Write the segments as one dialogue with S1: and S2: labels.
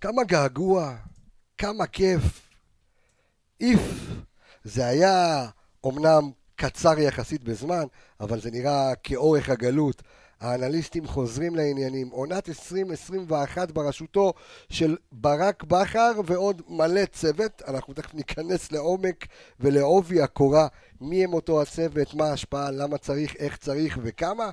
S1: כמה געגוע, כמה כיף. איף. זה היה אומנם קצר יחסית בזמן, אבל זה נראה כאורך הגלות. האנליסטים חוזרים לעניינים. עונת 2021 בראשותו של ברק בכר ועוד מלא צוות. אנחנו תכף ניכנס לעומק ולעובי הקורה, מי הם אותו הצוות, מה ההשפעה, למה צריך, איך צריך וכמה.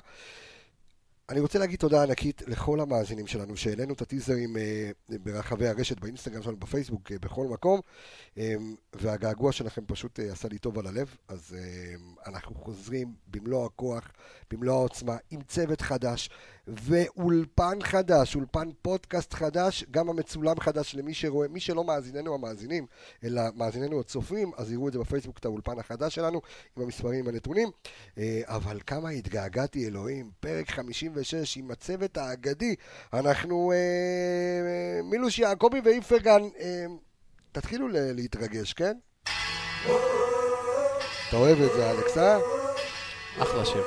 S1: אני רוצה להגיד תודה ענקית לכל המאזינים שלנו שהעלינו את הטיזרים אה, ברחבי הרשת, באינסטגרם שלנו, בפייסבוק, אה, בכל מקום, אה, והגעגוע שלכם פשוט אה, עשה לי טוב על הלב, אז אה, אנחנו חוזרים במלוא הכוח, במלוא העוצמה, עם צוות חדש, ואולפן חדש, אולפן פודקאסט חדש, גם המצולם חדש למי שרואה, מי שלא מאזיננו המאזינים, אלא מאזיננו הצופים, אז יראו את זה בפייסבוק, את האולפן החדש שלנו, עם המספרים, עם הנתונים. אה, אבל כמה התגעגעתי, אלוהים, פרק 56 עם הצוות האגדי. אנחנו, אה, אה, מילוש יעקבי ואיפרגן, אה, תתחילו ל- להתרגש, כן? אתה אוהב את זה, אלכס, אה?
S2: אחלה שם.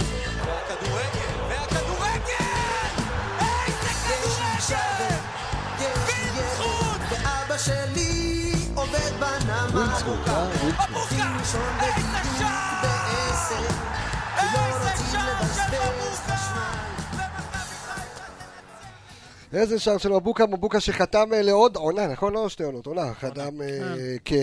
S3: והכדורגל, והכדורגל! איזה כדורגל! בזכות!
S4: ואבא שלי עובד בנמל,
S1: ווילסקוט, אה? ווילסקוט.
S3: מבוקה!
S4: ראשון
S3: איזה שער!
S4: בעשר,
S3: איזה שער של
S4: לבזבז
S3: מבוקה!
S1: איזה שער של מבוקה, מבוקה שחתם אה, לעוד עונה, נכון? לא שתי עונות, עונה. חתם אה, כ...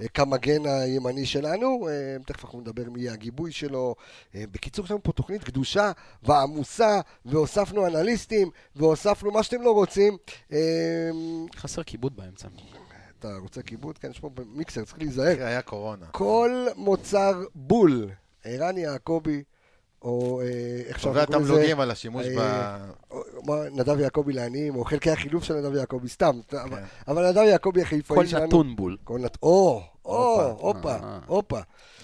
S1: אה, כמגן הימני שלנו, אה, תכף אנחנו נדבר מי יהיה הגיבוי שלו. אה, בקיצור, יש לנו פה תוכנית גדושה ועמוסה, והוספנו אנליסטים, והוספנו מה שאתם לא רוצים. אה,
S2: חסר כיבוד באמצע.
S1: אתה רוצה כיבוד? כן, יש פה מיקסר, צריך להיזהר.
S5: היה קורונה.
S1: כל מוצר בול, ערן יעקובי, או אה, איך שאנחנו
S5: קובע
S1: קוראים לזה...
S5: תמלוגים על השימוש ב...
S1: אה, או- מה, נדב יעקבי לעניים, או חלקי החילוף של נדב יעקבי, סתם.
S5: כן.
S1: סתם, אבל- אבל נדב יעקבי
S2: כל
S1: החיפאי שלנו...
S2: נתון בול.
S1: כל נתון. או, או,
S5: הופה.
S1: הופה,
S2: אה.
S1: הופה.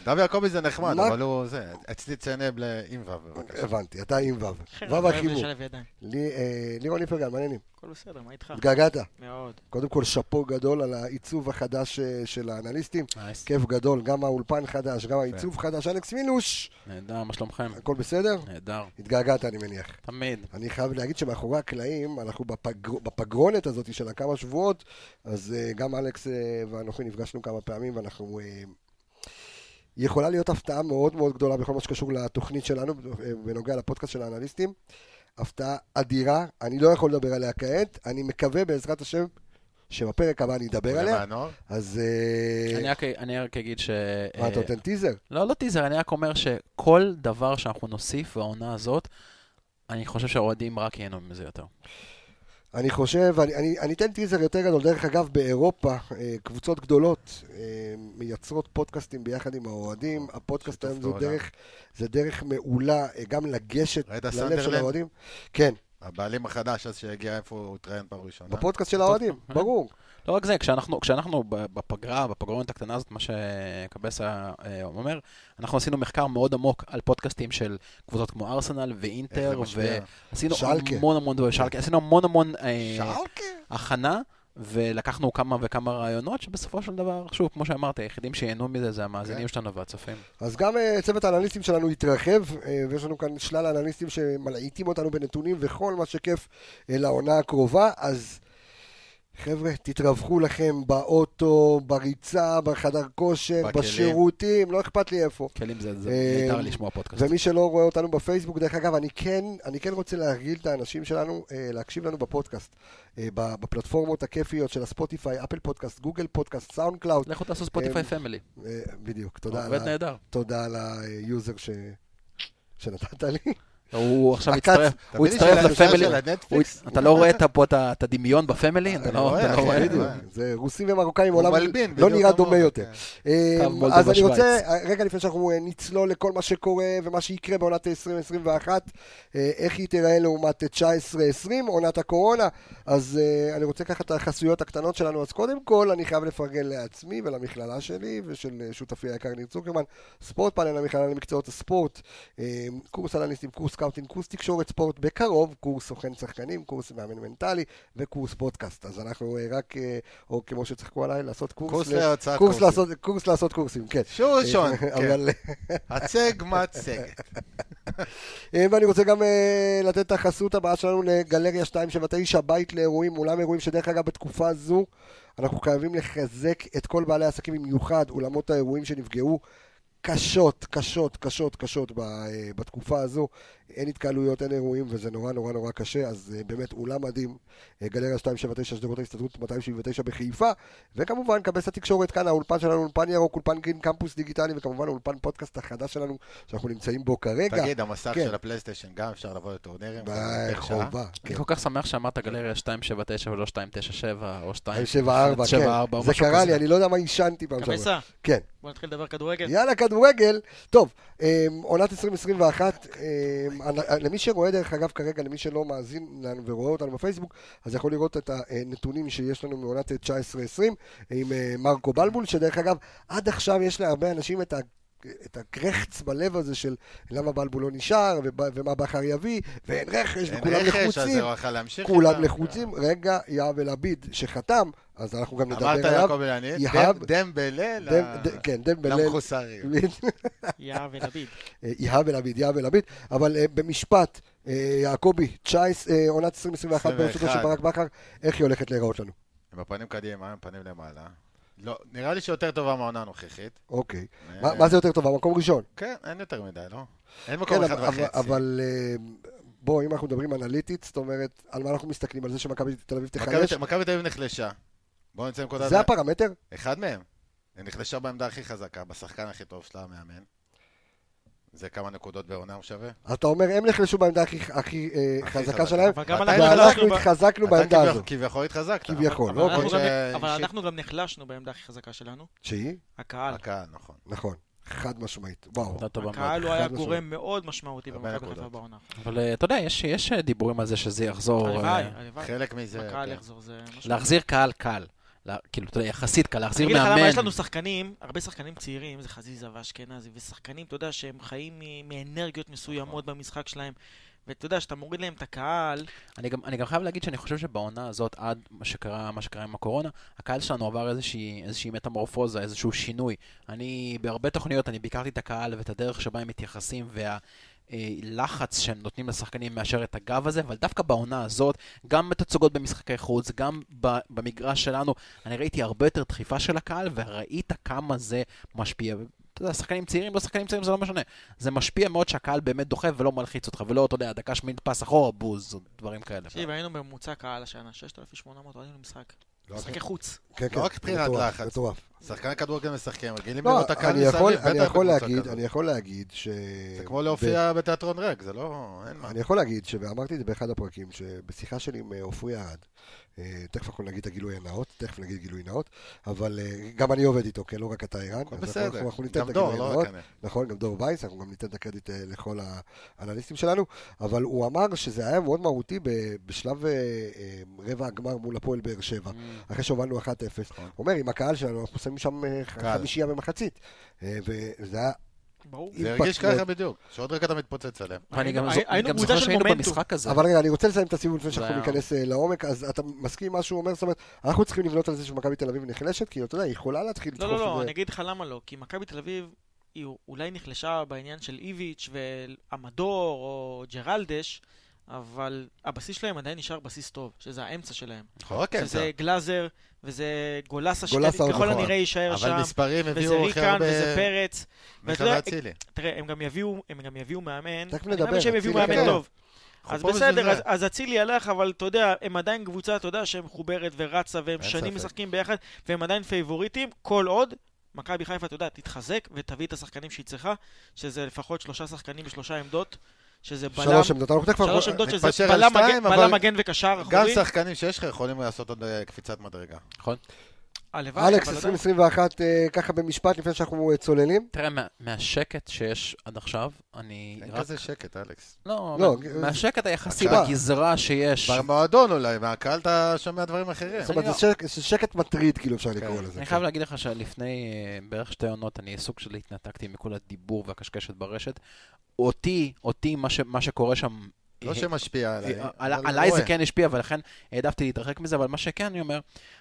S5: דב יעקבי זה נחמד,
S1: מה-
S5: אבל הוא זה. אצלי תציין ב- עם ו' בבקשה.
S1: הבנתי, אתה עם ו'. ו'
S6: אוהב
S1: החיבור.
S6: לשלב ידיים.
S1: לי- אה, לירון ליפרגן, מעניינים.
S6: הכל בסדר, מה איתך?
S1: התגעגעת.
S6: מאוד.
S1: קודם כל, שאפו גדול על העיצוב החדש אה, של האנליסטים.
S2: נייס.
S1: כיף גדול, גם האולפן חדש, גם העיצוב חדש. אלכס מילוש,
S2: נהדר, מה שלומכם?
S1: הכל בסדר?
S2: נהדר.
S1: התגעגעת, אני מניח.
S2: תמיד.
S1: אני חייב להגיד שמאחורי הקלעים, אנחנו בפגר... בפגרונת הזאת של הכמה שבועות, אז uh, גם אלכס uh, ואנוכי נפגשנו כמה פעמים, ואנחנו... Uh, יכולה להיות הפתעה מאוד מאוד גדולה בכל מה שקשור לתוכנית שלנו, אה, בנוגע לפודקאסט של האנליסטים. הפתעה אדירה, אני לא יכול לדבר עליה כעת, אני מקווה בעזרת השם שבפרק הבא אני אדבר
S5: עולה
S1: עליה.
S5: מהנוער?
S1: אז... אה,
S2: אני רק- אני רק אגיד ש...
S1: מה, אתה
S2: אה,
S1: נותן טיזר?
S2: לא, לא טיזר, אני רק אומר שכל דבר שאנחנו נוסיף בעונה הזאת, אני חושב שהאוהדים רק ייהנו מזה יותר.
S1: אני חושב, אני, אני, אני אתן טיזר יותר גדול. דרך אגב, באירופה, אה, קבוצות גדולות אה, מייצרות פודקאסטים ביחד עם האוהדים. הפודקאסט
S5: שיתוף
S1: היום זו
S5: פעולה.
S1: דרך, זה דרך מעולה אה, גם לגשת
S5: ראית
S1: ללב של
S5: סנדרלנד? אה?
S1: האוהדים. כן,
S5: הבעלים החדש, אז שהגיע איפה הוא התראיין פעם ראשונה.
S1: בפודקאסט של האוהדים,
S2: אה.
S1: ברור.
S5: כן.
S2: לא רק זה, כשאנחנו, כשאנחנו ב- בפגרה, בפגרונת הקטנה הזאת, מה שקבסה אה, אומר, אנחנו עשינו מחקר מאוד עמוק על פודקאסטים של קבוצות כמו ארסנל
S5: איך זה
S2: ואינטר,
S5: משפיע?
S2: ועשינו
S1: שלקה.
S2: המון המון דברים, שלקה, עשינו המון המון אה,
S1: שאלקה.
S2: הכנה, ולקחנו כמה וכמה רעיונות, שבסופו של דבר, שוב, כמו שאמרת, היחידים שייהנו מזה זה
S1: כן.
S2: המאזינים שלנו והצופים.
S1: אז גם אה, צוות האנליסטים שלנו התרחב, אה, ויש לנו כאן שלל אנליסטים שמלעיטים אותנו בנתונים וכל מה שכיף אה, לעונה הקרובה, אז חבר'ה, תתרווחו לכם באוטו, בריצה, בחדר כושר,
S5: בכלים.
S1: בשירותים, לא אכפת לי איפה.
S2: כלים זה, זה
S1: אה,
S2: נהדר לשמוע פודקאסט.
S1: ומי שלא רואה אותנו בפייסבוק, דרך אגב, אני כן, אני כן רוצה להרגיל את האנשים שלנו אה, להקשיב לנו בפודקאסט, אה, ב- בפלטפורמות הכיפיות של הספוטיפיי, אפל פודקאסט, גוגל פודקאסט, סאונד קלאוד,
S2: לכו תעשו ספוטיפיי
S1: אה,
S2: פמילי,
S1: אה, בדיוק, תודה על
S2: עובד
S1: ה-
S2: נהדר.
S1: תודה על היוזר ש... שנתת לי.
S2: הוא עכשיו
S1: הקאט,
S2: הצטרף, הוא
S5: תביא לי
S2: הצטרף
S5: של הגישה
S2: לפמילי.
S5: של הנטפליקס.
S2: הוא- אתה לא רואה את ה- פה את ה- את הדמיון
S1: אה,
S2: בפמילי? אתה
S5: אני
S2: לא
S5: רואה,
S2: אתה לא
S5: אחי,
S2: רואה?
S5: אני
S1: כן, בדיוק,
S5: רואה.
S1: זה רוסים ומרוקאים,
S5: כן, הוא
S1: עולם
S5: מלבין,
S1: לא
S5: בדיוק
S1: נראה
S5: כמוהו,
S1: דומה יותר.
S5: כן.
S1: אה,
S2: קו מולדו
S1: אז אני
S2: בשוויץ.
S1: רוצה, רגע לפני שאנחנו אה, נצלול לכל מה שקורה ומה שיקרה בעונת 2021, אה, איך היא תיראה לעומת 19-20, עונת הקורונה, אז אה, אני רוצה ככה את החסויות הקטנות שלנו, אז קודם כל אני חייב לפרגן לעצמי ולמכללה שלי ושל אה, שותפי היקר ניר צוקרמן, ספורט פאנל המכללה למקצועות הספורט, אה, קורס אנליסטים, קורס סקאוטינג, קורס תקשורת ספורט בקרוב, קורס סוכן שחקנים, קורס מאמן מנטלי וקורס פודקאסט. אז אנחנו אה, רק, אה, או כמו שצחקו עליי, לעשות קורס...
S5: קורס
S1: ל-
S5: להרצאת
S1: קורס
S5: קורסים.
S1: לעשות, קורס לעשות קורסים, כן.
S5: שיעור ראשון, כן.
S1: אבל...
S5: הצג מצגת.
S1: אה, ואני רוצה גם אה, לתת את החסות הבאה שלנו לגלריה 279, בית לאירועים, אולם אירועים שדרך אגב בתקופה זו אנחנו חייבים לחזק את כל בעלי העסקים, במיוחד אולמות האירועים שנפגעו קשות, קשות, קשות, קשות ב- אה, בתקופה הזו. אין התקהלויות, אין אירועים, וזה נורא נורא נורא קשה, אז אה, באמת אולם מדהים, אה, גלריה 279, שדרות ההסתדרות 279 בחיפה, וכמובן, כבש התקשורת כאן, האולפן שלנו, אולפן ירוק, אולפן גרין, קמפוס דיגיטלי, וכמובן אולפן פודקאסט החדש שלנו, שאנחנו נמצאים בו כרגע.
S5: תגיד, המסך
S1: כן.
S5: של הפלייסטיישן גם אפשר לבוא לטורנירים?
S1: ביי, כן.
S5: איך שעה?
S1: חובה.
S2: אני כל כך שמח שאמרת גלריה 279 ולא 297 או 2...
S1: 274, כן.
S2: 274, או
S1: זה
S2: משהו
S1: קרה
S2: כזה.
S1: לי, אני לא יודע מה עישנתי פעם שעברה.
S6: קבסה,
S1: כן.
S6: בוא נתחיל לדבר כדורגל.
S1: יאללה, כדורגל. טוב, אה, עונת 2021, אה, אנ- למי שרואה דרך אגב כרגע, למי שלא מאזין לנו ורואה אותנו בפייסבוק, אז יכול לראות את הנתונים שיש לנו מעונת אה, 19-20 עם אה, מרקו בלבול, שדרך אגב, עד עכשיו יש להרבה אנשים את ה... את הקרחץ בלב הזה של למה בלבול לא נשאר, ובא- ומה בכר יביא, ואין רכש,
S5: אין
S1: וכולם
S5: רכש, אז
S1: לחוצים.
S5: הוא יכל להמשיך.
S1: כולם
S5: איתם.
S1: לחוצים, רגע, יהב אלעביד שחתם, אז אנחנו גם נדבר
S5: אמרת
S1: עליו.
S5: יעקב אלנית,
S1: יהב,
S5: דמבלה
S1: דם- ד- כן, דמבלה.
S5: למחוסרי.
S6: יאה ודוד.
S1: אה, יהב אלעביד, יהב אלעביד, אבל אה, במשפט, אה, יעקבי, 19, אה, עונת 2021 בראשותו של
S5: 21.
S1: ברק בכר, איך היא הולכת להיראות לנו?
S5: עם הפנים קדימה, עם הפנים למעלה. לא, נראה לי שיותר טובה מהעונה הנוכחית.
S1: אוקיי.
S5: אה,
S1: מה- מה זה יותר טוב, המקום ראשון?
S5: כן, אין יותר מדי, לא? אין
S1: כן,
S5: מקום אחד
S1: אבל- אבל-
S5: וחצי.
S1: אבל אה, בוא, אם אנחנו מדברים אנליטית, זאת אומרת, על מה אנחנו מסתכלים? על זה שמכבי תל אביב
S5: מכבי
S1: תחלש?
S5: ת- מכבי תל אביב נחלשה. בואו נצא עם כל
S1: זה הפרמטר?
S5: אחד מהם. היא נחלשה בעמדה הכי חזקה, בשחקן הכי טוב שלה, המאמן. זה כמה נקודות בעונה הוא שווה.
S1: אתה אומר, הם נחלשו בעמדה הכי- הכי אה,
S5: הכי
S1: חזקה
S5: חזקה.
S1: שלהם,
S6: אבל גם
S5: אתה
S6: אנחנו
S1: ואנחנו
S6: התחזקנו ב-
S1: התחזקנו
S5: אתה
S1: כאילו בעמדה
S5: כביכול-
S1: הזו.
S5: כביכול התחזקת.
S1: כביכול,
S5: אבל-
S1: לא,
S5: אבל
S6: אנחנו
S5: יכול
S6: גם-
S2: אה,
S5: להיות
S6: אבל
S5: שאישית-
S6: אנחנו גם נחלשנו בעמדה הכי חזקה שלנו,
S1: שהיא?
S2: אה,
S6: הקהל.
S5: הקהל, נכון.
S1: נכון, חד משמעית. וואו.
S2: עבודה טובה מאוד.
S6: הקהל הוא היה
S1: חד משמעית.
S6: גורם מאוד משמעותי
S5: הרבה
S6: במכבי
S5: נקודות.
S6: חיפה בעונה.
S2: אבל אה, אתה יודע, יש- יש אה, דיבורים על זה שזה יחזור.
S6: הלוואי,
S2: אה,
S6: הלוואי.
S5: חלק מזה...
S6: הקהל
S5: כן.
S6: יחזור, זה משהו.
S2: להחזיר קהל קל. לה- כאילו, אתה יודע, יחסית קל, להחזיר
S6: אני אגיד לך למה יש
S2: מאמן.
S6: לנו שחקנים, הרבה שחקנים צעירים, זה חזיזה ואשכנזי, ושחקנים, אתה יודע, שהם חיים מ- מאנרגיות מסוימות במשחק שלהם. ואתה יודע, שאתה מוריד להם את הקהל,
S2: אני גם, אני גם חייב להגיד שאני חושב שבעונה הזאת, עד מה שקרה, מה שקרה עם הקורונה, הקהל שלנו עבר איזושהי, איזושהי מטמורפוזה, איזשהו שינוי. אני, בהרבה תוכניות, אני ביקרתי את הקהל ואת הדרך שבה הם מתייחסים, וה... אה, לחץ שהם נותנים לשחקנים מאשר את הגב הזה, אבל דווקא בעונה הזאת, גם בתצוגות במשחקי חוץ, גם ב- במגרש שלנו, אני ראיתי הרבה יותר דחיפה של הקהל, וראית כמה זה משפיע. אתה יודע, שחקנים צעירים, לא שחקנים צעירים, זה לא משנה. זה משפיע מאוד שהקהל באמת דוחף ולא מלחיץ אותך, ולא, אתה יודע, דקה שמינית פס אחורה, בוז, או דברים כאלה.
S6: תקשיב, היינו בממוצע קהל השנה, 6,800 אוהדים למשחק.
S1: לא,
S6: משחקי חוץ.
S1: כן, כן,
S5: רק בחינת
S1: מטורף,
S5: לחץ.
S1: מטורף.
S5: שחקני כדורגל משחקים, רגילים
S1: לא,
S5: לראות את הקהל
S1: אני יכול-
S5: מסביב,
S1: אני
S5: בטח
S1: יכול
S5: בקבוצה
S1: להגיד,
S5: כזאת.
S1: אני יכול להגיד ש...
S5: זה כמו להופיע בתיאטרון ריק, זה לא... אין
S1: ב-
S5: מה.
S1: אני יכול להגיד, ש- ואמרתי את זה באחד הפרקים, שבשיחה שלי עם אה, עופרי ארד, אה, תכף אנחנו נגיד את הגילוי הנאות, תכף נגיד גילוי נאות, אבל אה, גם אני עובד איתו, כן, לא רק אתה ערן,
S5: הכל
S1: אז אנחנו-
S5: בסדר.
S1: אנחנו ניתן את
S5: גם דור,
S1: הגילוי
S5: לא
S1: הנאות,
S5: רק אני.
S1: נכון, גם דור וייס, אנחנו גם ניתן את הקרדיט אה, לכל האנליסטים שלנו, אבל הוא אמר שזה היה מאוד מהותי ב- בשלב אה, אה, רבע הגמר מול הפועל באר שבע, אחרי שהובלנו 1-0. הוא
S5: נכון.
S1: אומר, עם הקהל שלנו, אנחנו שמים שם אה,
S5: קהל.
S1: חמישייה במחצית, אה, וזה היה
S6: ברור.
S5: זה
S1: אימפקט
S5: הרגיש
S1: מאוד.
S5: ככה בדיוק, שעוד רגע אתה מתפוצץ עליהם.
S2: ואני גם
S6: היינו-
S2: זו- אני
S6: היינו
S2: גם
S6: קבוצה
S2: זוכר
S6: של
S2: שהיינו
S6: מומנטום.
S2: במשחק הזה.
S1: אבל רגע, אני רוצה לסיים את הסיבוב לפני
S2: זה
S1: שאנחנו
S2: היה-
S1: ניכנס אה, לעומק, אז אתה מסכים עם מה שהוא אומר? זאת אומרת, אנחנו צריכים לבנות על זה שמכבי תל אביב נחלשת, כי אתה יודע, היא יכולה להתחיל
S6: לא, לא,
S1: לדחוף את
S6: לא,
S1: זה.
S6: אני אגיד לך למה לא. כי מכבי תל אביב, היא אולי נחלשה בעניין של איביץ' ואמדור או ג'רלדש, אבל הבסיס שלהם עדיין נשאר בסיס טוב, שזה האמצע שלהם.
S5: אוקיי,
S6: שזה גלאזר, וזה גולסה,
S1: גולסה כן, עוד
S6: שככל
S1: נכון.
S6: הנראה יישאר
S5: אבל
S6: שם,
S5: מספרים
S6: וזה
S5: הביאו הכי
S6: ריקן,
S5: הרבה...
S6: וזה פרץ. ואתה
S5: מיכה
S6: יודע,
S5: ואצילי.
S6: תראה, הם גם יביאו, הם גם יביאו מאמן.
S1: תכף
S6: אני
S1: נדבר,
S6: מאמין שהם יביאו
S1: אצילי
S6: מאמן
S5: כן.
S6: טוב.
S5: אנחנו
S6: אז
S5: פה בשביל
S6: בסדר,
S5: זה.
S6: אז- אז אצילי הלך, אבל אתה יודע, הם עדיין קבוצה, אתה יודע, שהם מחוברת ורצה, והם
S5: אין
S6: שנים
S5: ספק.
S6: משחקים ביחד, והם עדיין פייבוריטים, כל עוד מכבי חיפה, אתה יודע, תתחזק ותביא את השחקנים שהיא צריכה, שזה לפחות שלושה שחקנים בשלושה עמדות, שזה בלם,
S1: שלוש עמדות, אנחנו תכף...
S6: שלוש עמדות שזה
S5: נתפשר
S6: בלם
S5: על
S6: מגן-
S5: שתיים,
S6: בלם
S5: אבל
S6: מגן וקשר
S5: גם
S6: אחורי.
S5: שחקנים שיש לך יכולים לעשות עוד אה, קפיצת מדרגה.
S2: נכון.
S6: הלוואי,
S1: אלכס,
S6: אבל לא עדיין.
S1: 2021, אה, ככה במשפט, לפני שאנחנו אה, צוללים.
S2: תראה, מה- מהשקט שיש עד עכשיו, אני
S5: אין
S2: רק...
S5: כן, כזה שקט, אלכס.
S2: לא,
S1: לא,
S2: מה-
S1: אה,
S2: מהשקט היחסי
S1: הקשבה.
S2: בגזרה שיש.
S5: במועדון אולי, מהקהל אתה שומע דברים אחרים.
S1: זאת אומרת, זה שק- זה שקט מטריד, כאילו אפשר לקרוא
S5: לא- כן.
S1: לזה.
S2: אני חייב להגיד לך שלפני אה, בערך שתי עונות, אני סוג של התנתקתי מכל הדיבור והקשקשת ברשת. אותי, אותי, מה ש- מה שקורה שם...
S5: לא
S2: אה,
S5: שמשפיע עליי.
S2: אה, על-
S5: אבל אני
S2: עליי זה
S5: רואה.
S2: כן השפיע, ולכן העדפתי להתרחק מזה, אבל מה שכן, אני אומר,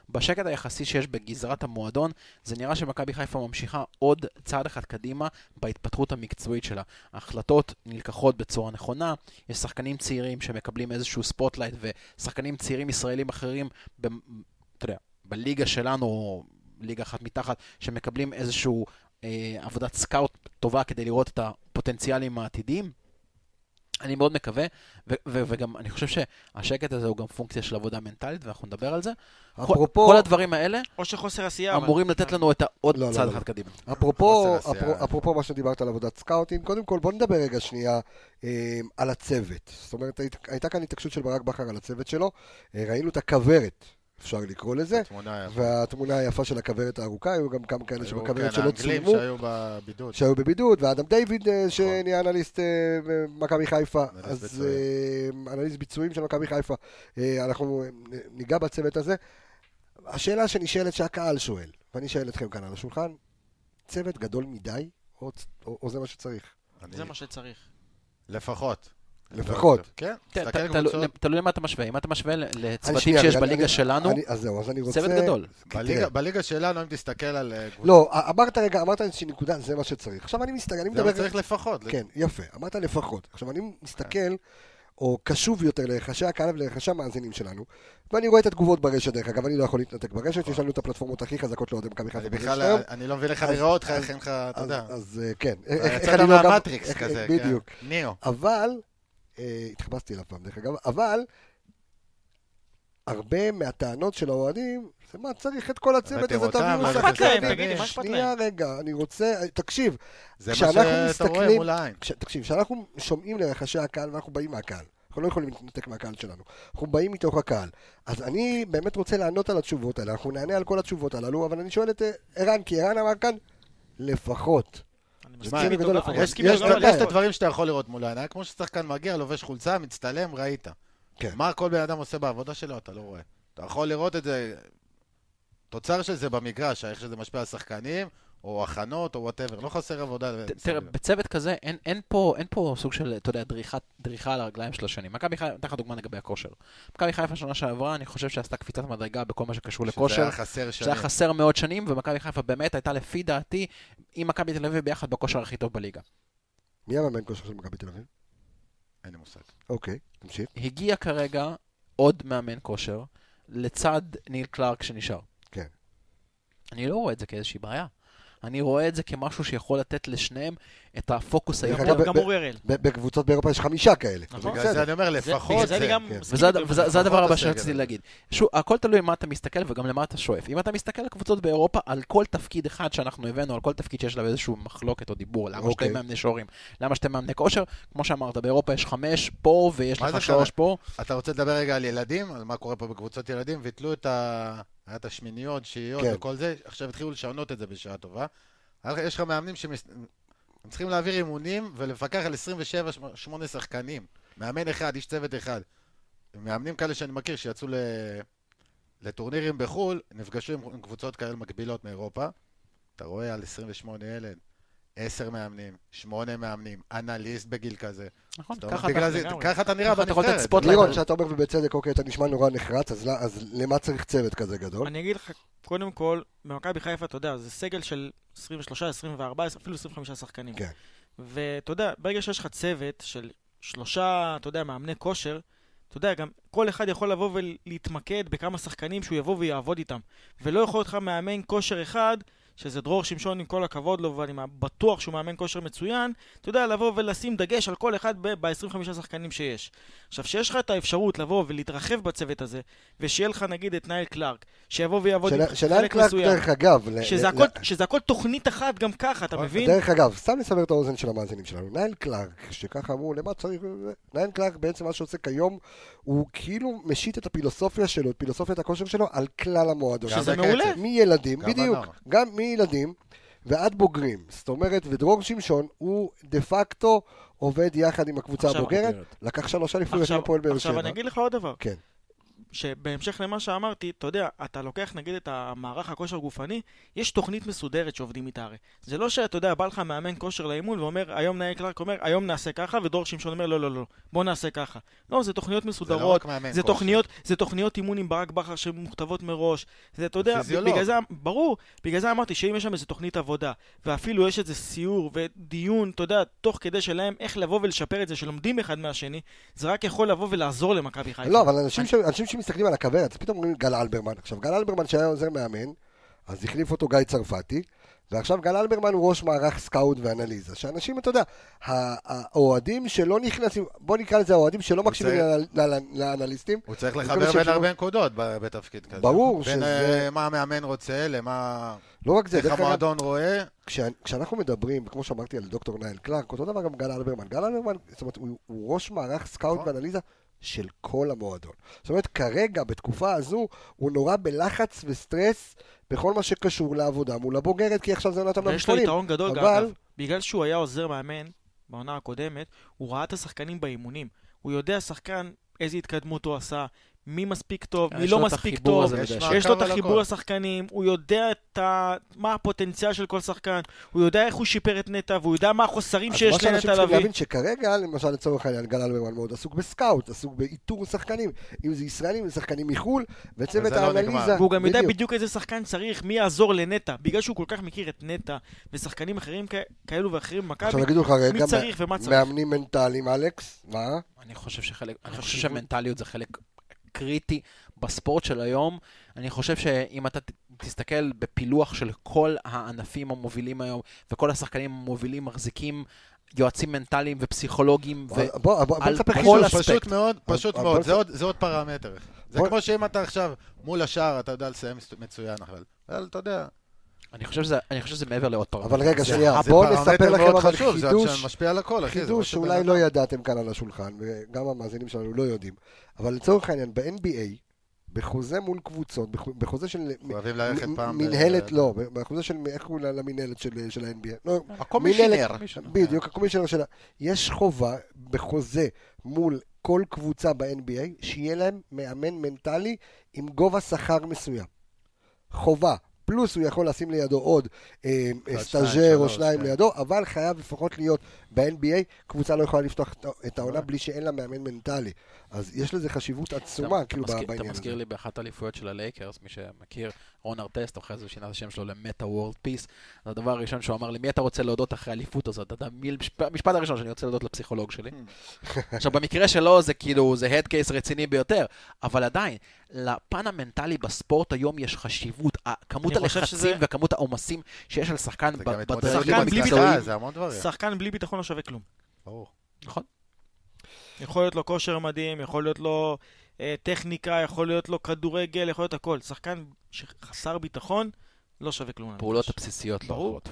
S2: בשקט היחסי שיש בגזרת המועדון, זה נראה שמכבי חיפה ממשיכה עוד צעד אחד קדימה בהתפתחות המקצועית שלה. ההחלטות נלקחות בצורה נכונה, יש שחקנים צעירים שמקבלים איזשהו ספוטלייט, ושחקנים צעירים ישראלים אחרים, ב- אתה יודע, בליגה שלנו, או ליגה אחת מתחת, שמקבלים איזשהו אה, עבודת סקאוט טובה כדי לראות את הפוטנציאלים העתידיים. אני מאוד מקווה, ו- ו- וגם אני חושב שהשקט הזה הוא גם פונקציה של עבודה מנטלית, ואנחנו נדבר על זה.
S1: אפרופו-
S2: כל, כל הדברים האלה
S6: או שחוסר עשייה. אבל-
S2: אמורים לתת לנו את העוד
S1: לא, לא,
S2: צעד
S1: לא.
S2: אחד קדימה.
S1: אפרופו,
S5: חוסר עשייה.
S1: אפרופו, אפרופו מה שדיברת על עבודת סקאוטים, קודם כל בוא נדבר רגע שנייה אה, על הצוות. זאת אומרת, היית- הייתה כאן התעקשות של ברק בכר על הצוות שלו, אה, ראינו את הכוורת, אפשר לקרוא לזה,
S5: תמונה יפה.
S1: והתמונה היפה של הכוורת הארוכה, היו גם כמה כאלה
S5: היו
S1: שבכוורת
S5: כאן
S1: שלא
S5: האנגלים
S1: צולמו,
S5: שהיו בבידוד.
S1: שהיו בבידוד, ואדם דיוויד אה, שנהיה אנליסט אה, במכבי חיפה,
S5: נכון. אנליסט
S1: אז
S5: ביצועים.
S1: אה, אנליסט ביצועים של מכבי חיפה. אה, אנחנו אה, ניגע בצוות הזה. השאלה שנשאלת, שהקהל שואל, ואני שואל אתכם כאן על השולחן, צוות גדול מדי, או, צ- או, או זה מה שצריך?
S5: אני-
S6: זה מה שצריך.
S5: לפחות.
S1: לפחות.
S5: כן,
S2: ת- ת-
S5: תסתכל על
S2: תלו-
S5: קבוצות.
S2: תלוי למה אתה משווה. אם אתה משווה ל- לצוותים
S1: שנייה,
S2: שיש
S1: רגע,
S2: בליגה
S1: אני-
S2: שלנו,
S1: אני, אז זהו, אז אני רוצה...
S2: צוות גדול.
S5: בליגה- בליגה שלנו, אם תסתכל על אה, קבוצות,
S1: לא, אמרת רגע, אמרת איזושהי נקודה, זה מה שצריך. עכשיו אני מסתכל, אני
S5: זה
S1: מדבר...
S5: מה צריך לפחות.
S1: כן, יפה, אמרת לפחות. עכשיו, אני
S5: כן.
S1: מסתכל, או קשוב יותר לרחשי הקהל ולרחשי המאזינים שלנו, ואני רואה את התגובות ברשת, דרך אגב, אני לא יכול להתנתק ברשת, יש לנו את הפלטפורמות הכי חזקות לאוהדי מכבי חיפה
S5: אני
S1: ברשת
S5: בכלל,
S1: היום.
S5: אני לא מבין איך
S1: אז-
S5: אני רואה אותך,
S1: אז-
S5: איך אין לך, אתה
S1: אז-
S5: יודע.
S1: אז אה, כן. איך- איך
S5: יצאת
S1: אני לא גם-
S5: מהמטריקס
S1: איך-
S5: כזה, כן.
S1: בדיוק.
S5: ניאו.
S1: אבל, אה, התחפשתי אליו פעם, דרך אגב, אבל, הרבה מהטענות של האוהדים, זה מה, צריך את כל הצוות
S5: הבאתם
S1: הזה,
S5: אותם,
S1: תביאו
S5: מה
S6: זה
S1: שחקנים.
S6: אכפת להם? תגידי, מה אכפת
S1: שנייה,
S6: להם?
S1: רגע, אני רוצה, תקשיב,
S5: זה
S1: כשאנחנו
S5: מה שאתה רואה
S1: מסתכלים-
S5: מול העין.
S1: כש, תקשיב, כשאנחנו שומעים לרחשי הקהל ואנחנו באים מהקהל, אנחנו לא יכולים להתנתק מהקהל שלנו, אנחנו באים מתוך הקהל. אז אני באמת רוצה לענות על התשובות האלה, אנחנו נענה על כל התשובות הללו, אבל אני שואל את אה, ערן, כי ערן אמר כאן, לפחות.
S6: אני
S1: זה
S6: מסכים
S1: ציני
S6: איתו.
S1: גדול
S6: לא,
S1: לפחות.
S6: אבל-
S5: יש
S1: יש
S5: כאילו-
S1: דבר.
S5: יש את הדברים שאתה יכול לראות מול העין. היה כמו ששחקן מגיע, לובש חולצה, מצטלם, ראית.
S1: כן.
S5: מה כל בן אדם עושה בעבודה שלו, אתה לא רואה. אתה יכול לראות את זה, תוצר של זה במגרש, איך שזה משפיע על שחקנים, או הכנות, או וואטאבר. לא חסר עבודה.
S2: ת- תראה, בצוות כזה אין, אין, פה, אין פה סוג של, אתה יודע, דריכה, דריכה על הרגליים של השנים. מכבי חיפה, אתן לך דוגמה לגבי הכושר. מכבי חיפה שנה שעברה, אני חושב שעשתה קפיצת מדרגה בכל מה שקשור
S5: שזה
S2: לכושר.
S5: היה חסר
S2: שזה
S5: שנים.
S2: היה חסר מאוד שנים, ומכבי חיפה באמת הייתה לפי דעתי עם מכבי תל אביב ביחד בכושר הכי טוב בליגה.
S1: מי המאמן כושר של מכבי תל אביב?
S5: אין לי מושג.
S1: אוקיי, תמשיך.
S2: הגיע כרגע עוד מאמן כושר לצד ניל קלארק שנשאר.
S1: כן.
S2: אני לא רואה את זה כאיזושהי בעיה. אני רואה את זה כמשהו שיכול לתת לשניהם את הפוקוס
S1: דרך
S2: היותר...
S1: אגב,
S6: גם- גם אור אראל.
S1: ב- בקבוצות באירופה יש חמישה כאלה.
S6: נכון.
S1: זה
S5: בגלל זה
S1: בסדר.
S5: אני אומר,
S6: בגלל
S5: לפחות
S6: זה אני
S5: זה.
S6: גם
S1: כן.
S6: מסכים
S2: וזה
S6: איתו.
S2: וזה- זה הדבר
S5: לפחות
S2: הבא
S5: הסגל
S2: שרציתי
S5: הזה.
S2: להגיד. שוב, הכל תלוי מה אתה מסתכל וגם למה אתה שואף. אם אתה מסתכל על קבוצות באירופה, על כל תפקיד אחד שאנחנו הבאנו, על כל תפקיד שיש לה איזושהי מחלוקת או דיבור, למה
S1: אוקיי.
S2: שתי מאמני שוערים, למה שתי מאמני כושר, כמו שאמרת, באירופה יש חמש פה ויש
S5: מה
S2: לך
S5: זה
S2: שלוש
S5: חמש?
S2: פה.
S5: אתה רוצה לדבר רגע על ילדים, על מה קורה פה בקבוצות ילדים, ביטלו את ה... היה את השמיניות, שיעיות
S1: כן.
S5: וכל זה, עכשיו התחילו לשנות את זה בשעה טובה. היה לך- יש לך מאמנים שמס... הם צריכים להעביר אימונים ולפקח על 27-8 שחקנים. מאמן אחד, איש צוות אחד. מאמנים כאלה שאני מכיר שיצאו ל... לטורנירים בחו"ל, נפגשו עם עם קבוצות כאלה מקבילות מאירופה. אתה רואה על 28 ילד, 10 מאמנים, 8 מאמנים, אנליסט בגיל כזה.
S2: נכון,
S5: זאת אומרת,
S2: ככה אתה...
S5: בגלל זה-
S6: לגמרי.
S5: ככה אתה נראה
S2: ככה אתה יכול לתת
S5: בנבחרת.
S2: ספוטלייט.
S1: לירון, שאתה אומר ובצדק, אוקיי, אתה נשמע נורא נחרץ, אז לא- אז למה צריך צוות כזה גדול?
S6: אני אגיד לך, קודם כל, במכבי חיפה, אתה יודע, זה סגל של 23, 24, אפילו 25 שחקנים.
S1: כן.
S6: ואתה יודע, ברגע שיש לך צוות של שלושה, אתה יודע, מאמני כושר, אתה יודע, גם כל אחד יכול לבוא ולהתמקד בכמה שחקנים שהוא יבוא ויעבוד איתם. ולא יכול להיות לך מאמן כושר אחד שזה דרור שמשון עם כל הכבוד לו, ואני בטוח שהוא מאמן כושר מצוין, אתה יודע, לבוא ולשים דגש על כל אחד ב-25 שחקנים שיש. עכשיו, שיש לך את האפשרות לבוא ולהתרחב בצוות הזה, ושיהיה לך נגיד את נייל קלארק, שיבוא ויעבוד עם
S1: של- של ארן
S6: חלק
S1: קלארק,
S6: מסוים,
S1: דרך אגב, ל-
S6: שזה
S1: ל-
S6: הכל-
S1: ל- נכון,
S6: שזה הכל תוכנית אחת גם ככה, אתה מבין?
S1: דרך אגב, סתם לסבר את האוזן של המאזינים שלנו, ניין קלארק, שככה אמרו, למה צריך... זה?" ניין קלארק בעצם מה שעושה כיום, הוא כאילו משית את הפילוסופיה שלו, את פילוסופיית הכושר שלו, על כלל המועדון.
S5: גם
S6: שזה
S5: בקצב.
S6: מעולה.
S1: מילדים,
S5: גם
S1: בדיוק,
S5: בנוער.
S1: גם מילדים ועד בוגרים. זאת אומרת, ודרור שמשון הוא דה פקטו עובד יחד עם הקבוצה
S6: עכשיו-
S1: הבוגרת, לקח שלוש אליפויות
S6: עכשיו,
S1: מהפועל באר
S6: עכשיו
S1: שבע.
S6: אני אגיד לך עוד דבר.
S1: כן.
S6: שבהמשך למה שאמרתי, אתה יודע, אתה לוקח נגיד את המערך הכושר גופני, יש תוכנית מסודרת שעובדים איתה הרי. זה לא שאתה יודע, בא לך מאמן כושר לאימון ואומר, היום נאי קלרק אומר, היום נעשה ככה, ודור שמשון אומר, לא, לא, לא, בוא נעשה ככה. לא, זה תוכניות מסודרות,
S5: רק מאמן
S6: זה
S5: כושר.
S6: תוכניות, זה תוכניות אימון עם ברק בכר שמוכתבות מראש. זה, אתה יודע,
S5: פיזיולוג.
S6: בגלל זה, ברור, בגלל זה אמרתי שאם יש שם איזה תוכנית עבודה, ואפילו יש איזה סיור ודיון, אתה יודע, תוך כדי שלהם, איך לבוא ולשפר את זה, שלומדים אחד מהשני, זה רק יכול לבוא ולעזור למכבי חיפה.
S1: לא, אבל אנשים, ש... אנשים שמסתכלים על הכוורת, אז פתאום אומרים גל אלברמן. עכשיו, גל אלברמן שהיה עוזר מאמן, אז החליף אותו גיא צרפתי, ועכשיו גל אלברמן הוא ראש מערך סקאוט ואנליזה. שאנשים, אתה יודע, ה- האוהדים שלא נכנסים, בוא נקרא לזה האוהדים שלא מקשיבים
S5: צריך-
S1: לאנ- לאנ- לאנליסטים,
S5: הוא צריך
S1: וכל
S5: לחבר בין
S1: השאלות-
S5: הרבה נקודות ב- בתפקיד כזה.
S1: ברור
S5: בין
S1: שזה-
S5: אה, מה המאמן רוצה, למה...
S1: לא רק זה,
S5: איך
S1: דרך אגב,
S5: המועדון רואה.
S1: כש- כשאנחנו מדברים, כמו שאמרתי על דוקטור נייל קלארק, אותו דבר גם גל אלברמן. גל אלברמן, זאת אומרת, הוא, הוא ראש מערך סקאוט
S5: נכון.
S1: ואנליזה של כל המועדון. זאת אומרת, כרגע, בתקופה הזו, הוא נורא בלחץ וסטרס בכל מה שקשור לעבודה מול הבוגרת, כי עכשיו זה עונת
S6: ויש לו
S1: המלפפונים.
S6: יתרון
S1: אבל-
S6: גדול, אגב, בגלל שהוא היה עוזר מאמן בעונה הקודמת, הוא ראה את השחקנים באימונים. הוא יודע שחקן, איזה התקדמות הוא עשה, מי מספיק טוב, מי
S2: אה, יש
S6: לא
S2: לו את
S6: מספיק
S2: החיבור
S6: טוב.
S2: הזה
S5: יש
S2: בדרך
S5: מה-
S1: אה,
S2: כלל.
S6: יש לו את
S1: לא
S5: מעקב על
S6: החיבור
S5: הכל.
S6: לשחקנים, הוא יודע את ה... מה הפוטנציאל של כל שחקן, הוא יודע איך הוא שיפר את נטע, והוא יודע מה החוסרים
S1: אז מה
S6: שיש
S1: שאנשים
S6: לנטע
S1: צריכים
S6: לביא.
S1: להבין שכרגע, למשל לצורך העניין, גל אלברמן מאוד עסוק בסקאוט, עסוק באיתור שחקנים, אם זה ישראלים, אם זה שחקנים מחו"ל, וצוות
S5: וזה לא נגמר.
S1: האנליזה.
S6: והוא גם יודע בדיוק איזה שחקן צריך, מי יעזור לנטע. בגלל שהוא כל כך מכיר את נטע, ושחקנים אחרים כ- כאלו ואחרים במכבי,
S1: עכשיו יגידו לך, רגע,
S6: מי
S1: מה-
S6: צריך ומה צריך.
S1: מאמנים מנטליים, אלכס, מה?
S2: אני חושב שחלק, אני חושב שמנטליות זה חלק קריטי בספורט של היום. אני חושב שאם אתה ת- תסתכל בפילוח של כל הענפים המובילים היום, וכל השחקנים המובילים מחזיקים יועצים מנטליים ופסיכולוגים, ו...
S1: בוא- בוא בוא
S2: על
S1: נספר
S2: כל
S1: חישוב.
S2: אספקט.
S5: פשוט מאוד,
S1: אבל-
S5: פשוט
S1: אבל-
S5: מאוד, זה עוד- זה עוד פרמטר. זה
S1: בוא-
S5: כמו שאם אתה עכשיו מול השער, אתה יודע לסיים מס- מצוין, אבל אבל אתה יודע,
S2: אני חושב שזה- אני חושב שזה מעבר לעוד פרמטר.
S1: אבל רגע,
S5: זה-
S1: שנייה,
S5: זה
S1: בואו
S5: פרמטר
S1: נספר לכם
S5: מאוד
S1: אבל
S5: חשוב, זה
S1: חידוש,
S5: משפיע על הכל, אחי. זה מה
S1: חידוש
S5: שבן
S1: שאולי
S5: אדם-
S1: לא ידעתם כאן על השולחן, וגם המאזינים שלנו לא יודעים, אבל לצורך העניין, ב-NBA, בחוזה מול קבוצות, בחו- בחוזה של
S5: אוהבים ללכת
S1: מ-
S5: פעם ב-
S1: מנהלת, לא, בחוזה של, איך קוראים לה- למנהלת של של ה-NBA? לא,
S5: הקומישיונר.
S1: מנהלת- בדיוק, הקומישיונר שלה. יש חובה בחוזה מול כל קבוצה ב-NBA, שיהיה להם מאמן מנטלי עם גובה שכר מסוים. חובה. פלוס הוא יכול לשים לידו עוד אה,
S5: אחד,
S1: סטאז'ר
S5: שניים,
S1: או
S5: שלוש,
S1: שניים
S5: כן.
S1: לידו, אבל חייב לפחות להיות ב-NBA, קבוצה לא יכולה לפתוח את- את העונה בלי שאין לה מאמן מנטלי. אז יש לזה חשיבות עצומה, כאילו, ב-
S2: מזכיר- אתה
S1: בעניין הזה.
S2: מזכיר לי באחת האליפויות של הלייקרס, מי שמכיר, רון ארטסט, אחרי זה הוא שינה את השם שלו למטה וורד פיס. זה הדבר הראשון שהוא אמר לי, מי אתה רוצה להודות אחרי האליפות הזאת? אתה מי- המשפ- המשפט הראשון שאני רוצה להודות לפסיכולוג שלי. עכשיו, במקרה שלו זה כאילו, זה הד קייס רציני ביותר, אבל עדיין, לפן המנטלי בספורט היום יש חשיבות. ה- כמות
S6: אני חושב
S2: הלחצים
S6: שזה-
S2: וכמות העומסים שיש על שחקן
S5: זה
S2: ב-
S5: גם התמודדות
S2: בדרגים
S5: עם
S6: שחקן בלי
S5: הצלחה,
S2: המקצועיים.
S5: זה המון דברים.
S6: שחקן בלי ביטחון לא שווה כלום.
S5: ברור.
S2: נכון.
S6: יכול להיות לו כושר מדהים, יכול להיות לו אה, טכניקה, יכול להיות לו כדורגל, יכול להיות הכל. שחקן שחסר ביטחון, לא שווה כלום.
S2: הפעולות הבסיסיות לא
S6: ברור.
S2: עוברות.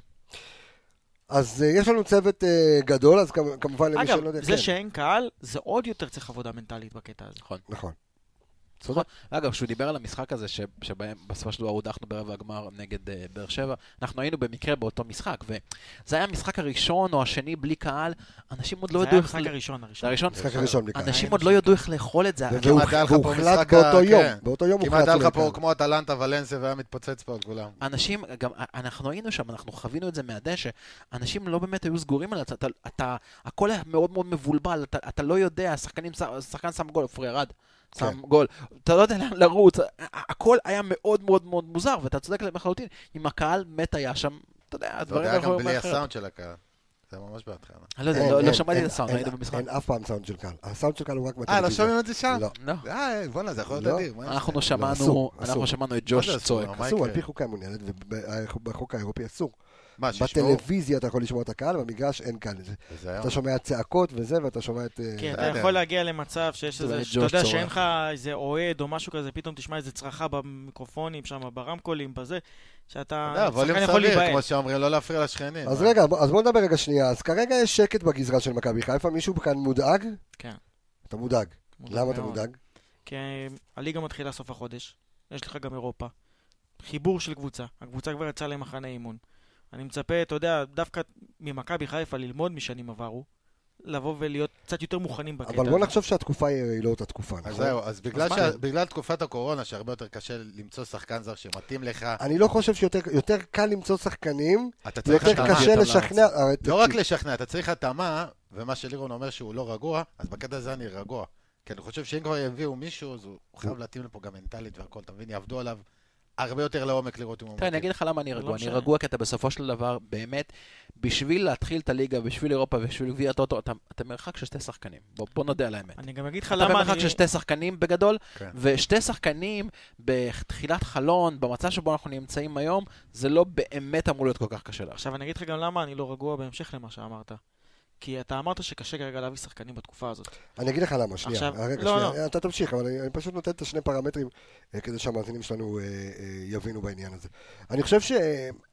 S1: אז אה, יש לנו צוות אה, גדול, אז כמ- כמובן למי שלא
S6: אגב,
S1: יודע...
S6: זה
S1: כן,
S6: שאין קהל, זה עוד יותר צריך עבודה מנטלית בקטע הזה.
S1: נכון.
S2: צודק. אגב, כשהוא דיבר על המשחק הזה, ש- שבהם בסופו של דבר הודחנו ברבע הגמר נגד אה, באר שבע, אנחנו היינו במקרה באותו משחק, וזה היה המשחק הראשון או השני בלי קהל, אנשים עוד לא
S6: זה היה
S2: ידעו איך...
S6: המשחק
S2: ל-
S6: הראשון, הראשון.
S2: זה הראשון?
S1: המשחק הראשון בלי קהל.
S2: אנשים עוד לא ידעו איך לאכול את זה.
S1: והוא-
S2: כאילו,
S5: היה לך אה, פה
S1: והוחלט
S5: משחק ה-
S1: באותו יום,
S5: כן.
S1: באותו יום
S5: כמעט
S1: הוחלט
S5: היה
S1: שהוא
S5: לך
S1: לא
S5: פה
S1: יקרה.
S5: כמו אטלנטה ולנסה והיה מתפוצץ פה על כולם.
S2: אנשים, גם אנחנו היינו שם, אנחנו חווינו את זה מהדשא, אנשים לא באמת היו סגורים על זה, אתה, אתה, הכל היה מאוד מאוד מבולבל, אתה, אתה לא יודע, השחקנים, ש- השחקן שם גול, פרייר רד, שם
S1: כן.
S2: גול, אתה לא יודע לאן לרוץ, ה- הכל היה מאוד מאוד מאוד מוזר, ואתה צודק לחלוטין, אם הקהל מת היה שם, אתה יודע,
S5: זה עוד
S2: הדברים
S5: היה
S1: לא
S2: היו
S5: גם
S2: יכולים
S5: בלי
S2: להיות אחרת.
S5: הסאונד של הקהל. זה ממש בהתחלה.
S2: אני לא יודע,
S1: אין,
S2: לא- לא
S1: אין,
S2: שמעתי את
S1: אין,
S2: הסאונד,
S1: אין,
S2: ראיתי במשחק.
S1: אין אף פעם סאונד של קהל. הסאונד של קהל הוא רק
S5: אה, לא
S1: בטלוויזיה.
S5: שומעים את זה שם?
S1: לא.
S2: לא.
S5: אה, בואנה, זה יכול להיות
S1: לא.
S5: אדיר. מה יש?
S2: אנחנו שמענו,
S1: אסור,
S2: אנחנו
S1: אסור.
S2: שמענו את ג'וש
S5: מה זה אסור?
S2: צועק.
S5: לא, מה
S1: אסור, על
S5: יקרה?
S1: פי חוקי המעוניינת, ובחוק האירופי אסור.
S5: מה, אה, שישמעו? אה.
S1: בטלוויזיה אתה יכול לשמוע את הקהל, במגרש אין קהל. זה-
S5: זה היה-
S1: אתה שומע צעקות וזה, ואתה שומע את... אה,
S6: כן,
S5: לא
S6: אתה
S5: יודע.
S6: יכול להגיע למצב שיש
S2: זה
S6: איזה,
S2: באמת
S6: שאתה
S2: ג'וש
S6: יודע
S2: צורח.
S6: שאין לך איזה אוהד או משהו כזה, פתאום תשמע איזה צרחה במיקרופונים שם, ברמקולים, בזה, שאתה...
S5: לא, ווליום
S6: שחקן יכול
S5: סביר,
S6: להיבהל.
S5: כמו שאומרים, לא להפריע לשכנים.
S1: אז
S5: מה?
S1: רגע, בוא- אז בוא נדבר רגע שנייה. אז כרגע יש שקט בגזרה של מכבי חיפה, מישהו כאן מודאג?
S6: כן.
S1: אתה מודאג.
S6: מודאג
S1: למה אתה
S6: מאוד.
S1: מודאג?
S6: כי הליגה מתחילה סוף החודש, יש לך גם אירופה. חיבור של קבוצה, הקבוצה כבר יצאה למחנה אימון. אני מצפה, אתה יודע, דווקא ממכבי חיפה ללמוד משנים עברו, לבוא ולהיות קצת יותר מוכנים בקטע.
S1: אבל בוא
S6: הזה.
S1: נחשוב שהתקופה היא היא לא אותה תקופה,
S5: אז
S1: נכון?
S5: זהו, אז בגלל
S6: מה?
S5: שה- בגלל תקופת הקורונה, שהרבה יותר קשה למצוא שחקן זר שמתאים לך,
S1: אני לא חושב שיותר יותר קל למצוא שחקנים,
S5: אתה צריך
S1: ויותר
S2: אתה
S5: התאמה.
S1: קשה
S2: אותם
S1: לשכנע...
S2: לארץ.
S1: הרי
S5: לא רק
S1: תקשיב,
S5: לשכנע, אתה צריך התאמה, ומה שלירון אומר שהוא לא רגוע, אז בקטע הזה אני רגוע. כי אני חושב שאם כבר יביאו מישהו, אז הוא חייב להתאים לפה גם מנטלית והכל, אתה מבין? יעבדו עליו הרבה יותר לעומק לראות אם הוא
S6: כן,
S2: תראה, כן, אני אגיד לך למה אני רגוע. אני
S6: אוקיי. לא משנה.
S2: רגוע כי אתה בסופו של דבר, באמת, בשביל להתחיל את הליגה, בשביל אירופה, בשביל גביע הטוטו, אתה- אתה מרחק של שתי שחקנים. בוא- בוא נודה על האמת.
S6: אני גם אגיד לך
S2: אתה
S6: למה
S2: במרחק
S6: אני...
S2: של שתי שחקנים בגדול,
S5: כן.
S2: ושתי שחקנים בתחילת חלון, במצב שבו אנחנו נמצאים היום, זה לא באמת אמור להיות כל כך קשה לעכשיו.
S6: עכשיו אני אגיד לך גם למה אני לא רגוע בהמשך למה שאמרת. כי אתה אמרת שקשה כרגע להביא שחקנים בתקופה הזאת.
S1: אני אגיד לך למה, שנייה. אה,
S6: עכשיו-
S1: רגע,
S6: לא,
S1: שנייה. אתה תמשיך, אבל אני אני פשוט נותן את השני פרמטרים אה, כדי שהמאזינים שלנו אה, אה, יבינו בעניין הזה. אני חושב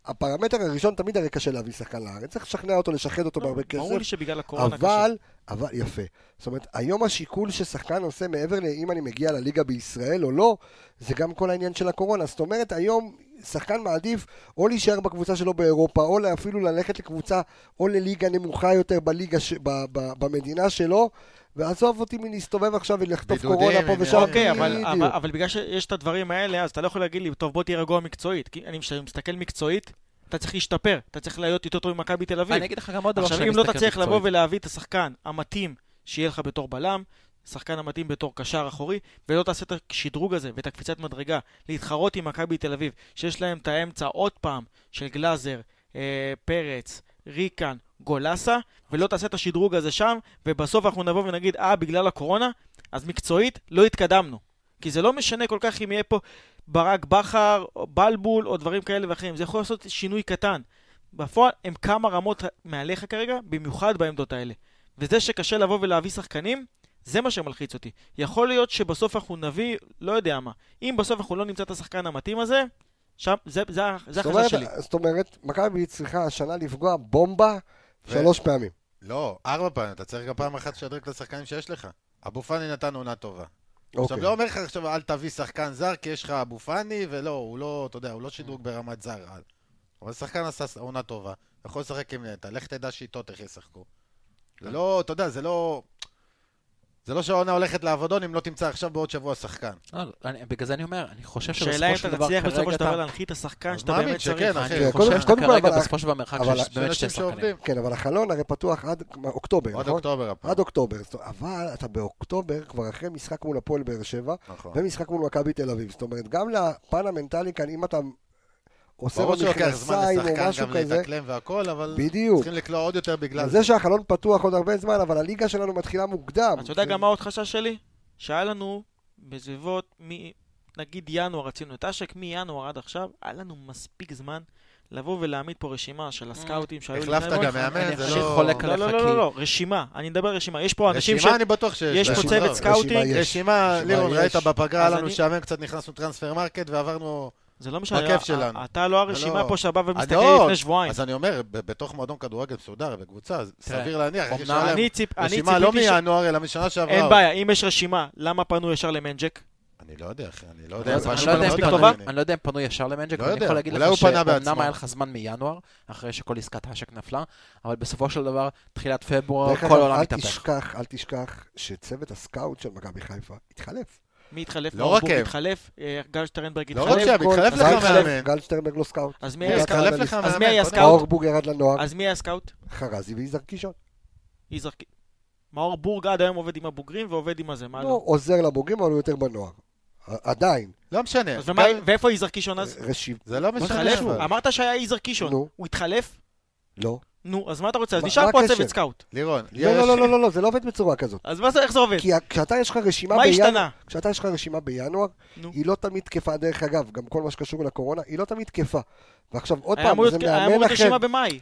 S1: שהפרמטר הראשון תמיד הרי קשה להביא שחקן לארץ, צריך לשכנע אותו, לשחד אותו
S6: לא,
S1: בהרבה כסף.
S6: ברור לי שבגלל הקורונה קשה.
S1: אבל, אבל, יפה. זאת אומרת, היום השיקול ששחקן עושה מעבר לאם אני מגיע לליגה בישראל או לא, זה גם כל העניין של הקורונה. זאת אומרת, היום שחקן מעדיף או להישאר בקבוצה שלו באירופה, או אפילו ללכת לקבוצה או לליגה נמוכה יותר בליגה, ש... ב... ב... במדינה שלו, ועזוב אותי מלהסתובב עכשיו ולחטוף
S5: בידודים,
S1: קורונה פה
S5: עניינים.
S1: ושם.
S2: אה,
S6: אוקיי, אבל,
S1: בדיוק.
S6: אבל, אבל בגלל שיש את הדברים האלה, אז אתה לא יכול להגיד לי, טוב, בוא תהיה רגוע מקצועית. כי אני מסתכל מקצועית, אתה צריך להשתפר, אתה צריך להיות יותר טוב ממכבי תל אביב.
S2: אני אגיד לך גם עוד דבר
S6: עכשיו,
S2: שאני
S6: אם לא
S2: מסתכל
S6: תצליח לבוא
S2: מקצועית.
S6: ולהביא את השחקן המתאים שיהיה לך בתור בלם, שחקן המתאים בתור קשר אחורי, ולא תעשה את השדרוג הזה ואת הקפיצת מדרגה, להתחרות עם מכבי תל אביב, שיש להם את האמצע עוד פעם של גלאזר, אה, פרץ, ריקן, גולסה, ולא תעשה את השדרוג הזה שם, ובסוף אנחנו נבוא ונגיד, אה, בגלל הקורונה, אז מקצועית לא התקדמנו. כי זה לא משנה כל כך אם יהיה פה ברק בכר, או בלבול, או דברים כאלה ואחרים, זה יכול לעשות שינוי קטן. בפועל הם כמה רמות מעליך כרגע, במיוחד בעמדות האלה. וזה שקשה לבוא ולהביא שחקנים, זה מה שמלחיץ אותי. יכול להיות שבסוף אנחנו נביא, לא יודע מה. אם בסוף אנחנו לא נמצא את השחקן המתאים הזה, שם, זה, זה, ה- זה
S1: זאת
S6: החשש
S1: אומרת,
S6: שלי.
S1: זאת אומרת, מכבי צריכה השנה לפגוע בומבה
S5: ו-
S1: שלוש פעמים.
S5: לא, ארבע פעמים, אתה צריך גם פעם אחת לשדרג את השחקנים שיש לך. אבו פאני נתן עונה טובה. עכשיו,
S1: אוקיי.
S5: לא אומר לך עכשיו, אל תביא שחקן זר, כי יש לך אבו פאני, ולא, הוא לא, אתה יודע, הוא לא שדרוג ברמת זר. על. אבל שחקן עשה ס- עונה טובה, יכול לשחק עם נטע, לך תדע שיטות איך ישחקו. זה לא, אתה יודע, זה לא... זה לא שהעונה הולכת לעבודון אם לא תמצא עכשיו בעוד שבוע שחקן.
S2: לא, לא, אני- בגלל זה אני אומר, אני חושב
S6: שאלה אם
S2: שבסופו של
S6: אתה
S2: דבר
S6: תצליח בסופו
S2: כרגע
S6: של דבר
S2: אתה...
S6: להנחית את השחקן
S5: אז
S6: כן, שאתה
S5: מאמין
S6: באמת
S5: שכן,
S6: צריך. כן.
S5: אחי.
S2: אני
S1: קודם-
S2: חושב שאתה
S1: קודם כל,
S2: כרגע
S1: אבל-
S2: בסופו של דבר מרחק
S1: אבל-
S2: של באמת שתי
S5: אנשים
S2: שחקנים.
S5: שעובדים.
S1: כן, אבל החלון הרי פתוח עד אוקטובר,
S5: עד
S1: נכון?
S5: אוקטובר הפעם.
S1: עד אוקטובר, זאת- אבל אתה באוקטובר כבר אחרי משחק מול הפועל באר שבע
S5: נכון.
S1: ומשחק מול מכבי תל אביב. זאת אומרת, גם לפן המנטלי כאן, אם אתה עושה
S5: ברור שלוקח זמן
S1: במכנסיים או
S5: לשחקן
S1: משהו
S5: גם
S1: כזה,
S5: להתאקלם והכל, אבל
S1: בדיוק.
S5: צריכים לקלוע עוד יותר בגלל זה.
S1: זה שהחלון פתוח עוד הרבה זמן, אבל הליגה שלנו מתחילה מוקדם.
S5: אוקיי.
S6: אתה יודע
S5: כן.
S1: זה-
S6: גם מה עוד חשש שלי? שהיה לנו בסביבות, מ- נגיד ינואר רצינו את אשק, מינואר עד עכשיו, היה לנו מספיק זמן לבוא ולהעמיד פה רשימה
S5: אה.
S6: של הסקאוטים שהיו
S5: החלפת
S6: לפני-
S5: גם מאמן, זה
S2: אני
S5: לא...
S2: חולק
S6: לא, לא,
S2: עליך,
S6: לא,
S2: כי-
S6: לא, לא, רשימה, אני מדבר רשימה, יש פה אנשים ש...
S5: רשימה אני בטוח שיש.
S6: יש
S5: להם.
S6: פה
S1: רשימה-
S6: צוות
S5: עזוב.
S1: רשימה
S6: סקאוטינג.
S1: יש.
S5: רשימה,
S1: רשימה
S5: לירון,
S1: יש.
S5: ראית בפגרה,
S6: אז
S5: היה לנו
S6: אני-
S5: משעמם קצת, נכנסנו טרנספר מרקט ועברנו...
S6: זה לא משנה,
S5: בכיף
S6: א-
S5: שלנו.
S6: אתה לא הרשימה
S5: לא.
S6: פה שבא
S5: אז
S6: ומסתכל
S5: לא,
S6: לפני שבועיים.
S5: אז אני אומר, ב- בתוך מועדון כדורגל מסודר, בקבוצה, אז
S2: תראה,
S5: סביר להניח, אחי,
S2: אומנם
S5: שהיה להם
S6: אני ציפ- אני
S5: רשימה לא
S6: ציפיתי ש...
S5: מינואר, אלא משנה שעברה.
S6: אין בעיה, אם יש רשימה, למה פנו ישר למנג'ק?
S5: אני לא יודע, אחי, אני
S2: אני
S5: לא יודע.
S2: לא
S5: הם
S2: יודע- אני
S5: פשוט
S2: לא יודע
S5: מאוד
S2: אם
S6: מספיק
S5: לא
S2: פנו-
S6: טובה?
S5: מעניינים.
S2: אני לא יודע אם פנו ישר למנג'ק, אבל
S5: לא
S2: אני
S5: יודע,
S2: יכול להגיד לך
S5: אולי הוא פנה
S2: שאומנם
S5: בעצמו.
S2: היה לך זמן מינואר, אחרי שכל עסקת האשק נפלה, אבל בסופו של דבר, תחילת פברואר,
S1: דרך
S2: כל
S1: אגב,
S2: העולם
S1: אל
S2: מתהפך.
S1: תשכח, אל תשכח שצוות הסקאוט של מכבי חיפה התחלף.
S6: מי התחלף?
S5: לא
S6: מאור
S5: רק
S6: בור
S5: הם.
S6: התחלף, אה, גל שטרנברג
S5: לא
S6: התחלף.
S5: רק שהם, התחלף
S1: אז
S5: לך
S1: גל שטרנברג-
S5: מאמן.
S1: גל שטרנברג לא סקאוט.
S6: אז מי
S1: הוא
S6: היה
S1: רק
S6: סקאוט?
S5: התחלף
S1: אנליסט.
S5: לך מאמן.
S6: אז מי היה
S5: קודם
S6: סקאוט?
S1: אורבוג ירד לנוער,
S6: אז מי היה סקאוט?
S1: חרזי ויזהר קישון.
S6: יזרק... מאור בורג עד היום עובד עם הבוגרים ועובד עם הזה, מה
S1: לא,
S6: לא?
S1: עוזר לבוגרים, אבל הוא יותר בנוער. עדיין.
S5: לא משנה.
S6: אז ומה-
S5: גם-
S6: ואיפה יזרק קישון אז?
S1: רשיב...
S5: זה לא
S1: מה
S5: משנה.
S1: חלש
S6: התחלף?
S1: הוא?
S5: אבל.
S6: אמרת שהיה יזרק קישון,
S1: נו.
S6: הוא התחלף?
S1: לא.
S6: נו, אז מה אתה רוצה? אז
S1: מה-
S6: נשאר
S1: מה
S6: פה
S1: הקשר?
S6: הצוות סקאוט.
S5: לירון,
S1: לא,
S5: יש-
S1: לא, לא, לא, לא, לא, זה לא עובד בצורה כזאת.
S6: אז מה זה, איך זה עובד?
S1: כי ה- כשאתה יש לך רשימה
S6: כן. מה
S1: בינואר...
S6: השתנה?
S1: כשאתה יש לך רשימה בינואר,
S6: נו.
S1: היא לא תמיד תקפה. דרך אגב, גם כל מה שקשור לקורונה, היא לא תמיד תקפה. ועכשיו, עוד
S6: היה אמור
S1: פעם, זה
S6: להיות- היה אמור
S1: מאמן
S6: להיות
S1: אחר,
S6: רשימה במאי.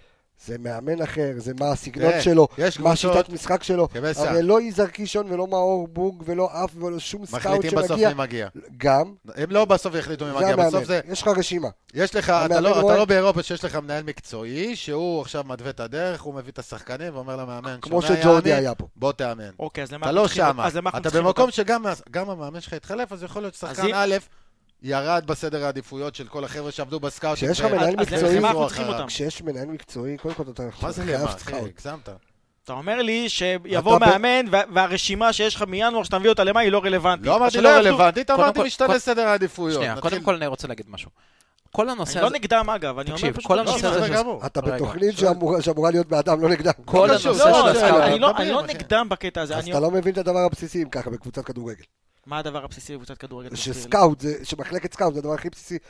S1: זה מאמן אחר, זה מה הסגנון
S5: תראה,
S1: שלו,
S5: כן. יש
S1: מה
S5: קבוצות-
S1: השיטת משחק שלו.
S5: קבסה.
S1: הרי לא יזהר קישון ולא מאור בורג ולא אף ולא שום סקאוט
S5: מחליטים בסוף
S1: שמגיע.
S5: מי מגיע.
S1: גם,
S5: הם לא בסוף יחליטו מי
S1: זה
S5: מגיע,
S1: המאמן.
S5: בסוף זה...
S1: יש לך רשימה.
S5: יש לך,
S1: המאמן
S5: אתה לא,
S1: רואה-
S5: אתה לא באירופה שיש לך מנהל מקצועי, שהוא עכשיו מתווה את הדרך, הוא מביא את השחקנים ואומר למאמן,
S1: כמו
S5: "שומע,
S1: שג'ורדי
S5: יעני,
S1: היה פה.
S5: בוא תאמן.
S6: אוקיי, אז למה
S5: אתה
S6: אנחנו
S5: לא
S6: צריכים-
S5: שם.
S6: אז למה אנחנו
S5: אתה
S6: צריכים
S5: במקום
S6: אותם?
S5: שגם ה- גם המאמן שלך התחלף, אז יכול להיות
S6: אז
S5: ששחקן
S6: אם-
S5: א' ירד בסדר העדיפויות של כל החבר'ה שעבדו בסקאוט.
S1: כשיש לך מנהל
S6: אז
S1: מקצועי-
S6: למה אנחנו צריכים אותם?
S1: כשיש מנהל מקצועי, קודם כל אתה
S5: מה זה אה,
S1: חייב
S5: למה, אחי?
S1: סקאוט.
S5: הגזמת.
S6: לא, אתה אומר לי שיבוא
S1: אתה ב-
S6: מאמן, וה- והרשימה שיש לך מינואר שאתה מביא אותה למאי היא לא רלוונטית.
S5: לא
S6: אז
S5: אמרתי
S6: שלא
S5: לא
S6: יעבדו.
S5: רלוונטית,
S2: קודם
S5: אמרתי
S2: כל-
S5: משתנה
S2: קודם-
S5: סדר העדיפויות.
S2: שנייה,
S5: נתחיל-
S2: קודם כל אני רוצה להגיד משהו. כל הנושא
S6: אני לא
S2: הזה...
S6: נגדם אגב, אני אומר
S2: תקשיב,
S6: פשוט...
S2: כל
S6: אני-
S2: הנושא
S5: לא,
S2: הזה...
S5: בסדר
S2: של-
S5: גמור.
S1: אתה
S2: רגע,
S1: בתוכנית שאמורה- שאמורה להיות באדם, לא נגדם.
S2: כל
S5: לא קשור,
S2: הנושא
S5: לא,
S2: של
S5: זה-
S2: הסקאוט...
S6: אני לא- אני לא
S5: מדברים, אחי.
S6: נגדם בקטע הזה,
S1: אז
S6: אני...
S1: אתה לא מבין את הדבר הבסיסי אם ככה בקבוצת כדורגל.
S6: מה הדבר הבסיסי בקבוצת כדורגל? תסביר לי?
S1: שסקאוט, זה- שמחלקת סקאוט זה הדבר הכי בסיסי ב-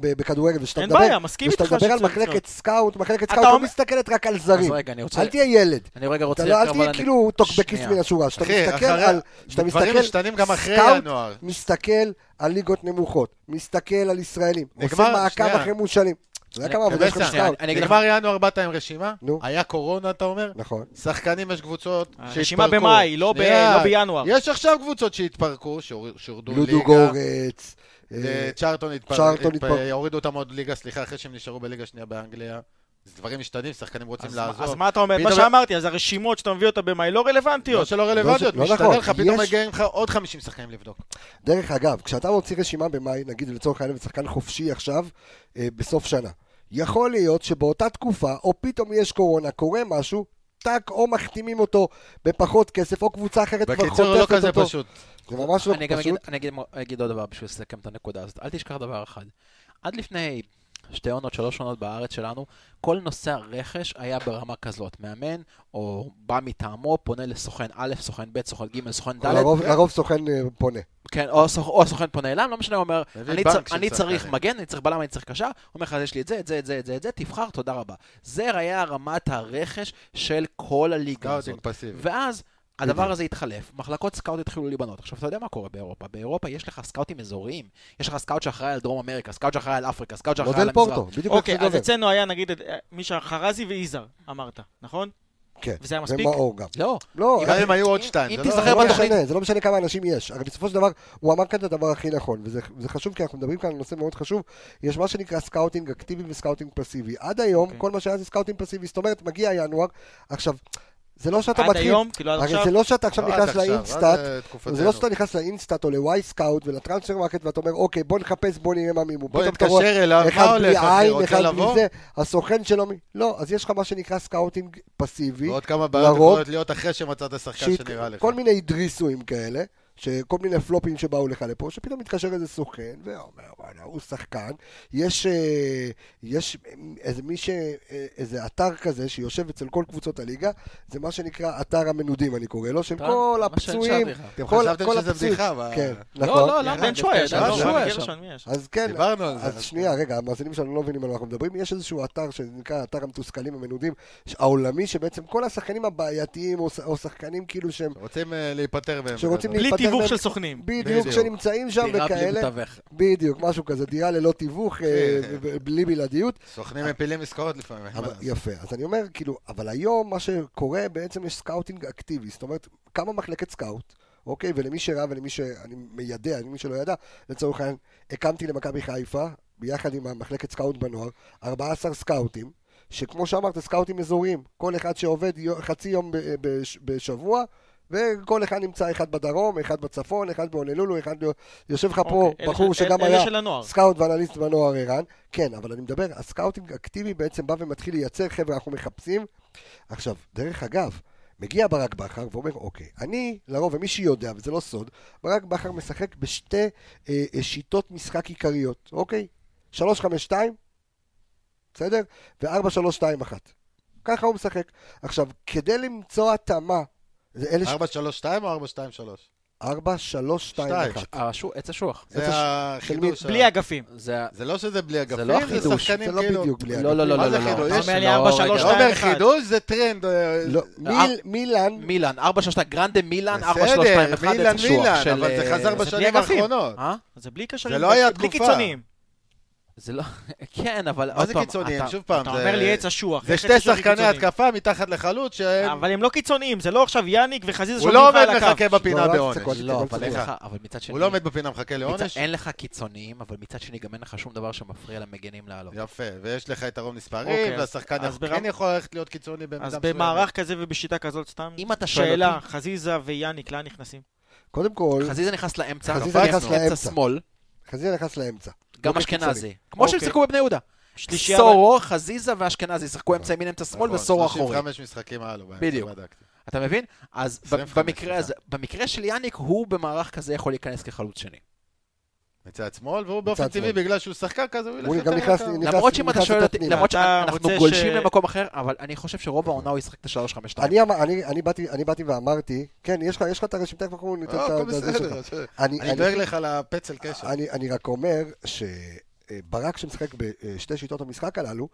S1: ב- בכדורגל. וכשאתה
S6: אין
S1: מדבר-
S6: בעיה, מסכים איתך
S1: וכשאתה מדבר על
S6: שצריך
S1: מחלקת סקאוט, מחלקת
S6: אתה
S1: סקאוט לא
S6: אומר-
S1: מסתכלת רק על
S2: אז
S1: זרים.
S2: רגע, אני רוצה...
S1: אל תהיה ילד.
S2: אני רגע
S1: אתה
S2: רוצה...
S1: לא, אל
S2: אבל
S1: תהיה
S2: אני-
S1: כאילו טוקבקיסט
S2: שנייה.
S1: מן השורה. כשאתה
S5: אחי,
S1: מסתכל
S5: אחרי-
S1: על... כשאתה
S5: דברים
S1: מסתכל...
S5: משתנים גם אחרי
S1: סקאוט
S5: ינואר.
S1: מסתכל על ליגות נמוכות, מסתכל על ישראלים, עושה
S5: נגמר,
S1: מעקב
S5: שנייה.
S1: אחרי מושאלים. אתה יודע כמה עבודה יש לך
S5: קבסה,
S1: בסקאוט?
S2: אני אגיד לך-
S5: נגמר ינואר, באת עם רשימה?
S1: נו.
S5: היה קורונה, אתה אומר?
S1: נכון.
S5: שחקנים יש קבוצות שהתפרקו.
S6: הרשימה אה, במאי, לא ב-
S5: שנייה.
S6: לא בינואר.
S5: יש עכשיו קבוצות שהתפרקו, שהור- שהורדו ליגה.
S1: לודו גורץ.
S5: אה,
S1: אה,
S5: צ'ארטון
S1: צ'ארטון
S5: התפרק,
S1: התפרק.
S5: הורידו אותם עוד ליגה, סליחה, אחרי שהם נשארו בליגה שנייה באנגליה. אז דברים משתנים, שחקנים רוצים
S6: אז מה-
S5: לעזוב.
S6: אז מה אתה אומר? מה
S5: פתאום-
S6: שאמרתי, אז הרשימות שאתה מביא אותה במאי לא
S5: לא
S6: רלוונטיות.
S5: שלא רלוונטיות,
S1: לא
S5: משתנה
S1: נכון,
S5: לך, פתאום
S1: יש-
S5: מגיעים לך עוד 50 שחקנים לבדוק.
S1: דרך אגב, כשאתה מוציא רשימה במאי, נגיד לצורך העניין ושחקן חופשי עכשיו, אה, בסוף שנה, יכול להיות שבאותה תקופה, או פתאום יש קורונה, קורה משהו, טאק, או מחתימים אותו בפחות כסף, או קבוצה אחרת כבר חוטפת
S5: בקיצור,
S1: אותו.
S5: לא כזה פשוט.
S1: זה ממש לא
S2: אני גם
S1: פשוט.
S2: אגיד, אני אגיד, אגיד עוד דבר בשביל לסכם את הנקודה הזאת. אל תשכח דבר אחד. עד לפני שתי עונות, שלוש עונות בארץ שלנו, כל נושא הרכש היה ברמה כזאת. מאמן, או בא מטעמו, פונה לסוכן א', סוכן ב', סוכן ג', סוכן ד',
S1: לרוב- לרוב סוכן אה, פונה.
S2: כן, או, סוכ, או הסוכן פונה אליו, לא משנה, הוא אומר,
S5: מביא
S2: אני,
S5: בנק
S2: צר,
S5: של
S2: אני צריך
S5: שחקנים.
S2: מגן, אני צריך בלם, אני צריך קשר, הוא אומר לך, "אז יש לי את זה, את זה, את זה, את זה, את זה, תבחר, תודה רבה. זה היה רמת הרכש של כל הליגה הזאת.
S5: סקאוטינג פסיבי.
S2: ואז הדבר הזה התחלף, מחלקות סקאוט התחילו להיבנות. עכשיו, אתה יודע מה קורה באירופה? באירופה יש לך סקאוטים אזוריים. יש לך סקאוט שאחראי על דרום אמריקה, סקאוט שאחראי על אפריקה, סקאוט שאחראי על
S1: מודל
S2: המזרח.
S1: פורטו, בדיוק
S6: אוקיי,
S1: מה שזה
S6: אז
S1: עובד.
S6: אצלנו היה נגיד את- אה, מישה חרזי ויזהר, אמרת, נכון?
S1: כן,
S6: וזה היה מספיק?
S1: ומאור גם.
S2: לא,
S1: לא,
S5: גם אם היו עוד שתיים,
S2: אם
S5: זה לא-
S1: זה
S2: תיזכר
S1: לא
S2: בתוכנית-
S1: משנה, זה לא משנה כמה אנשים יש. הרי בסופו של דבר, הוא אמר כאן את הדבר הכי נכון, וזה זה חשוב, כי אנחנו מדברים כאן על נושא מאוד חשוב. יש מה שנקרא סקאוטינג אקטיבי וסקאוטינג פסיבי. עד היום,
S6: אוקיי.
S1: כל מה שהיה זה סקאוטינג פסיבי, זאת אומרת, מגיע ינואר, עכשיו, זה לא שאתה
S6: עד
S1: מתחיל...
S6: היום, כאילו עד
S1: הרי
S6: עכשיו,
S1: זה לא שאתה עכשיו
S5: לא, עד
S1: נכנס
S5: עכשיו,
S1: לאינסטאט,
S5: עד, אה,
S1: זה
S5: תקופתנו.
S1: לא שאתה נכנס לאינסטאט או לוואי סקאוט ולטרנספר מרקט ואתה אומר, אוקיי, בוא נחפש, בוא נראה מה מימו.
S5: בוא
S1: פתאום אתה רואה-
S5: נתקשר אליו, מה
S1: אחד
S5: הולך,
S1: בלי
S5: אחי,
S1: עין,
S5: רוצה
S1: אחד בלי
S5: לבוא?
S1: זה, הסוכן שלו, מ- לא, אז יש לך מה שנקרא סקאוטינג פסיבי,
S5: ועוד כמה בעיות
S1: לרוב-
S5: יכולות להיות אחרי שמצאת שחקן
S1: שהת-
S5: שנראה לך.
S1: כל מיני דריסויים כאלה, שכל מיני פלופים שבאו לך לפה, שפתאום מתקשר איזה סוכן, ואומר, וואלה, הוא שחקן. יש, אה, יש איזה מי ש... אה, איזה אתר כזה שיושב אצל כל קבוצות הליגה, זה מה שנקרא אתר המנודים, אני קורא לו, של
S2: אתה-
S1: כל
S2: מה
S1: הפצועים.
S2: שהשארתי לך.
S5: אתם
S1: כל-
S5: חשבתם
S1: כל
S5: שזה
S1: הפצועים.
S5: בדיחה, אבל-
S1: כן,
S2: לא,
S1: נכון.
S2: לא, למה?
S6: בן שואה
S2: דווקא
S6: יש,
S5: ידענו,
S6: בן שואה
S5: שועה
S6: יש.
S2: שם.
S6: שם, מי יש?
S1: אז כן,
S5: דיברנו על זה.
S1: אז שנייה, רגע, המאזינים שלנו לא מבינים על מה אנחנו מדברים. יש איזשהו אתר שנקרא אתר המתוסכלים המנודים העולמי, שבעצם כל השחקנים הבעייתיים או ש- או שחקנים כאילו שהם
S5: רוצים אה, להיפטר מהם.
S1: שרוצים
S5: בגדול.
S6: בלי
S1: להיפטר
S6: תיווך
S1: מהם-
S6: של סוכנים.
S1: בדיוק
S5: בדיוק.
S1: שנמצאים שם
S2: דירה בלי
S1: וכאלה.
S2: מתווך.
S1: בדיוק, משהו כזה, דירה ללא תיווך, אה,
S5: כן, כן.
S1: ב- בלי בלעדיות.
S5: סוכנים מפילים משכורת לפעמים. אין מה
S1: אבל-
S5: לעשות.
S1: יפה, אז אני אומר, כאילו, אבל היום מה שקורה, בעצם יש סקאוטינג אקטיבי, זאת אומרת, קמה מחלקת סקאוט, אוקיי? ולמי שראה ולמי שאני מיידע, למי שלא ידע, לצורך העניין, הקמתי למכבי חיפה, ביחד עם המחלקת סקאוט בנוער, 14 סקאוטים, שכמו שאמרת, סקאוטים אזוריים, כל אחד שעובד יו- חצי יום ב- בש- בשבוע, וכל אחד נמצא, אחד בדרום, אחד בצפון, אחד בהונלולו, אחד... ב- יושב לך פה
S6: אוקיי, אלה
S1: בחור
S6: של-
S1: שגם
S6: אלה
S1: היה...
S6: של הנוער.
S5: נכון.
S1: סקאוט ואנליסט בנוער ערן, כן, אבל אני מדבר, הסקאוטינג אקטיבי בעצם בא ומתחיל לייצר, חבר'ה, אנחנו מחפשים. עכשיו, דרך אגב, מגיע ברק בכר ואומר, אוקיי, אני לרוב, ומי שיודע, וזה לא סוד, ברק בכר משחק בשתי אה, אה, שיטות משחק עיקריות, אוקיי? 3-5-2, בסדר? ו-4-3-2-1. ככה הוא משחק. עכשיו, כדי למצוא התאמה, זה אלה ש...
S5: 4-3-2 או 4-2-3?
S1: 4-3-2-1. 4, 3, 2,
S5: שתיים.
S1: 1.
S2: השו- עץ אשוח.
S5: זה
S1: איפה ש-
S5: החידוש. ה-
S6: בלי אגפים.
S2: זה ה-
S5: זה לא שזה בלי אגפים,
S2: זה לא
S5: זה
S2: החידוש,
S5: שחקנים
S1: זה לא
S5: כאילו...
S1: בדיוק בלי
S2: לא, לא, לא, לא,
S5: מה זה
S2: לא, לא.
S5: חידוש?
S2: לא,
S5: יש-
S6: אומר לי
S2: לא,
S6: 4, 3,
S2: רגע.
S5: אתה אומר
S6: 2, 1.
S5: חידוש זה טרנד. אה,
S1: לא, מיל- מילאן,
S2: מילאן, 4-3-2, גרנדה מילאן, 4-3-2-1,
S5: בסדר,
S2: עץ אשוח.
S5: מילאן, מילאן,
S2: של,
S5: אבל זה
S2: אה,
S5: חזר
S6: בלי
S5: בשנים
S6: אגפים.
S5: האחרונות.
S2: אה?
S6: זה בלי קשרים,
S5: זה לא היה
S6: בלי
S5: תקופה.
S6: קיצוניים.
S2: זה לא... כן, אבל
S5: מה
S2: עוד
S5: זה
S2: פעם,
S5: קיצוניים?
S2: אתה-
S5: שוב פעם,
S6: אתה
S5: זה-
S6: אומר לי עץ אשוח.
S5: זה
S6: איך
S5: שתי
S6: עץ אשוח
S5: שחקני
S6: קיצוניים?
S5: התקפה מתחת לחלוץ שהם...
S6: אבל הם לא קיצוניים, זה לא עכשיו יאניק וחזיזה
S5: הוא
S6: שעומדים
S5: לא
S6: לך
S5: עומד
S6: על הקו.
S5: מחכה בפינה
S1: לא, אל
S5: בעונש.
S1: תצעקו, אל
S2: לא, אבל אין
S5: סליחה.
S2: לך, אבל מצד שני...
S5: הוא לא עומד בפינה מחכה לעונש.
S2: מצד- אין לך קיצוניים, אבל מצד שני גם אין לך שום דבר שמפריע למגנים לעלות.
S5: יפה, ויש לך יתרון מספרי,
S6: אוקיי,
S5: והשחקן
S6: אז ברמ-
S5: כן יכול ללכת להיות קיצוני במידה
S6: אז
S5: מסוימת.
S6: במערך כזה ובשיטה כזאת סתם,
S2: אם אתה שואל
S6: שאלה,
S2: אותי,
S6: חזיזה ויאניק, לאן נכנסים?
S1: קודם כל,
S2: חזיזה נכנס לאמצע,
S1: חזיזה
S2: קפץ
S1: נכנס לאמצע.
S2: אמצע
S5: לא
S2: שמאל,
S1: חזיזה נכנס לאמצע.
S2: גם
S1: לא
S2: אשכנזי.
S1: קיצוני.
S2: כמו שהם
S6: אוקיי.
S2: שיחקו בבני יהודה.
S6: שלישייה-
S2: סורו, חזיזה ואשכנזי שיחקו אמצע ימין, אמצע שמאל
S5: נכון,
S2: וסורו אחורי.
S5: 35 משחקים היה לו. באמצע,
S2: בדיוק.
S5: בדקתי.
S2: אתה מבין? אז ב-
S5: 25,
S2: במקרה
S5: סליחה.
S2: הזה, במקרה של יאניק, הוא במערך כזה יכול להיכנס כחלוץ שני.
S5: מצד שמאל, והוא באופן
S1: מצד
S5: טבעי,
S1: שמאל.
S5: בגלל שהוא שחקן כזה, הוא ילך
S1: הוא
S5: יותר
S1: גם נכנס-
S5: לקו.
S1: נכנס-
S2: למרות שאם אתה
S1: נכנס
S2: שואל אותי,
S1: יותר פנימה.
S2: למרות
S6: אתה
S2: שאנחנו
S6: רוצה
S2: גולשים
S6: ש-
S2: למקום אחר, אבל אני חושב שרוב העונה הוא ישחק את ה-352.
S1: אני אמר- אני- אני באתי- אני באתי ואמרתי, כן, יש לך- יש לך את הרשימה, תכף אנחנו ניתן
S5: לא,
S1: את
S5: הכל
S1: את זה שלך.
S5: בסדר.
S1: אני-
S5: אני
S1: אני-
S5: דואג לך לפצל קשר.
S1: אני, אני רק אומר שברק שמשחק בשתי שיטות המשחק הללו,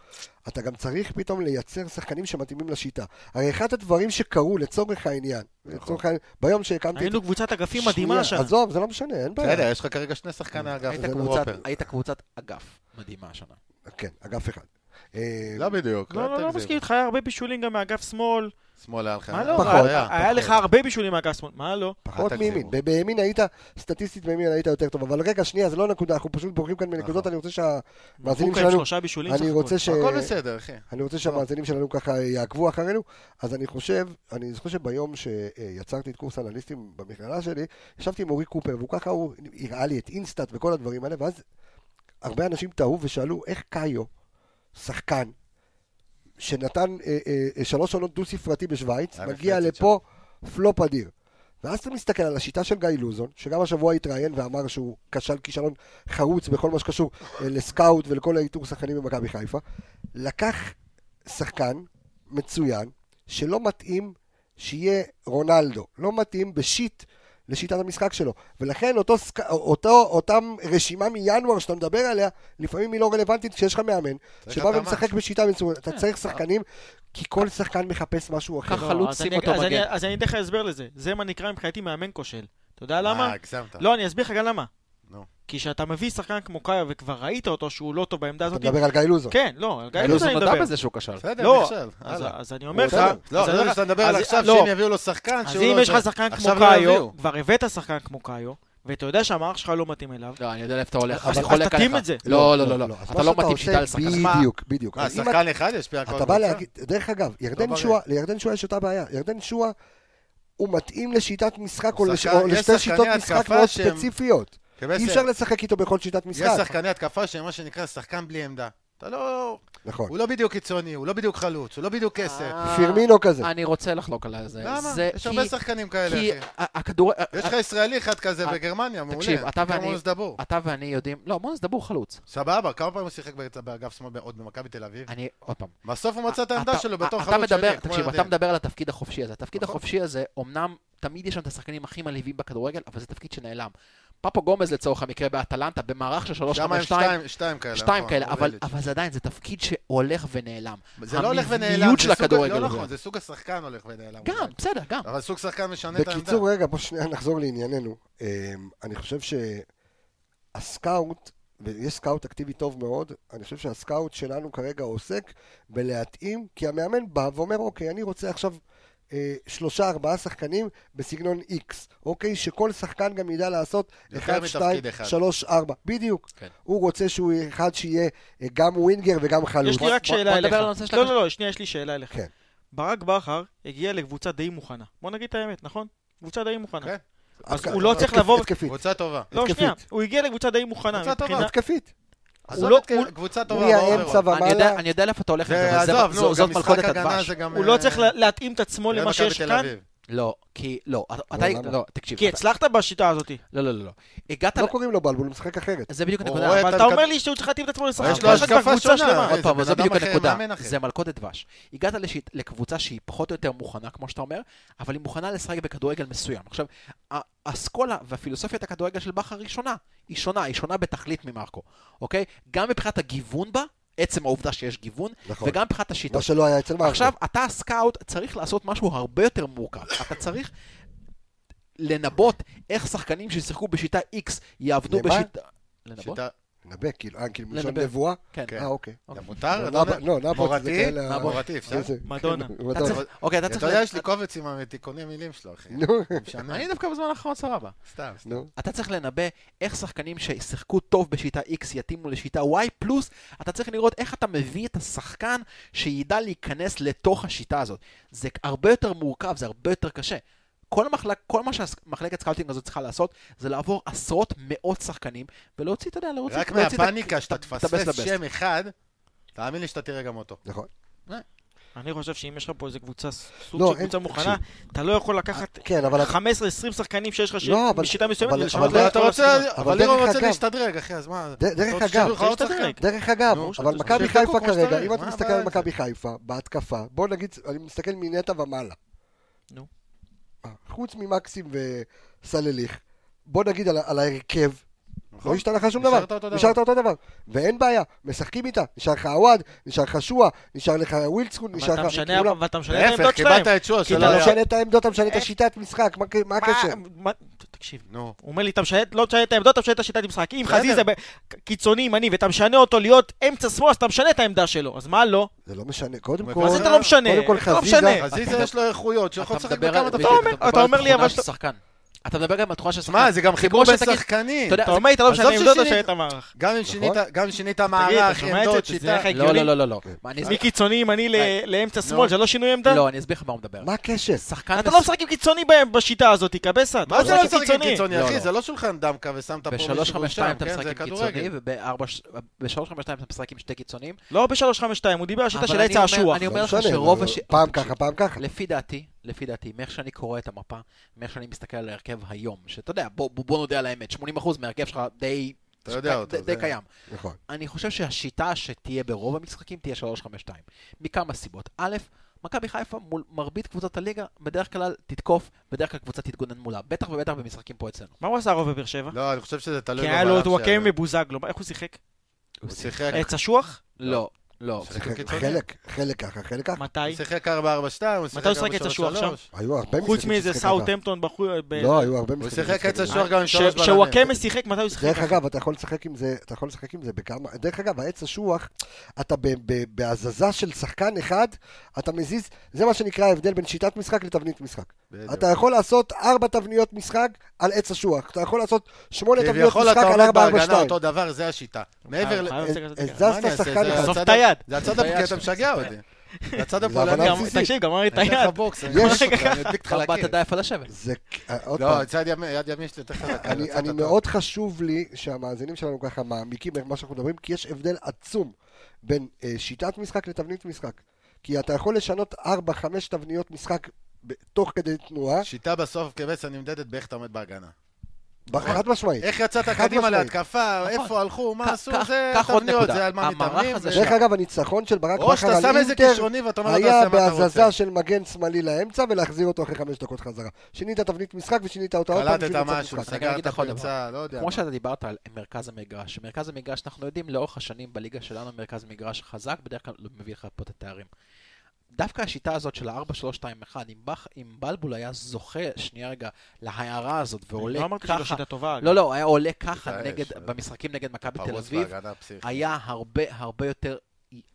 S1: אתה גם צריך פתאום לייצר שחקנים שמתאימים לשיטה. הרי אחד הדברים שקרו לצורך העניין,
S5: נכון.
S1: לצורך העניין ביום שהקמתי... את-
S6: היינו קבוצת אגפים מדהימה
S1: שנייה,
S6: השנה.
S1: עזוב, זה לא משנה, אין בעיה.
S5: בסדר, יש לך כרגע שני שחקני אגף.
S2: היית
S5: זה
S2: קבוצת-
S5: פרופר.
S2: היית קבוצת אגף מדהימה השנה.
S1: כן, אגף אחד. אה,
S5: לא בדיוק.
S6: לא, לא, לא
S5: תגזים. כן.
S6: מסכים איתך, היה הרבה בישולים גם מאגף שמאל.
S5: שמאל היה לך.
S6: מה לא?
S1: פחות.
S5: היה.
S6: היה לך הרבה בישולים מאגף שמאל, מה לא?
S1: פחות
S5: אל תגזימו.
S1: מימין. ב- בימין היית, סטטיסטית בימין היית יותר טוב. אבל רגע, שנייה, זה לא נקודה, אנחנו פשוט בורחים כאן מנקודות, אני רוצה
S6: נכון.
S1: שהמאזינים
S6: ברוקה עם
S1: שלנו...
S6: שלושה בישולים סך
S1: אני
S6: הכל.
S1: רוצה ש...
S5: נכון. הכל בסדר, אחי.
S1: אני רוצה שהמאזינים שלנו ככה יעקבו אחרינו, אז אני חושב, אני זוכר שביום שיצרתי את קורס אנליסטים במכללה שלי, ישבתי עם אורי קופר, והוא ככה, הוא הראה לי את אינסטאט וכל הדברים האלה, ואז הרבה אנשים טעו ושאלו, איך קאיו, שחקן, שנתן אה, אה, אה, שלוש עונות דו-ספרתי בשוויץ,
S5: היה
S1: מגיע
S5: מפלצת
S1: לפה פלופ אדיר. ואז אתה מסתכל על השיטה של גיא לוזון, שגם השבוע התראיין ואמר שהוא כשל כישלון חרוץ בכל מה שקשור אה, לסקאוט ולכל האיתור שחקנים במכבי חיפה, לקח שחקן מצוין, שלא מתאים שיהיה רונלדו, לא מתאים בשיט לשיטת המשחק שלו. ולכן אותו, סק... אותו, אותם רשימה מינואר שאתה מדבר עליה, לפעמים היא לא רלוונטית כשיש לך מאמן,
S5: צריך
S1: שבא
S5: התאמה.
S1: ומשחק בשיטה מצוינת. אתה צריך שחקנים, כי כל שחקן מחפש משהו אחר.
S2: כן, ככה
S6: לא,
S2: חלוץ,
S6: אז
S2: שים
S6: אני-
S2: אותו
S6: אז אני-
S2: מגן.
S6: אז אני אתן לך הסבר לזה. זה מה נקרא מבחינתי מאמן כושל. אתה יודע למה?
S5: אה, הגזמת.
S6: לא, אני אסביר לך גם למה.
S5: נו.
S6: כי כשאתה מביא שחקן כמו קאיה וכבר ראית אותו שהוא לא טוב בעמדה
S1: אתה
S6: הזאת...
S1: מדבר על גיא לוזון.
S6: כן, לא, על גיא
S2: אלוזון
S6: לוזון אני
S2: נודה
S6: מדבר.
S2: בזה שהוא כשל.
S5: בסדר,
S6: לא,
S5: נכשל.
S6: אז-
S5: הלאה.
S6: אז אני אומר לך...
S5: בסדר. לא,
S6: אז אני
S5: זה
S6: אומר
S5: מה
S6: לך-
S5: שאתה מדבר על
S6: אז-
S5: עכשיו,
S6: לא.
S5: שאם יביאו לו שחקן,
S6: אז
S5: שהוא
S6: אם
S5: לא-
S6: יש לך שחקן כמו
S5: עכשיו לא
S6: קאיו,
S5: יביאו.
S6: כבר הבאת שחקן כמו קאיו, ואתה יודע שהמערך שלך לא מתאים אליו,
S2: לא, אני יודע לאיפה אתה הולך,
S6: אז-
S2: אני
S6: אז
S2: חולק
S6: תתאים
S2: עליך.
S6: את זה.
S2: לא, לא, לא, לא.
S1: אז
S2: אתה
S1: מה
S2: לא
S1: שאתה
S2: מתאים
S1: עושה,
S2: שיטה לשחקן. אה,
S1: בדיוק, בדיוק.
S5: מה,
S1: אז אם
S5: אה, שחקן אחד ישפיע על כל
S1: אתה בא
S5: הקבוצה?
S1: להגיד, דרך אגב, ירדן
S5: בריא.
S1: שואה, לירדן שואה יש אותה בעיה. ירדן שואה, הוא מתאים לשיטת משחק או
S5: הוא
S1: לש-
S5: שחקן-
S1: או
S5: יש
S1: לשתי
S5: שחקני
S1: שיטות משחק
S5: התקפה
S1: מאוד
S5: שהם-
S1: ספציפיות.
S5: כי
S1: אי
S5: בעצם
S1: אפשר לשחק איתו בכל שיטת
S5: יש
S1: משחק.
S5: שחקני התקפה שהם מה שנקרא שחקן בלי עמדה. אתה לא...
S1: נכון.
S5: הוא לא בדיוק קיצוני, הוא לא בדיוק חלוץ, הוא לא בדיוק עשר.
S2: אה,
S1: פירמינו כזה.
S2: אני רוצה לחלוק על זה.
S5: למה?
S2: זה
S5: יש
S2: כי-
S5: הרבה שחקנים כאלה,
S2: כי
S5: אחי.
S2: ה- הכדור...
S5: יש
S2: ה-
S5: לך ישראלי אחד כזה
S2: אה,
S5: בגרמניה, מעולה.
S2: תקשיב, אתה
S5: כמו
S2: ואני- אה,
S5: מונס דבור.
S2: אתה ואני יודעים... לא, מונס דבור חלוץ.
S5: סבבה, כמה פעמים הוא שיחק באצ- באגף שמאל עוד במכבי תל אביב?
S2: אני, עוד פעם.
S5: בסוף הוא מצא את העמדה
S2: אה, אתה-
S5: שלו בתור
S2: אתה
S5: חלוץ שני,
S2: מדבר-
S5: כמו
S2: תקשיב,
S5: ירדן.
S2: אתה מדבר על התפקיד החופשי הזה. התפקיד
S5: נכון.
S2: החופשי הזה, אמנם תמיד יש שם את השחקנים הכי מלהיבים בכדורגל, אבל זה תפקיד שנעלם. פפו גומז לצורך המקרה באטלנטה, במערך של 3
S5: שם הם
S2: 5
S5: שתיים, שתיים כאלה.
S2: שתיים
S5: נכון,
S2: כאלה,
S5: כמו
S2: אבל
S5: איליץ'.
S2: אבל זה עדיין, זה תפקיד שהולך ונעלם.
S5: זה לא הולך ונעלם,
S2: המבניות
S5: זה
S2: של
S5: סוג-
S2: הכדורגל
S5: לא
S2: הוא
S5: נכון,
S2: זה.
S5: זה סוג השחקן הולך ונעלם.
S2: גם,
S5: אולי.
S2: בסדר, גם.
S5: נכון. אבל סוג שחקן משנה את העמדה.
S1: בקיצור, רגע, בוא שנייה נחזור לענייננו. אמ, אני חושב שהסקאוט, ויש סקאוט אקטיבי טוב מאוד, אני חושב שהסקאוט שלנו כרגע עוסק בלהתאים, כי המאמן בא ואומר, אוקיי, אני רוצה עכשיו אה, שלושה, ארבעה שחקנים בסגנון איקס, אוקיי? שכל שחקן גם ידע לעשות
S5: יותר
S1: אחד,
S5: מתפקיד
S1: שתיים,
S5: אחד.
S1: שלוש, ארבע. בדיוק.
S2: כן.
S1: הוא רוצה שהוא יהיה אחד שיהיה אה, גם ווינגר וגם חלוץ.
S6: יש לי רק
S2: בוא-
S6: שאלה
S2: בוא
S6: אליך.
S2: נדבר על הנושא של
S6: לא,
S2: הקשר.
S6: לא, לא, שנייה, יש לי שאלה אליך.
S1: כן.
S6: ברק בכר הגיע לקבוצה די מוכנה. בוא נגיד את האמת, נכון? קבוצה די מוכנה.
S5: כן.
S6: אז
S1: התק-
S6: הוא לא צריך
S1: התקפית,
S6: לבוא-
S1: התקפית.
S5: קבוצה טובה.
S6: לא,
S1: התקפית.
S6: שנייה, הוא הגיע לקבוצה די מוכנה.
S5: קבוצה טובה.
S6: מבחינה-
S1: התקפית.
S5: עזוב
S6: לא-
S5: את
S6: הוא-
S5: קבוצה טובה.
S1: מהאמצע
S5: באוברול.
S2: אני יודע-
S1: ומעלה.
S2: אני יודע לאיפה אתה הולך עם זה,
S5: זה
S2: אבל זה-
S5: עזוב,
S2: זו-
S5: נו,
S2: זאת
S5: גם משחק
S2: מלכודת
S5: הגנה
S2: הדבש.
S5: זה גם...
S6: הוא לא
S5: אה,
S6: צריך לה- להתאים את עצמו
S5: זה
S6: למה
S5: מכבי
S6: שיש
S5: תל
S6: כאן.
S5: אביב.
S2: לא, כי... לא, אתה- אתה...
S1: למה?
S2: לא, תקשיב.
S6: כי
S2: אתה-
S6: הצלחת בשיטה הזאת.
S2: לא, לא, לא, לא. הגעת...
S1: לא
S2: ל-
S1: קוראים לו בלבול, הוא משחק אחרת.
S2: זה בדיוק
S5: הוא
S2: הנקודה.
S5: רואה
S6: אבל
S5: אתה
S6: אתה אומר
S5: מקבל-
S6: לי שהוא צריך להתאים את עצמו לשחק.
S5: יש
S6: יש
S5: לו
S6: לך כבר
S5: השקפה
S6: קבוצה
S5: שונה.
S6: שלמה.
S2: עוד
S5: איזה
S2: פעם, אבל
S5: אה, בן
S2: זו
S5: אדם
S2: בדיוק
S5: אחר,
S2: הנקודה.
S5: מאמן אחר.
S2: זה מלכודת דבש. הגעת לשיט, לקבוצה שהיא פחות או יותר מוכנה, כמו שאתה אומר, אבל היא מוכנה לשחק בכדורגל מסוים. עכשיו, ה- האסכולה והפילוסופיית הכדורגל של בכר היא שונה. היא שונה, היא שונה בתכלית ממרקו, אוקיי? גם מבחינת הגיוון בה, עצם העובדה שיש גיוון,
S1: נכון.
S2: וגם מבחינת השיטה.
S1: מה שלא היה אצל מרקו.
S2: עכשיו, אתה הסקאוט צריך לעשות משהו הרבה יותר מורכב. אתה צריך לנבות איך שחקנים ששיחקו בשיטה X יעבדו
S1: למה?
S2: בשיטה... לנבות?
S5: שיטה...
S1: נבא, כאילו, אה, כאילו, מלשון
S2: לנבא.
S1: נבואה?
S2: כן.
S1: אה, אוקיי.
S5: גם
S2: אוקיי.
S5: מותר?
S1: לא, נב- לא, נבות זה
S5: אה, מורתי?
S1: כאלה-
S5: מורתי, אפשר?
S1: זה-
S6: מדונה.
S1: כן,
S2: אתה צריך- אוקיי, אתה צריך...
S5: אתה יודע, יש לי קובץ עם התיקוני מילים שלו, אחי.
S1: נו,
S5: משנה.
S2: אני דווקא בזמן האחרון סבבה.
S5: סתם. סתם.
S1: נו.
S2: אתה צריך לנבא איך שחקנים ששיחקו טוב בשיטה X יתאימו לשיטה Y פלוס, אתה צריך לראות איך אתה מביא את השחקן שידע להיכנס לתוך השיטה הזאת. זה הרבה יותר מורכב, זה הרבה יותר קשה. כל, המחלק, כל מה שמחלקת סקאוטינג הזאת צריכה לעשות, זה לעבור עשרות מאות שחקנים, ולהוציא, אתה יודע, להוציא...
S5: רק
S2: להוציא את ה-
S5: מהפאניקה שאתה
S2: את ה- את ה-best
S5: תפספס
S2: לבסט.
S5: שם אחד, תאמין לי שאתה תראה גם אותו.
S1: נכון.
S6: אני חושב שאם יש לך פה איזה קבוצה, סוג
S1: לא,
S6: של
S1: אין-
S6: קבוצה מוכנה, אתה לא יכול לקחת
S1: כן, אבל...
S6: 15-20 שחקנים שיש לך ש-
S1: לא, אבל-
S6: בשיטה מסוימת
S1: אבל-
S6: ולשנות
S1: אבל-
S6: להם את
S5: אבל אתה
S6: כל
S5: רוצה,
S6: הסגנון.
S1: אבל
S5: אבל
S1: דרך
S5: לירון רוצה
S1: אגב-
S5: להשתדרג, אחי, אז מה?
S1: ד- דרך
S5: אתה רוצה
S1: אגב-
S5: שיביאו לך עוד
S6: יש
S5: שחקן?
S6: להשתדרג.
S1: דרך אגב,
S5: נו,
S1: אבל
S6: שאתה-
S1: מכבי
S5: שיקו
S1: חיפה
S5: כמו שאתה
S1: כרגע,
S5: אוהב,
S1: אם
S5: מה
S1: אני מסתכל
S5: הבעיה
S1: על
S5: עם
S1: מכבי חיפה, בהתקפה, בוא נגיד, אני מסתכל מנטע ומעלה.
S6: נו.
S1: אה, חוץ ממקסים וסלליך, בוא נגיד על ה- על ההרכב,
S5: נכון.
S1: לא השתנה לך שום דבר,
S5: נשארת אותו דבר.
S1: נשארת אותו דבר, ואין בעיה, משחקים איתה, נשאר לך עווד, נשאר לך שואה, נשאר לך ווילצקוט,
S6: אבל
S1: נשאר
S6: אתה
S1: לך...
S6: משנה-
S1: כולם.
S6: אבל אתה משנה את
S5: להפך,
S6: העמדות שלהם.
S5: קיבלת את שועה
S6: כי
S1: אתה
S5: שלא
S6: לא
S5: היה.
S1: משנה את העמדות, אתה משנה את
S6: אה.
S1: השיטת משחק, מה מה הקשר?
S6: מה- תקשיב,
S5: נו.
S6: הוא אומר לי, אתה משנה, לא תשנה את העמדות, אתה משנה את השיטת משחק. אם
S5: בסדר.
S6: חזיזה ב- ק- קיצוני ימני ואתה משנה אותו להיות אמצע שמאל, אז אתה משנה את העמדה שלו. אז מה לא?
S1: זה לא משנה, קודם
S5: מה
S1: כל...
S6: מה זה אתה לא משנה?
S1: קודם כל
S6: אתה לא
S1: חזיזה-
S6: משנה.
S5: חזיזה
S2: אתה-
S5: יש לו איכויות, שהוא יכול
S2: אתה
S5: לשחק
S2: מדבר על-
S5: בכמה
S2: בדיוק,
S5: תפקידים.
S6: אומר-
S2: מדבר
S6: אתה
S2: על
S6: אומר לי,
S2: תכונה
S6: אבל
S2: של
S6: שאתה-
S2: שחקן. אתה מדבר גם על תכונה של שחקן.
S5: שמע, זה גם
S2: כמו
S5: חיבור בין
S2: שתגיד-
S5: שחקנים.
S2: אתה יודע,
S6: אתה
S2: זה-
S6: אומר לי, אתה לא
S5: עזוב
S6: משנה עמדות, אתה
S5: ששינית.
S6: משנה את המערך.
S5: גם אם שינית- גם אם שינית
S6: תגיד, אתה
S5: מערך,
S6: שומע את
S5: אה, עמדות,
S6: זה? זה נראה
S5: שיטה.
S6: לך
S2: לא,
S6: הגיוני?
S2: לא, לא, לא, לא. מה, אני אסביר-
S6: מקיצוני ימני ל-
S2: היי.
S6: לאמצע
S5: נו.
S6: שמאל, זה לא שינוי עמדה?
S2: לא, אני אסביר לך מה הוא מדבר.
S1: מה הקשר?
S2: שחקן...
S6: אתה
S2: מס-
S6: לא משחק עם קיצוני ב- בשיטה הזאת, קבסה. אתה
S5: מה זה לא לשחק עם
S6: קיצוני?
S5: קיצוני,
S2: לא,
S5: אחי?
S2: לא.
S5: זה לא שולחן דמקה ושמת פה מישהו
S2: ב-352
S5: שם,
S2: אתה
S5: כן?
S2: משחק
S5: זה
S2: עם קיצוני,
S5: כדורגל.
S2: וב-352 אתה משחק עם שתי קיצונים.
S6: לא ב-352, הוא דיבר על שיטה
S2: אבל
S6: של
S2: אני
S6: עץ
S2: אומר-
S6: האשוח.
S2: אני
S1: לא
S2: אומר לך
S1: משנה,
S2: שרוב
S1: אבל
S2: הש-
S1: פעם
S2: תקשיב,
S1: ככה, פעם ככה.
S2: לפי דעתי, לפי דעתי, מאיך שאני קורא את המפה, מאיך שאני מסתכל על ההרכב היום, שאתה יודע, בוא, בוא, בוא נודה על האמת, 80% מההרכב שלך די...
S5: אתה יודע אותו,
S2: די, די
S5: זה-
S2: קיים.
S1: נכון.
S2: אני חושב שהשיטה שתהיה ברוב המשחקים תהיה 3-5-2. מכמה סיבות. א', מכבי חיפה מול מרבית קבוצות הליגה, בדרך כלל תתקוף, בדרך כלל קבוצה תתגונן מולה. בטח ובטח במשחקים פה אצלנו.
S6: מה הוא עשה הרוב בבאר שבע?
S5: לא, אני חושב שזה תלוי
S6: כי
S5: במהלך
S6: היה לו את וואקם
S5: שהיה.
S6: ובוזגלו, מה- איך הוא שיחק?
S5: הוא שיחק
S6: עץ אשוח?
S2: לא, לא.
S5: שיחק קיצוני.
S1: חלק, חלק ככה, חלק ככה.
S6: מתי?
S5: הוא שיחק 4-4-2, הוא שיחק 4-3-3.
S6: מתי הוא שיחק את השוער שם?
S1: היו הרבה משחקים
S6: חוץ מאיזה
S1: ששיחק ככה.
S6: סאוטהמפטון בחור... ב-
S1: לא, היו הרבה
S5: הוא
S1: משחקים.
S5: שיחק
S1: ששיחק
S5: עץ
S1: ככה.
S5: השוער גם עם
S6: ש-
S5: שלוש בלמים.
S6: שוואקמה שיחק, מתי הוא שיחק?
S1: דרך
S6: ככה?
S1: אגב, אתה יכול לשחק עם זה, אתה יכול לשחק עם זה בכמה... דרך אגב, העץ אשוח, אתה ב- ב- בהזזה של שחקן אחד, אתה מזיז, זה מה שנקרא ההבדל בין שיטת משחק לתבנית משחק.
S5: בדיוק.
S1: אתה יכול לעשות ארבע תבניות משחק על עץ אשוח. אתה יכול לעשות שמונה תבניות
S5: כביכול אתה
S1: משחק על
S5: עומד
S1: ארבע, ארבע,
S5: בהגנה
S1: שתיים.
S5: אותו דבר, זה השיטה. מעבר ל...
S6: חייב
S1: אז-
S6: לצאת כזה
S1: אז
S6: ככה.
S1: זה-
S5: מה אני אעשה?
S1: השחקן
S5: זה
S1: אחד.
S6: סוף
S5: הצד
S6: את היד.
S5: ה- זה הצד הפגיע, אתה משגע אותי. זה הצד הפועל.
S1: הבנה
S5: אני-
S6: גם-
S1: בסיסית.
S6: תקשיב, גמר לי את
S5: אני אתן
S6: היד.
S5: לך בוקס, אני
S1: יש-
S5: אדביק לך- אני אדביק אותך
S2: גם באת
S5: לקיר.
S2: די יפה לשבת.
S1: זה... אה, עוד
S5: לא,
S1: פעם,
S5: צד ימין, יד ימין שלי יותר חזקה.
S1: אני,
S5: זה
S1: אני
S5: הצד
S1: מאוד חשוב לי שהמאזינים שלנו ככה מעמיקים את מה שאנחנו מדברים, כי יש הבדל עצום בין אה, שיטת משחק לתבנית משחק. כי אתה יכול לשנות 4-5 תבניות משחק ב- תוך כדי תנועה,
S5: הטוב. שיטה בסוף כבש הנמדדת באיך אתה עומד בהגנה.
S1: ב- חד משמעית.
S5: אה, איך יצאת
S1: חד
S5: קדימה
S1: משמעית.
S5: להתקפה,
S2: נכון.
S5: איפה הלכו,
S2: כ-
S5: מה עשו,
S2: כך-
S5: זה
S2: כך עוד
S5: תבניות,
S2: נקודה.
S5: זה על מה
S2: המערך
S5: מתאמנים.
S2: הזה נכון,
S5: זה-
S1: דרך אגב, הניצחון של ברק
S5: או
S1: בכר
S5: שאתה שם
S1: על
S5: איזה
S1: אינטר
S5: כישרוני ואתה אומר לו,
S1: היה
S5: תעשה מה אתה רוצה.
S1: בהזזה של מגן שמאלי לאמצע ולהחזיר אותו אחרי 5 דקות חזרה. שינית תבנית משחק ושינית אותה עוד פעם.
S5: קלטת
S1: בשביל לצאת
S5: משהו,
S1: משחק.
S2: אני גם אגיד
S5: סגרת
S2: לך עוד
S5: פרצה, לא יודע.
S2: כמו שאתה דיברת על מרכז המגרש, מרכז המגרש, אנחנו לא יודעים לאורך השנים בליגה שלנו מרכז מגרש חזק, בדרך כלל לא מביא לך פה את התארים. דווקא השיטה הזאת של ה-4-3-2-1, אם, בח- אם בלבול היה זוכה, שנייה רגע, להערה הזאת
S6: לא
S2: ועולה
S6: אמרתי שזו
S2: ככה,
S6: שיטה טובה. אגב.
S2: לא, לא, היה עולה ככה
S5: האש,
S2: נגד,
S5: אה.
S2: במשחקים נגד מכבי תל
S5: פרוץ
S2: אביב,
S5: בהגנה פסיכית.
S2: היה הרבה הרבה יותר,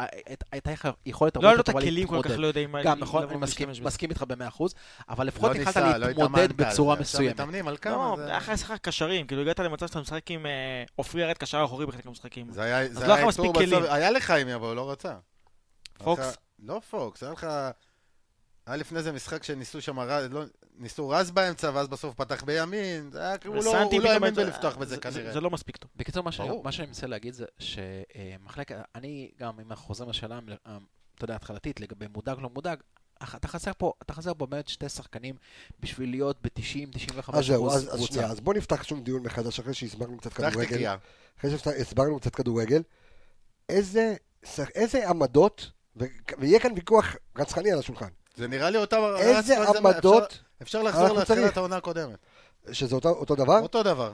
S2: אה, הייתה לך יכולת
S6: לא
S2: הרבה
S6: היה לו
S2: יותר
S6: את
S2: טובה
S6: הכלים כל כך,
S2: להתמודד.
S6: לא יודע אם...
S2: גם נכון,
S6: לבוא
S2: אני מסכים,
S6: ולהשתמש בזה.
S2: מסכים איתך במאה אחוז, אבל
S5: לא
S2: לפחות יכלת
S5: ניסה, לא
S2: להתמודד
S5: התאמנת,
S2: בצורה
S5: זה-
S2: מסוימת.
S5: עכשיו מתאמנים על כמה.
S6: לא,
S5: זה-
S6: היה לך משחק קשרים, כאילו הגעת למצב שאתה משחק עם אה, עופרי ארד קשר אחורי בחלק מהמשחקים.
S5: זה היה
S6: לא
S5: זה
S6: היה
S5: היה
S6: לך מספיק
S5: איתור
S6: כלים.
S5: בסוף, היה לך ימי, אבל הוא לא רצה.
S6: פוקס?
S5: היה לך- לא פוקס, היה לך... היה לפני זה משחק שניסו שם, ר- לא- ניסו רז באמצע, ואז בסוף פתח בימין, זה היה כאילו, הוא לא-
S6: וסנטי
S5: הוא לא האמין
S6: פתאום הייתה-
S5: בלפתוח בזה
S6: זה-
S5: כנראה.
S6: זה- זה לא מספיק טוב.
S2: בקיצור, מה, ש...
S5: ברור.
S2: מה שאני מנסה להגיד זה אה, שמחלקת, אני גם, אם אנחנו חוזרים לשאלה, המ- אתה יודע, ההתחלתית לגבי מודאג לא מודאג, אך- אתה חסר פה, אתה חסר פה באמת שתי שחקנים בשביל להיות ב-90-95
S1: אז זהו, אז, אז
S2: קבוצה.
S1: שנייה, אז בוא נפתח שום דיון מחדש אחרי שהסברנו קצת כדורגל.
S5: טקטיקיה.
S1: אחרי שהסברנו קצת כדורגל, איזה, שח- איזה עמדות, ו- ויהיה כאן ויכוח רצחני על השולחן,
S5: זה נראה לי אותם...
S1: איזה
S5: רץ- רץ-
S1: עמדות,
S5: אפשר- אפשר לחזור
S1: אנחנו אה?
S5: לתחילת
S1: צריך.
S5: העונה הקודמת.
S1: שזה אותו, אותו דבר,
S5: אותו דבר.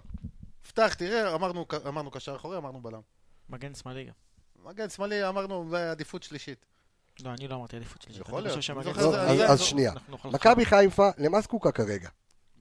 S5: פתח, תראה, אמרנו- אמרנו קשר אחורי, אמרנו בלם.
S6: מגן שמאלי גם.
S5: מגן שמאלי, אמרנו בעדיפות שלישית.
S6: לא, אני לא אמרתי עדיפות שלישית.
S5: יכול
S6: אני
S5: להיות.
S6: חושב
S5: אני
S6: שמגן
S5: זוכר את
S1: זה,
S6: שמאלי-
S1: אז- אז שנייה.
S6: אנחנו נאכל
S1: מכבי חיפה, למה זקוקה כרגע?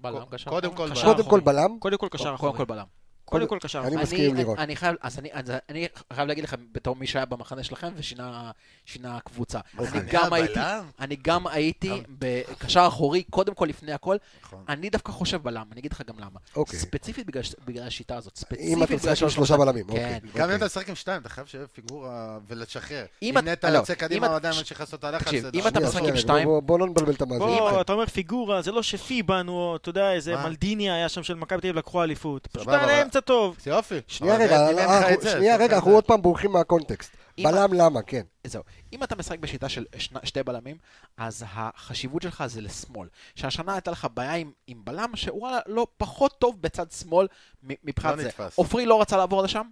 S2: בלם,
S5: ק-
S2: קשר.
S5: קודם
S2: אחורי.
S5: כל
S6: קשר
S5: בלם.
S1: קודם כל בלם,
S6: קודם כל קשר
S2: קודם
S6: אחורי.
S2: כל בלם.
S6: קודם כל קשר
S1: אני
S6: אחורי.
S1: מסכים עם לירון.
S2: אני חייב, אז אני, אז אני חייב להגיד לכם, בתור מי שהיה במחנה שלכם ושינה שינה קבוצה. אני
S5: מחנה
S2: גם הייתי,
S5: הבלם?
S2: אני גם הייתי
S5: אבל-
S2: בקשר אחורי, קודם כל, לפני הכל.
S5: נכון.
S2: אני דווקא חושב בלם, אני אגיד לך גם למה.
S1: אוקיי.
S2: ספציפית בגלל, בגלל השיטה הזאת. ספציפית
S1: אם אתה
S2: בגלל
S1: עושה שם
S2: שיש
S1: שלושה
S2: לך-
S1: בלמים,
S2: כן.
S1: אוקיי.
S5: גם אם
S1: אוקיי.
S5: אתה משחק עם שתיים, אתה חייב שיהיה פיגורה ולשחרר.
S2: אם
S5: אם
S2: אתה-
S5: נטע
S2: לא,
S5: יוצא קדימה,
S2: אם
S5: הוא
S2: אתה-
S5: עדיין ממשיך לעשות את הלחץ.
S2: תקשיב,
S5: זה
S2: אם
S5: דבר
S2: אתה
S1: שנייה,
S5: לא
S2: משחק
S5: טוב.
S2: עם
S1: רגע,
S2: שתיים-
S1: בוא- בוא לא נבלבל את המאזינים.
S6: בוא, אתה אומר פיגורה, זה לא שפי בנו, אתה יודע, איזה
S5: מה?
S6: מלדיני היה שם של מכבי תל אביב, לקחו אליפות. פשוט
S5: סבבה,
S6: היה
S5: אבל-
S6: להם קצת טוב.
S2: אה,
S5: יופי.
S1: שנייה
S5: אבל
S1: רגע,
S5: זה- תן לך
S1: אנחנו-
S5: את זה,
S1: שנייה
S5: תן לך
S1: רגע,
S5: את
S1: אנחנו
S5: זה.
S1: עוד פעם בורחים מהקונטקסט.
S2: אם-
S1: בלם למה, כן.
S2: זהו. אם אתה משחק בשיטה של שני, שתי בלמים, אז החשיבות שלך זה לשמאל. שהשנה הייתה לך בעיה עם, עם בלם שוואלה לא פחות טוב בצד שמאל מ- מבחינת
S5: לא
S2: זה.
S5: נתפס.
S2: עופרי לא רצה לעבור לשם,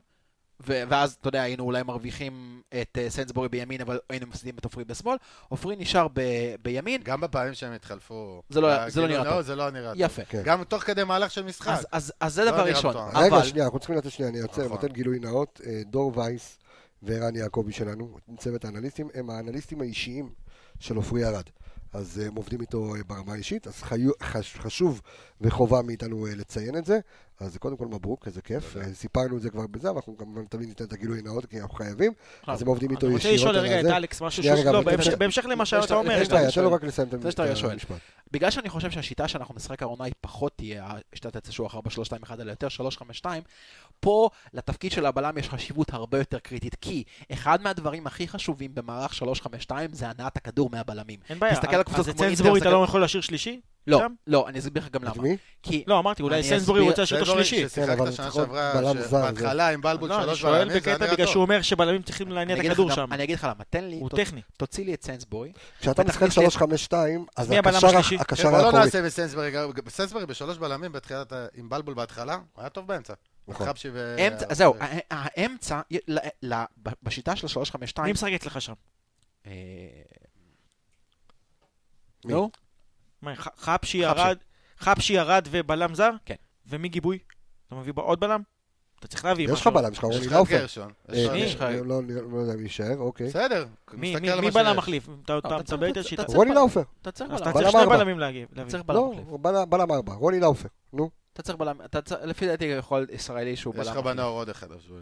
S2: ו- ואז, אתה יודע, היינו אולי מרוויחים את uh, סיינסבורי בימין, אבל היינו מפסידים את עופרי בשמאל. עופרי נשאר ב- בימין,
S5: גם בפעמים שהם התחלפו.
S2: זה לא- זה לא
S5: הגילוי
S2: נראה
S5: נאות,
S2: טוב.
S5: זה לא נראה טוב.
S2: יפה.
S1: כן.
S5: גם תוך כדי מהלך של משחק.
S2: אז, אז, אז זה
S5: לא
S2: דבר
S5: נראה
S2: ראשון.
S5: מתואם.
S2: אבל...
S1: רגע, שנייה, אנחנו צריכים לתת שנייה, אני עוצר,
S5: נכון.
S1: נותן גילוי נאות. אה, דור וייס וערן יעקבי שלנו, צוות האנליסטים, הם האנליסטים האישיים של עופרי ארד. אז אה, הם עובדים איתו אה, ברמה האישית, אז חיו- חש- חשוב וחובה מאיתנו אה, לציין את זה. אז קודם כל מברוק, איזה כיף. אה, סיפרנו את זה כבר בזה, ואנחנו כמובן תמיד ניתן את הגילוי נאות, כי אנחנו חייבים. אז הם עובדים איתו
S6: אני רוצה
S1: ישירות
S6: לשאול
S1: על
S6: רגע את
S1: זה.
S6: אלכס משהו
S1: שנייה,
S6: שהוא...
S1: רגע,
S6: לא,
S1: אבל
S6: בהמשך-
S1: לפני-
S6: בהמשך למה
S2: לפני
S6: שאתה
S2: שאתה-
S6: אומר...
S2: לפני
S1: יש
S2: שאתה-
S1: בעיה, תן לו רק לסיים את
S2: לפני שאתה רגע
S1: את
S2: שואל.
S1: המשפט.
S2: בגלל שאני חושב שהשיטה שאנחנו נשחק העונה היא פחות תהיה שיטת התשוח 4-3-2-1 אלא יותר 3-5-2, פה לתפקיד של הבלם יש חשיבות הרבה יותר קריטית, כי אחד מהדברים הכי חשובים במערך 3-5-2 זה הנעת הכדור מהבלמים.
S6: אין בעיה,
S2: תסתכל על קבוצות
S6: אז את
S2: כמו אינטר,
S6: סנסבורי אתה
S2: זה-
S6: לא יכול להשאיר שלישי?
S2: לא,
S6: שם?
S2: לא, אני אסביר לך גם
S1: את
S2: למה.
S1: מי?
S2: כי
S6: לא, אמרתי, אולי
S2: אני
S6: סנסבורי
S2: אסביר-
S6: רוצה להשאיר אותו
S5: זה דברים
S6: שלישי.
S1: כן,
S5: ששיחקת
S1: אבל
S5: שנה
S1: לפחות
S5: שעברה,
S1: בלם זר, זה-
S5: שבהתחלה עם בלבול
S6: לא, אני
S5: שלוש
S6: שואל
S5: בלמים, זה היה
S6: בקטע
S5: נראה
S6: בגלל שהוא
S5: טוב.
S6: אומר שבלמים צריכים
S2: אני
S6: להניע את
S2: אגיד לך
S6: הכדור
S2: גם-
S6: שם.
S2: אני אגיד לך למה, תן לי,
S6: הוא
S2: ת-
S6: טכני.
S2: תוציא לי את סנסבורי,
S1: כשאתה
S2: בטח
S1: משחק
S2: יש לי-
S1: 3-5-2, אז
S6: מי הבלם
S1: הקשר
S6: השלישי?
S1: הקשר
S5: כן, בוא לא
S1: האחורי.
S5: נעשה בסנסברי, גם- בסנסברי בשלוש בלמים בתחילת, ה- עם בלבול בהתחלה, הוא היה טוב באמצע.
S1: נכון.
S5: חבשי ו...
S6: אה,
S5: אה,
S2: אמצע- זהו, ה- ה- האמצע, ל- ל- ב- בשיטה של 3-5-2,
S6: מי משחק אצלך שם?
S2: אה, לא?
S1: מי?
S2: נו,
S6: מה, ח- חפשי ירד, חפשי ירד ובלם זר?
S2: כן.
S6: ומי גיבוי? אתה מביא בו עוד בלם? אתה צריך להביא
S1: יש לך
S6: משהו.
S1: בלם שלך,
S5: יש
S1: רוני
S5: לך את
S1: לאופר.
S5: גרשון. יש
S1: אה,
S5: לך-
S6: מי?
S1: יש לך- לא לא- לא יודע אם יישאר, אוקיי.
S5: בסדר.
S6: מי-
S5: מסתכל
S6: מי-
S5: על
S6: מי
S5: מה
S6: בלם
S5: שיש.
S6: מחליף? אתה-
S2: אתה
S6: אתה אתה
S2: צריך-
S6: מדבר איתי
S2: אתה
S6: על שיטה.
S2: צריך-
S1: רוני לאופר.
S2: אתה צריך
S6: אז
S2: בלם,
S6: אתה
S1: בלם
S6: צריך שני
S1: ארבע.
S6: בלמים להגיב.
S2: אתה צריך בלם
S1: לא,
S2: מחליף.
S1: בלם- בלם ארבע, רוני לאופר. נו,
S2: אתה צריך בלם, אתה צריך, לפי דעתי יכול ישראלי שהוא בלם.
S5: יש לך
S2: אחי.
S5: בנוער עוד אחד. אז הוא-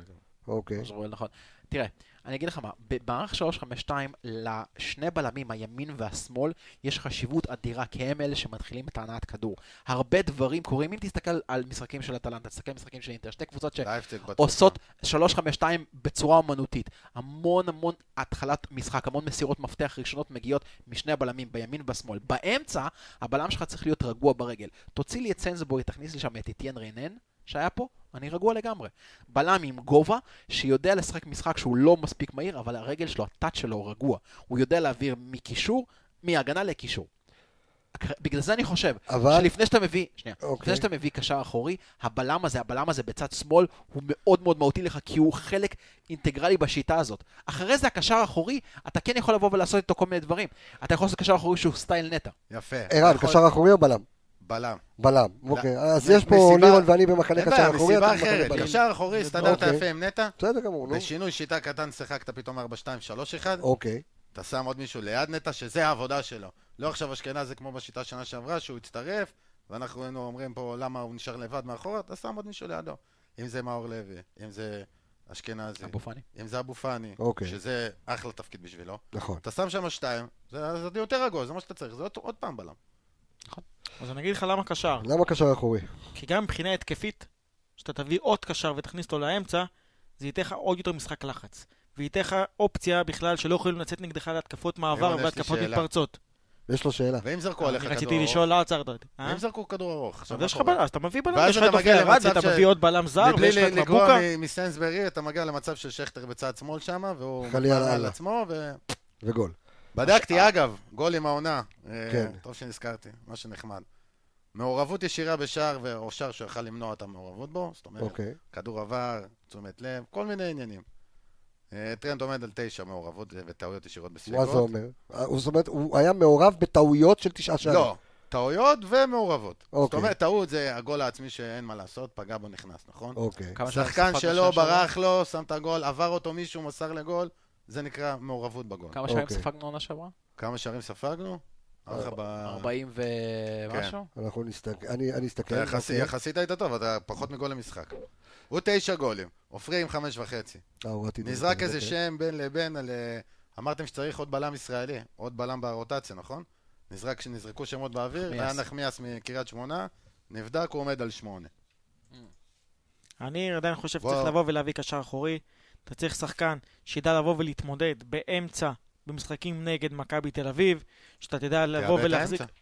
S1: אוקיי.
S2: אז רואל, נכון. תראה, אני אגיד לך מה, במערך 352 לשני בלמים, הימין והשמאל, יש חשיבות אדירה, כי הם אלה שמתחילים את הנעת כדור. הרבה דברים קורים, אם תסתכל על משחקים של אטלנטה, תסתכל על משחקים של אינטר, שתי קבוצות ש...
S5: לייפציג בתקופה.
S2: עושות 352 בצורה אומנותית. המון המון התחלת משחק, המון מסירות מפתח ראשונות מגיעות משני הבלמים, בימין ובשמאל. באמצע, הבלם שלך צריך להיות רגוע ברגל. תוציא לי את סנסבורי, תכניס לי שם את איטיאן ריינן, שהיה פה, אני רגוע לגמרי. בלם עם גובה, שיודע לשחק משחק שהוא לא מספיק מהיר, אבל הרגל שלו, הטאט שלו רגוע. הוא יודע להעביר מקישור, מהגנה לקישור. בגלל זה אני חושב,
S1: אבל-
S2: שלפני שאתה מביא, שנייה,
S1: אוקיי.
S2: לפני שאתה מביא קשר אחורי, הבלם הזה, הבלם הזה בצד שמאל, הוא מאוד מאוד מהותי לך, כי הוא חלק אינטגרלי בשיטה הזאת. אחרי זה הקשר האחורי, אתה כן יכול לבוא ולעשות איתו כל מיני דברים. אתה יכול לעשות קשר אחורי שהוא סטייל נטע.
S5: יפה.
S1: ערן,
S5: נכון.
S1: קשר אחורי או בלם?
S5: בלם.
S1: בלם, אוקיי. אז
S5: מ-
S1: יש פה
S5: מסיבה-
S1: לירון ואני במחנה
S5: אין
S1: קשר
S5: בעיה,
S1: אחורי, אתה
S5: מסיבה
S1: במחנה
S5: אחרת.
S1: בלם.
S5: קשר אחורי, הסתדרת
S1: אוקיי.
S5: יפה עם נטע.
S1: בסדר גמור, נו.
S5: בשינוי שיטה קטן שיחקת פתאום 4, 2, 3, 1.
S1: אוקיי.
S5: אתה שם עוד מישהו ליד נטע, שזה העבודה שלו. לא עכשיו אשכנזי כמו בשיטה שנה שעברה, שהוא הצטרף, ואנחנו היינו אומרים פה למה הוא נשאר לבד מאחורה, אתה שם עוד מישהו לידו. אם זה מאור לוי, אם זה אשכנזי,
S2: אבו פאני.
S5: אם זה אבו פאני,
S1: אוקיי.
S5: שזה אחלה תפקיד בשבילו.
S1: נכון.
S5: אתה שם שם שתיים, זה, זה יותר רגוע, זה מה שאתה צריך, זה עוד, עוד פעם בלם.
S6: אז אני אגיד לך למה קשר.
S1: למה קשר אחורי?
S6: כי גם מבחינה התקפית, כשאתה תביא עוד קשר ותכניס אותו לאמצע, זה ייתן לך עוד יותר משחק לחץ. וייתן לך אופציה בכלל שלא יכולים לצאת נגדך להתקפות
S5: לירון,
S6: מעבר
S5: יש לי
S6: והתקפות
S5: שאלה.
S6: מתפרצות.
S1: יש לו שאלה.
S5: ואם זרקו עליך
S6: אני
S5: כדור ארוך,
S6: רציתי לשאול, לא עצרת אותי. אה?
S5: ואם זרקו כדור ארוך, עכשיו
S6: אז
S5: מה
S6: יש לך
S5: קורה?
S6: בלם, אז אתה מביא בלם,
S5: ואז
S6: יש לך
S5: אתה
S6: את
S5: מגיע
S6: אופיר ארד
S5: למצב
S6: ואתה
S5: ש-
S6: מביא עוד בלם זר,
S5: מבלי
S6: ויש לך את
S5: ל- לגרוע
S6: מבוקה.
S5: מ- מסנסברי, אתה מגיע למצב של שכטר בצד שמאל שם, והוא
S1: חלילה
S5: מגן על
S1: אללה.
S5: עצמו, ו...
S1: וגול.
S5: בדקתי, אגב, גולים העונה. אה,
S1: כן.
S5: טוב שנזכרתי, מה שנחמד. מעורבות ישירה בשער, ו- או שער שיכל למנוע את המעורבות בו, זאת אומרת,
S1: אוקיי.
S5: כדור עבר, תשומת לב, כל מיני עניינים. אה, טרנד עומד על תשע מעורבות אה, וטעויות ישירות בסביבות.
S1: מה זה אומר? אה, הוא- זאת אומרת, הוא היה מעורב בטעויות של תשעה שערים.
S5: לא, טעויות ומעורבות. זאת
S1: אוקיי.
S5: אומרת, טעות זה הגול העצמי שאין מה לעשות, פגע בו, נכנס, נכון?
S1: אוקיי.
S2: כמה שעות
S5: שחקן
S2: ספגת
S5: שלו,
S2: בשעה שעברה?
S5: ברח לו, שם את הגול, עבר אותו מישהו, מסר לגול, זה נקרא מעורבות בגול.
S2: כמה שנים
S1: אוקיי.
S2: ספגנו עונה שעברה?
S5: כמה שערים ספגנו? ארבע.
S2: 40
S5: כן.
S2: ומשהו?
S1: אנחנו נסתכל, אני אני אסתכל.
S5: אתה יחסי-
S1: אוקיי.
S5: כן, יחסית היית טוב, אתה פחות מגול למשחק. הוא תשע גולים, עופרי עם חמש וחצי.
S1: אה, הוא עתיד
S5: נזרק
S1: להתקדם,
S5: איזה
S1: אוקיי.
S5: שם בין לבין על... אה, אמרתם שצריך עוד בלם ישראלי, עוד בלם ברוטציה, נכון? נזרק, נזרקו שמות באוויר,
S2: נחמיאס.
S5: היה נחמיאס מקריית שמונה, נבדק, הוא עומד על שמונה.
S6: אני עדיין חושב
S5: וואו.
S6: שצריך לבוא ולהביא קשר אחורי. אתה צריך שחקן שידע לבוא ולהתמודד באמצע, במשחקים נגד מכבי תל אביב, שאתה תדע לבוא
S5: תאבד את
S6: ולהחזיק...
S5: האמצע.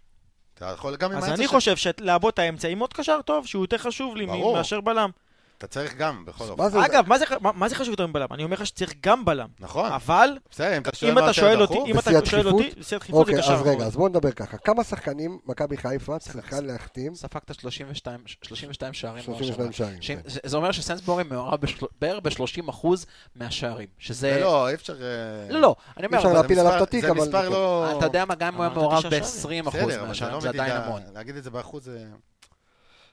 S5: אתה יכול גם עם
S6: אז
S5: האמצע
S6: אני
S5: ש-
S6: חושב שלעבוד את האמצע עם עוד קשר טוב, שהוא יותר חשוב לי
S5: ברור.
S6: מאשר בלם.
S5: אתה צריך גם, בכל אופן.
S1: מה זה?
S6: אגב, מה זה ח- מה- מה זה חשוב יותר מבלם? אני אומר לך שצריך גם בלם.
S5: נכון,
S2: אה,
S6: אבל,
S5: בסדר, אם אתה שואל
S6: אם
S5: מה
S6: אתה
S5: יותר
S6: שואל אותי,
S5: דחוף,
S6: אם אתה
S1: בשיא
S6: שואל אותי,
S1: הדחיפות?
S6: בשיא הדחיפות זה
S1: אוקיי,
S6: קשר
S1: אז רגע,
S6: אחורי.
S1: אז בואו נדבר ככה. כמה שחקנים מכבי חיפה צריכה להחתים?
S2: ספגת 32 32 שערים. בעונה
S1: 32
S2: שעברה.
S1: שערים.
S2: שאם-
S1: כן.
S2: זה- זה אומר שסנסבורי מעורב בשל- בערך ב-30% מהשערים. שזה...
S5: זה לא, אי אפשר... אה,
S2: לא, לא, אני אומר,
S1: אפשר
S2: אבל-
S5: זה
S1: להפיל
S5: מספר-
S1: עליו את התיק, אבל- כן.
S5: זה מספר לא...
S2: אתה יודע מה, גם אם הוא היה
S6: אמרת
S2: מעורב
S6: תשעה שערים.
S2: ב-20%
S5: בסדר, אבל
S2: מהשערים,
S5: לא
S2: זה עדיין
S5: מדידה-
S2: המון.
S5: להגיד את זה באחוז זה...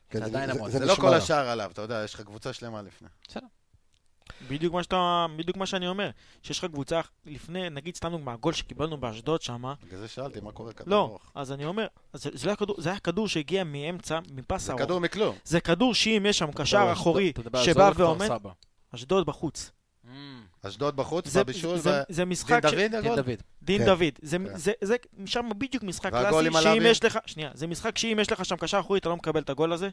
S1: כן,
S2: זה עדיין המון.
S5: זה לא
S1: נשמע
S5: כל
S1: רע.
S5: השער עליו, אתה יודע, יש לך קבוצה שלמה לפני.
S6: בדיוק מה שאתה, בדיוק מה שאני אומר. שיש לך קבוצה לפני, נגיד סתם דוגמא, הגול שקיבלנו באשדוד שמה,
S5: בגלל זה שאלתי, מה קורה כדור
S6: לא,
S5: ארוך?
S6: אז אני אומר, זה, זה, לא היה כדור, זה היה כדור שהגיע מאמצע, מפס
S5: זה
S6: ארוך.
S5: כדור מכלום.
S6: זה כדור שאם יש שם
S2: אתה
S6: קשר
S2: מדבר-
S6: אחורי
S2: אתה מדבר על
S6: שבא
S2: זול
S6: ועומד,
S2: כפר סבא.
S6: אשדוד בחוץ.
S2: Mm,
S5: אשדוד בחוץ,
S6: זה,
S5: בבישול,
S6: זה, זה, זה
S5: ודין
S6: משחק, ש...
S5: דוד
S2: דין
S5: הגול?
S2: דוד.
S6: דין
S1: כן.
S6: דוד, זה,
S5: כן.
S6: זה, זה, שם בדיוק משחק
S5: והגולים
S6: קלאסי,
S5: עליו
S6: שאם
S5: אם-
S6: יש לך, שנייה, זה משחק שאם יש לך שם קשר אחורי אתה לא מקבל את הגול הזה.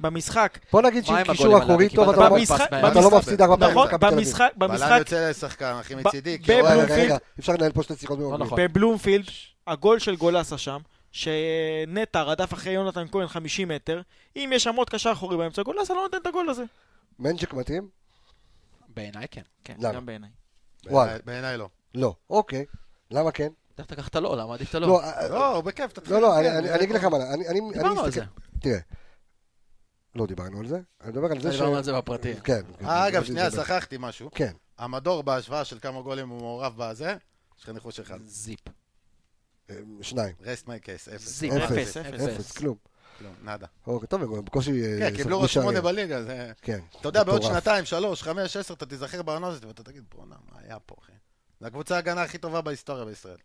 S6: במשחק,
S1: בוא נגיד
S2: מה
S1: שעם
S2: עם
S1: קישור
S2: הגולים הללו?
S1: אחורי טוב,
S2: קיבלת
S1: אתה לא-
S2: בול
S6: במשחק-
S2: פס
S1: אתה
S2: מהיד.
S1: לא
S5: במשחק-
S1: מפסיד הרבה פעמים.
S6: נכון,
S1: למכבי תל אביב.
S6: במשחק,
S5: בלם
S6: במשחק,
S5: יוצא לשחקן הכי
S6: ב-
S5: מצידי, כי
S6: ב-
S5: הוא
S1: רגע, רגע, רגע,
S5: היה...
S6: בבלומפילד.
S1: אי אפשר לנהל פה אוקיי. שתי שיחות במקביל.
S2: נכון.
S6: בבלומפילד, הגול של גולסה שם, שנטע רדף אחרי יונתן כהן 50 מטר, אם יש שם עוד קשר אחורי באמצע, גולסה לא נותן את הגול הזה.
S1: מנג'ק מתאים?
S2: בעיניי כן.
S6: כן,
S1: למה?
S6: גם בעיניי.
S5: בעיניי-
S1: וואי.
S5: בעיניי לא.
S1: לא. אוקיי. למה כן?
S2: איך לקחת לא? למה עדיף לא?
S1: לא, אה,
S5: לא, הוא בכיף, תתחיל.
S1: לא, לא, אני-
S5: כן,
S1: אני- אני אגיד לך מה, אני אני- אני
S2: דיברנו על זה.
S1: תראה, לא דיברנו על זה, אני מדבר על זה ש...
S2: דיברנו על זה בפרטי.
S1: כן.
S5: אה, אגב,
S1: כן,
S5: שנייה,
S1: זה-
S5: שכחתי משהו.
S1: כן.
S5: המדור בהשוואה של כמה גולים הוא מעורב בזה, יש לך ניחוש אחד.
S2: זיפ.
S1: אה, שניים.
S5: רסט מי קייס, אפס.
S2: זיפ.
S1: אפס,
S2: אפס.
S6: אפס.
S1: אפס, כלום.
S5: כלום, נאדה.
S1: אוקיי, טוב, הם בקושי... אה,
S5: כן, קיבלו
S1: ספגו
S5: רק שמונה
S1: שערים.
S5: בליגה, זה...
S1: כן.
S5: אתה יודע, בעוד
S1: מטורף.
S5: שנתיים, שלוש, חמש, עשר, אתה תיזכר בעונה הזאת, ואתה תגיד, בואנה, מה היה פה, אחי? זו הקבוצה ההגנה הכי טובה בהיסטוריה בישראל.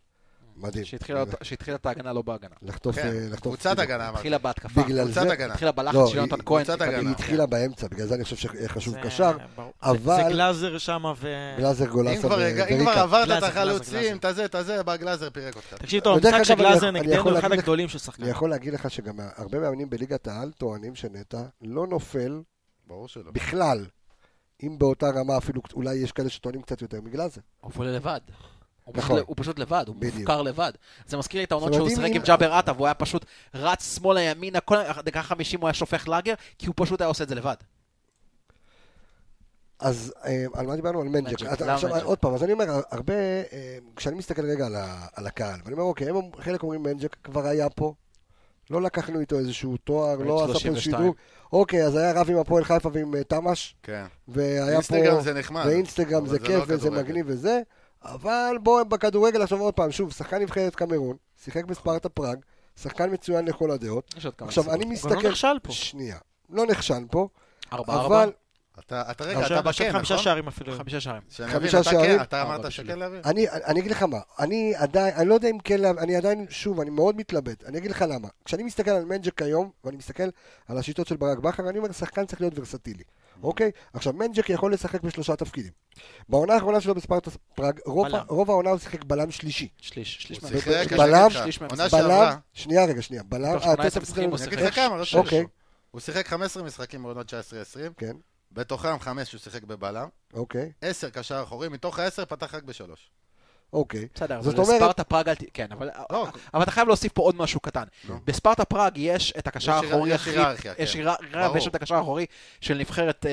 S1: מדהים.
S2: שהתחילה אותה- שהתחילה את ההגנה, לא בהגנה.
S1: לחטוף...
S5: כן,
S1: אה, לחטוף-
S5: קבוצת הגנה, אמרתי.
S2: התחילה בהתקפה.
S1: בגלל
S5: קבוצת
S1: זה-
S5: הגנה.
S2: התחילה
S1: לא,
S2: בלחץ של יונתן
S1: היא-
S2: כהן.
S5: קבוצת
S2: היא
S5: הגנה.
S1: היא התחילה באמצע, בגלל זה אני חושב שחשוב קשר.
S6: זה- ברור. זה
S1: אבל
S6: גלאזר שם ו...
S1: גלאזר
S5: אם
S1: גולסה
S5: כבר- אם כבר
S1: וריקה.
S5: עברת את
S6: גלאזר,
S5: החלוצים,
S6: גלאזר.
S5: את הזה, את הזה, בא גלאזר פירק אותך.
S6: תקשיב טוב,
S1: אתה יודע,
S6: המשחק של
S1: אגב, אני
S6: גלאזר
S1: יכול- אני
S6: נגדנו
S1: יכול
S6: הוא אחד
S1: להגיד לך-
S6: הגדולים של שחקן.
S1: אני יכול להגיד לך שגם הרבה מאמנים בליגת העל טוענים שנטע לא נופל
S5: ברור שלא.
S1: בכלל, אם באותה רמה אפילו, אולי יש כאלה שטוענים קצת יותר מגלאזר.
S2: הוא עולה לבד. הוא
S1: נכון.
S2: פשוט- הוא פשוט לבד, הוא
S1: בדיוק.
S2: מופקר לבד. זה מזכיר לי את העונות
S1: זאת
S2: שהוא
S1: אומרת, אם-
S2: שיחק עם
S1: אם-
S2: ג'אבר עטה, והוא היה פשוט רץ שמאלה ימינה, כל דקה חמישים הוא היה שופך לאגר, כי הוא פשוט היה עושה את זה לבד.
S1: אז אה, על מה דיברנו? על מנג'ק.
S2: מנג'ק,
S1: אז
S2: למה
S1: עכשיו,
S2: מנג'ק?
S1: עוד פעם, אז אני אומר, הרבה, אה, כשאני מסתכל רגע על ה- על הקהל, ואני אומר, אוקיי, הם אומרים- חלק אומרים מנג'ק כבר היה פה, לא לקחנו איתו איזשהו תואר, לא עשה פה
S2: 32.
S1: שדרוג. אוקיי, אז היה רב עם הפועל חיפה ועם אה, תמ"ש,
S5: כן.
S1: והיה פה...
S5: אינסטגרם זה נחמד.
S1: ואינסטגרם
S5: אבל
S1: זה
S5: לא
S1: כיף וזה
S5: כדורגל.
S1: מגניב וזה, אבל בואו בכדורגל עכשיו עוד פעם, שוב, שחקן נבחרת קמרון, שיחק בספרטה פראג, שחקן מצוין לכל הדעות.
S2: יש עוד כמה
S1: עכשיו,
S2: נסיבות.
S1: אני
S6: הוא גם לא
S1: מסתכל...
S6: נכשל פה.
S1: שנייה, לא נכשל פה,
S2: ארבע, ארבע,
S1: אבל
S5: אתה, אתה רגע,
S6: עכשיו
S5: אתה
S6: עכשיו
S5: בכן,
S6: חמישה
S5: נכון?
S6: שערים אפילו.
S2: חמישה שערים.
S5: שאני
S1: חמישה
S5: מבין, אתה כן,
S1: שערים. אה,
S5: אתה
S2: ארבע
S5: אמרת
S2: בשבילי.
S5: שכן להביא?
S1: אני, אני אגיד לך מה, אני עדיין, אני לא יודע אם כן, לה- אני עדיין, שוב, אני מאוד מתלבט, אני אגיד לך למה. כשאני מסתכל על מנג'ק היום, ואני מסתכל על השיטות של ברק בכר, אני אומר, שחקן צריך להיות ורסטילי, אוקיי? עכשיו, מנג'ק יכול לשחק בשלושה תפקידים. בעונה האחרונה שלו בספרטה פראג, רוב,
S6: בלם.
S1: רוב העונה הוא שיחק בלם שלישי.
S2: שליש, שליש
S5: הוא
S2: מהם.
S5: שיחק,
S1: בלם,
S5: אני אגיד לך,
S2: שליש מהמשחק.
S1: בלם,
S5: עונה שעברה,
S1: שנייה רגע, שנייה, בלם, אה,
S2: מתוך 18
S1: התוספת
S2: משחקים הוא
S1: שלו-
S5: אני אגיד לך כמה, רשום.
S1: אוקיי.
S5: הוא שיחק 15 משחקים בעונות 19-20,
S1: כן,
S5: בתוכם 5 הוא שיחק בבלם,
S1: אוקיי,
S5: 10 קשר אחורי, מתוך ה-10 פתח רק בשלוש.
S1: אוקיי.
S2: בסדר,
S1: זאת
S2: אבל
S1: אומרת-
S2: בספרטה פראג, אל ת- כן, אבל
S5: לא,
S2: אבל אתה חייב להוסיף פה עוד משהו קטן.
S5: נו.
S2: בספרטה פראג יש את הקשר
S5: יש
S2: האחורי
S5: יש
S2: הכי...
S5: היררכיה,
S2: יש
S5: כן.
S2: היררכיה,
S5: ברור.
S2: ויש את הקשר האחורי של נבחרת, אה,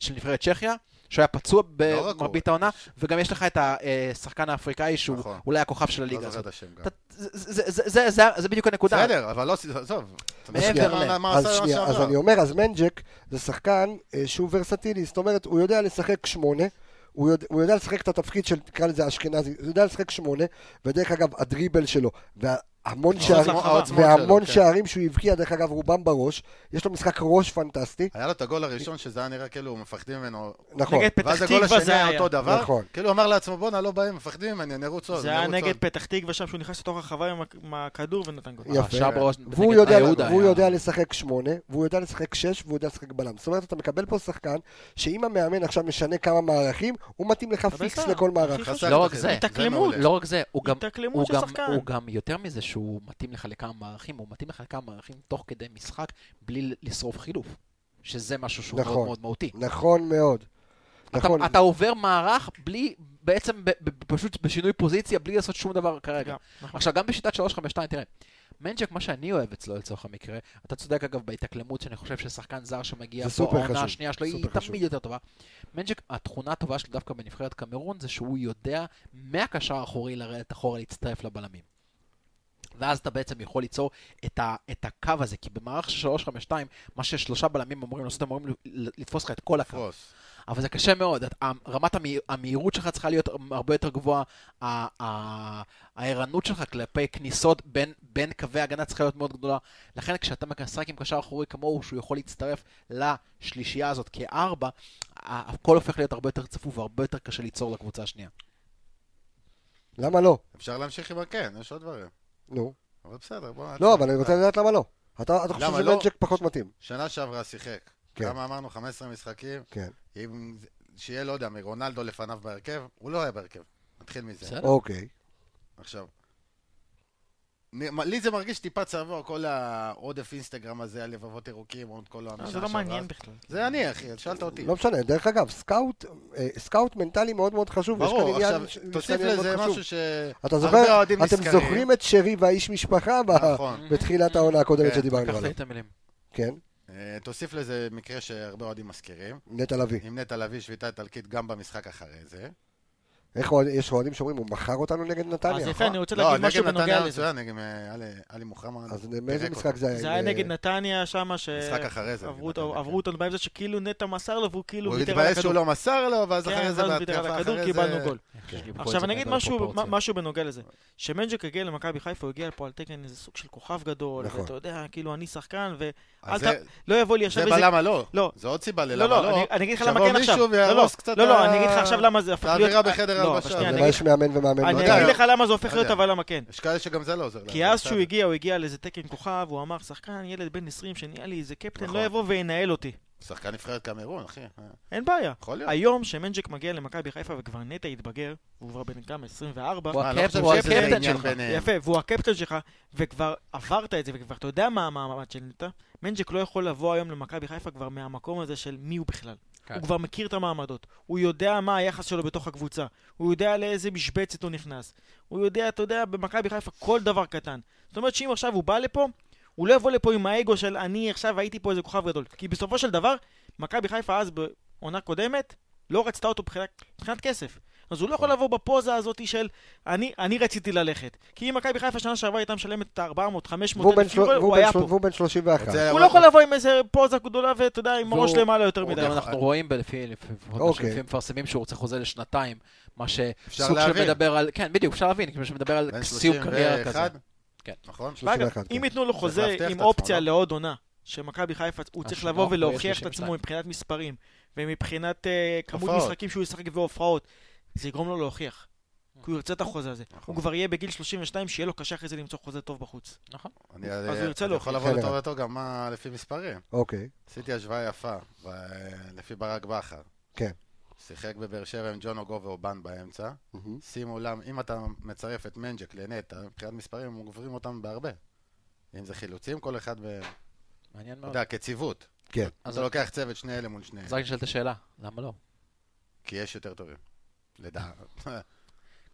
S2: של נבחרת צ'כיה, שהוא היה פצוע
S5: לא רק הוא.
S2: במרבית העונה, וגם יש לך את השחקן האפריקאי שהוא
S5: נכון.
S2: אולי הכוכב של
S5: לא
S2: הליגה
S5: זוכר
S2: הזאת.
S5: את השם גם.
S2: אתה- זה- זה- זה- זה- זה- זה בדיוק הנקודה.
S5: בסדר, אבל לא... עזוב. אתה
S2: מעבר
S5: מסתכל
S2: ל-
S5: מה- מה
S1: אז
S5: עשה עונה
S1: שנייה, אז
S5: שעברה.
S1: אני אומר, אז מנג'ק זה שחקן אה, שהוא ורסטילי, זאת אומרת, הוא יודע לשחק שמונה, הוא יודע, הוא יודע לשחק את התפקיד של, נקרא לזה אשכנזי, הוא יודע לשחק שמונה, ודרך אגב, הדריבל שלו, והמון שערים,
S6: לחוות.
S5: העוצמות
S1: והמון
S5: שלו, נכון, כן.
S1: שערים שהוא הבקיע, דרך אגב, רובם בראש, יש לו משחק ראש פנטסטי,
S5: היה לו את הגול הראשון, שזה היה נראה כאילו מפחדים ממנו.
S1: נכון,
S6: נגד פתח
S5: ואז הגול
S6: תקווה
S5: השני
S6: זה
S5: היה
S6: היה.
S5: אותו דבר.
S1: נכון.
S5: כאילו הוא אמר לעצמו, בואנה, לא באים, מפחדים ממני, אני ארוץ עוד.
S6: זה
S5: אני
S6: היה
S5: ארוץ
S6: נגד
S5: עוד."
S6: פתח תקווה שם שהוא נכנס לתוך הרחבה עם הכ- עם הכדור ונתן גול.
S2: אה,
S1: יפה.
S2: שברו
S1: והוא
S2: נגד
S1: יודע,
S2: בני אה, יהודה
S1: והוא
S2: היה.
S1: יודע לשחק שמונה, והוא יודע לשחק שש, והוא יודע לשחק בלם. זאת אומרת, אתה מקבל פה שחקן, שאם המאמן עכשיו משנה כמה מערכים, הוא מתאים לך
S6: אבל
S1: פיקס
S6: אתה-
S1: לכל מערך.
S6: הכי חשוב.
S5: חסר
S2: לא
S5: את
S2: רק
S5: החלק.
S2: זה,
S6: התאקלמות.
S5: מעולה.
S2: לא רק זה, הוא גם... הוא
S6: התאקלמות של
S2: גם,
S6: שחקן.
S2: הוא גם יותר מזה שהוא מתאים לך לכמה מערכים, הוא מתאים לך לכמה מערכים תוך כדי משחק בלי לשרוף חילוף, שזה משהו שהוא
S1: נכון.
S2: מאוד מאוד מהותי.
S1: נכון מאוד. נכון.
S2: אתה, אתה עובר מערך בלי, בעצם ב, ב, פשוט בשינוי פוזיציה, בלי לעשות שום דבר כרגע.
S6: גם,
S2: גם,
S6: נכון.
S2: עכשיו, גם בשיטת 352, תראה, מנג'ק, מה שאני אוהב אצלו לצורך המקרה, אתה צודק אגב בהתאקלמות, שאני חושב ששחקן זר שמגיע
S1: זה
S2: פה,
S1: סופר
S2: העונה
S1: חשוב,
S2: השנייה שלו היא
S1: סופר חשוב.
S2: תמיד יותר טובה. מנג'ק, התכונה הטובה שלו דווקא בנבחרת קמרון, זה שהוא יודע מהקשר האחורי לרדת אחורה להצטרף לבלמים. ואז אתה בעצם יכול ליצור את, ה, את הקו הזה, כי במערך של 352, מה ששלושה בלמים אמורים לעשות, הם אמורים לתפוס לך את כל הקו.
S5: פרוס.
S2: אבל זה קשה מאוד, את- ה- רמת המהיר- המהירות שלך צריכה להיות הרבה יותר גבוהה, ה- ה- הערנות שלך כלפי כניסות בין, בין קווי הגנה צריכה להיות מאוד גדולה, לכן כשאתה משחק עם קשר אחורי כמוהו, שהוא יכול להצטרף לשלישייה הזאת כארבע, ה- הכל הופך להיות הרבה יותר צפוף והרבה יותר קשה ליצור לקבוצה השנייה.
S1: למה לא?
S5: אפשר להמשיך עם הכן, יש עוד דברים.
S1: נו.
S5: אבל בסדר, בוא...
S1: לא, אבל אני רוצה לדעת למה לא. אתה אתה חושב
S5: למה לא?
S1: שמנג'ק פחות מתאים.
S5: שנה שעברה שיחק.
S1: כן.
S5: כמה אמרנו? 15 משחקים.
S1: כן.
S5: אם... שיהיה, לא יודע, מרונלדו לפניו בהרכב, הוא לא היה בהרכב. נתחיל מזה.
S2: בסדר?
S1: אוקיי.
S5: עכשיו, נ- לי זה מרגיש טיפה צבוע, כל העודף אינסטגרם הזה, הלבבות ירוקים, עוד כל המשנה
S6: זה לא מעניין בכלל.
S5: זה אני, אחי, שאלת אותי.
S1: לא משנה. דרך אגב, סקאוט, אה, סקאוט מנטלי מאוד מאוד חשוב. לא, יש כאן
S5: ברור,
S1: עניין
S5: עכשיו,
S1: ש-
S5: תוסיף
S1: יש כאן עניין
S5: לזה
S1: מאוד חשוב.
S5: משהו ש...
S1: אתה
S5: הרבה
S1: זוכר,
S5: אוהדים
S1: אתם
S5: נזכרים.
S1: זוכרים את שרי והאיש משפחה ב-
S5: נכון.
S1: בתחילת העונה הקודמת
S5: כן,
S1: שדיברנו
S2: לקחת לי
S1: עליו.
S2: את המילים.
S1: כן,
S5: אה, תוסיף לזה מקרה שהרבה אוהדים מזכירים.
S1: נטע לביא.
S5: עם נטע לביא שביתה איטלקית גם במשחק אחרי זה.
S1: איך אוהד- יש אוהדים שאומרים, הוא מכר אותנו נגד
S6: אז
S1: נתניה.
S6: יפה, אני רוצה
S5: לא,
S6: להגיד משהו
S5: נגד
S6: בנוגע
S5: נתניה
S6: לזה.
S5: מצוין, נגד אה, עלי- עלי מוחמד.
S1: אז
S5: פירק
S1: מאיזה משחק
S5: אותו.
S1: זה היה?
S6: זה היה
S1: עם,
S6: נגד
S1: אה,
S6: נתניה שמה,
S5: משחק אחרי זה. נגד נתניה. כן.
S6: שעברו אותנו באמצע, שכאילו נטע מסר לו והוא כאילו
S5: הוא
S6: ויתר על
S5: התבאס שהוא
S6: הכדור.
S5: לא מסר לו, ואז
S6: כן,
S5: אחרי
S6: ואז
S5: זה
S6: הוא ויתר על
S5: בהתקפה,
S6: הכדור,
S5: אחרי זה...
S6: קיבלנו גול.
S2: כן.
S6: עכשיו אני אגיד משהו, מה- משהו בנוגע לזה. שמנג'ק הגיע למכבי חיפה, הוא הגיע פה על תקן איזה סוג של כוכב גדול,
S1: נכון.
S6: ואתה יודע, כאילו אני שחקן,
S5: אז
S6: ואל
S5: זה-
S6: לא יבוא לי
S5: זה
S6: עכשיו איזה...
S5: בלמה לא.
S6: לא.
S5: זה עוד סיבה ללמה לא.
S6: לא, לא, אני- אני אגיד לך למה
S5: שיבוא
S6: כן עכשיו.
S5: מישהו
S6: לא, לא,
S5: ויהרוס קצת
S6: לא,
S5: ה-
S6: לא, אני אגיד לך עכשיו למה זה הפך
S5: את
S6: להיות...
S5: האווירה בחדר
S6: לא,
S5: ההלבשה.
S6: שנייה,
S5: זה
S6: אני
S1: אבל
S6: אגיד-
S1: יש מאמן ומאמן אוקיי.
S6: אני
S5: כן, לא יודע.
S6: אגיד
S1: מנטלי.
S6: לך למה זה הופך
S5: אתה
S6: להיות
S5: יודע.
S6: אבל למה כן.
S5: יש כאלה שגם זה לא עוזר להם.
S6: כי אז שהוא
S5: בסדר.
S6: הגיע, הוא הגיע לאיזה תקן כוכב, הוא אמר, שחקן, ילד בן 20 שנהיה לי איזה קפטן,
S5: נכון.
S6: לא יבוא וינהל אותי.
S5: שחקן נבחרת קמרון, אחי. אה,
S6: אין בעיה.
S5: יכול להיות.
S6: היום שמנג'ק מגיע למכבי חיפה וכבר נטע התבגר, והוא כבר בן כמה 24,
S2: הוא
S5: מה, אני לא
S2: הקפטן-
S5: חושב
S2: הוא
S5: שיש איזה
S2: הקפטן
S5: עניין
S2: שלך.
S5: ביניהם.
S6: יפה, והוא הקפטן שלך, וכבר עברת את זה, וכבר אתה יודע מה מה המעמד של נטע, מנג'ק לא יכול לבוא היום למכבי חיפה כבר מהמקום הזה של מי הוא בכלל.
S2: כן.
S6: הוא כבר מכיר את המעמדות, הוא יודע מה היחס שלו בתוך הקבוצה, הוא יודע לאיזה משבצת הוא נכנס, הוא יודע, אתה יודע, במכבי חיפה כל דבר קטן. זאת אומרת שאם עכשיו הוא בא לפה, הוא לא יבוא לפה עם האגו של אני עכשיו הייתי פה איזה כוכב גדול. כי בסופו של דבר, מכבי חיפה אז בעונה קודמת, לא רצתה אותו מבחינת, מבחינת כסף. אז הוא לא יכול לבוא בפוזה הזאת של אני, אני רציתי ללכת. כי אם מכבי חיפה שנה שעברה הייתה משלמת את ה-400, 500
S1: והוא בן
S6: אלף
S1: של-
S6: יורו,
S1: והוא
S6: הוא
S1: בן
S6: היה
S1: של-
S6: פה.
S1: והוא בן 31.
S5: זה-
S6: הוא לא יכול לבוא עם איזה פוזה גדולה ואתה יודע, עם
S2: והוא-
S6: ראש למעלה יותר
S5: הוא
S6: מדי.
S2: גם אנחנו רואים לפי, לפי,
S1: אוקיי.
S2: לפי מפרסמים שהוא רוצה חוזה לשנתיים, מה
S5: אפשר
S2: שסוג
S5: להבין.
S2: שמדבר על, כן בדיוק אפשר להבין, כמו שמדבר על
S5: בן
S2: סיום קריירה
S5: 31,
S2: כזה. כן.
S5: נכון?
S6: ואגב,
S1: 31,
S6: אם
S1: כן.
S6: ייתנו לו חוזה
S5: להבטיח את
S6: עם
S5: עצמו, לא?
S6: אופציה
S5: אה,
S6: לעוד עונה, שמכבי חיפה, הוא צריך
S2: השנה
S6: לבוא
S2: הוא
S6: ולהוכיח את
S2: 32.
S6: עצמו מבחינת מספרים, ומבחינת אה, כמות
S5: הופעות.
S6: משחקים שהוא ישחק והופעות, זה יגרום לו להוכיח. כי הוא ירצה את החוזה הזה.
S5: אה. נכון.
S6: הוא כבר יהיה בגיל 32, שיהיה לו קשה אחרי זה למצוא חוזה טוב בחוץ.
S2: נכון.
S5: אני-
S6: אז הוא ירצה
S5: אני
S6: להוכיח.
S5: יכול לבוא
S2: כן.
S1: בסדר.
S5: לטובתו גם מה- לפי מספרים.
S1: אוקיי.
S5: עשיתי השוואה יפה, ב- לפי ברק בכר.
S1: כן.
S5: שיחק בבאר שבע עם ג'ון אוגו ואובן באמצע.
S1: מהמם.
S5: שימו לב, אם אתה מצרף את מנג'ק לנטע, מבחינת מספרים הם גוברים אותם בהרבה. אם זה חילוצים, כל אחד ב... אתה
S2: מעניין מאוד.
S5: יודע, כציבות.
S1: כן.
S2: לא. אז-
S5: אתה לוקח צוות שני אלה מול שני אלה,
S2: אז רק נשאל את השאלה, למה לא?
S5: כי יש יותר טובים. לדעת.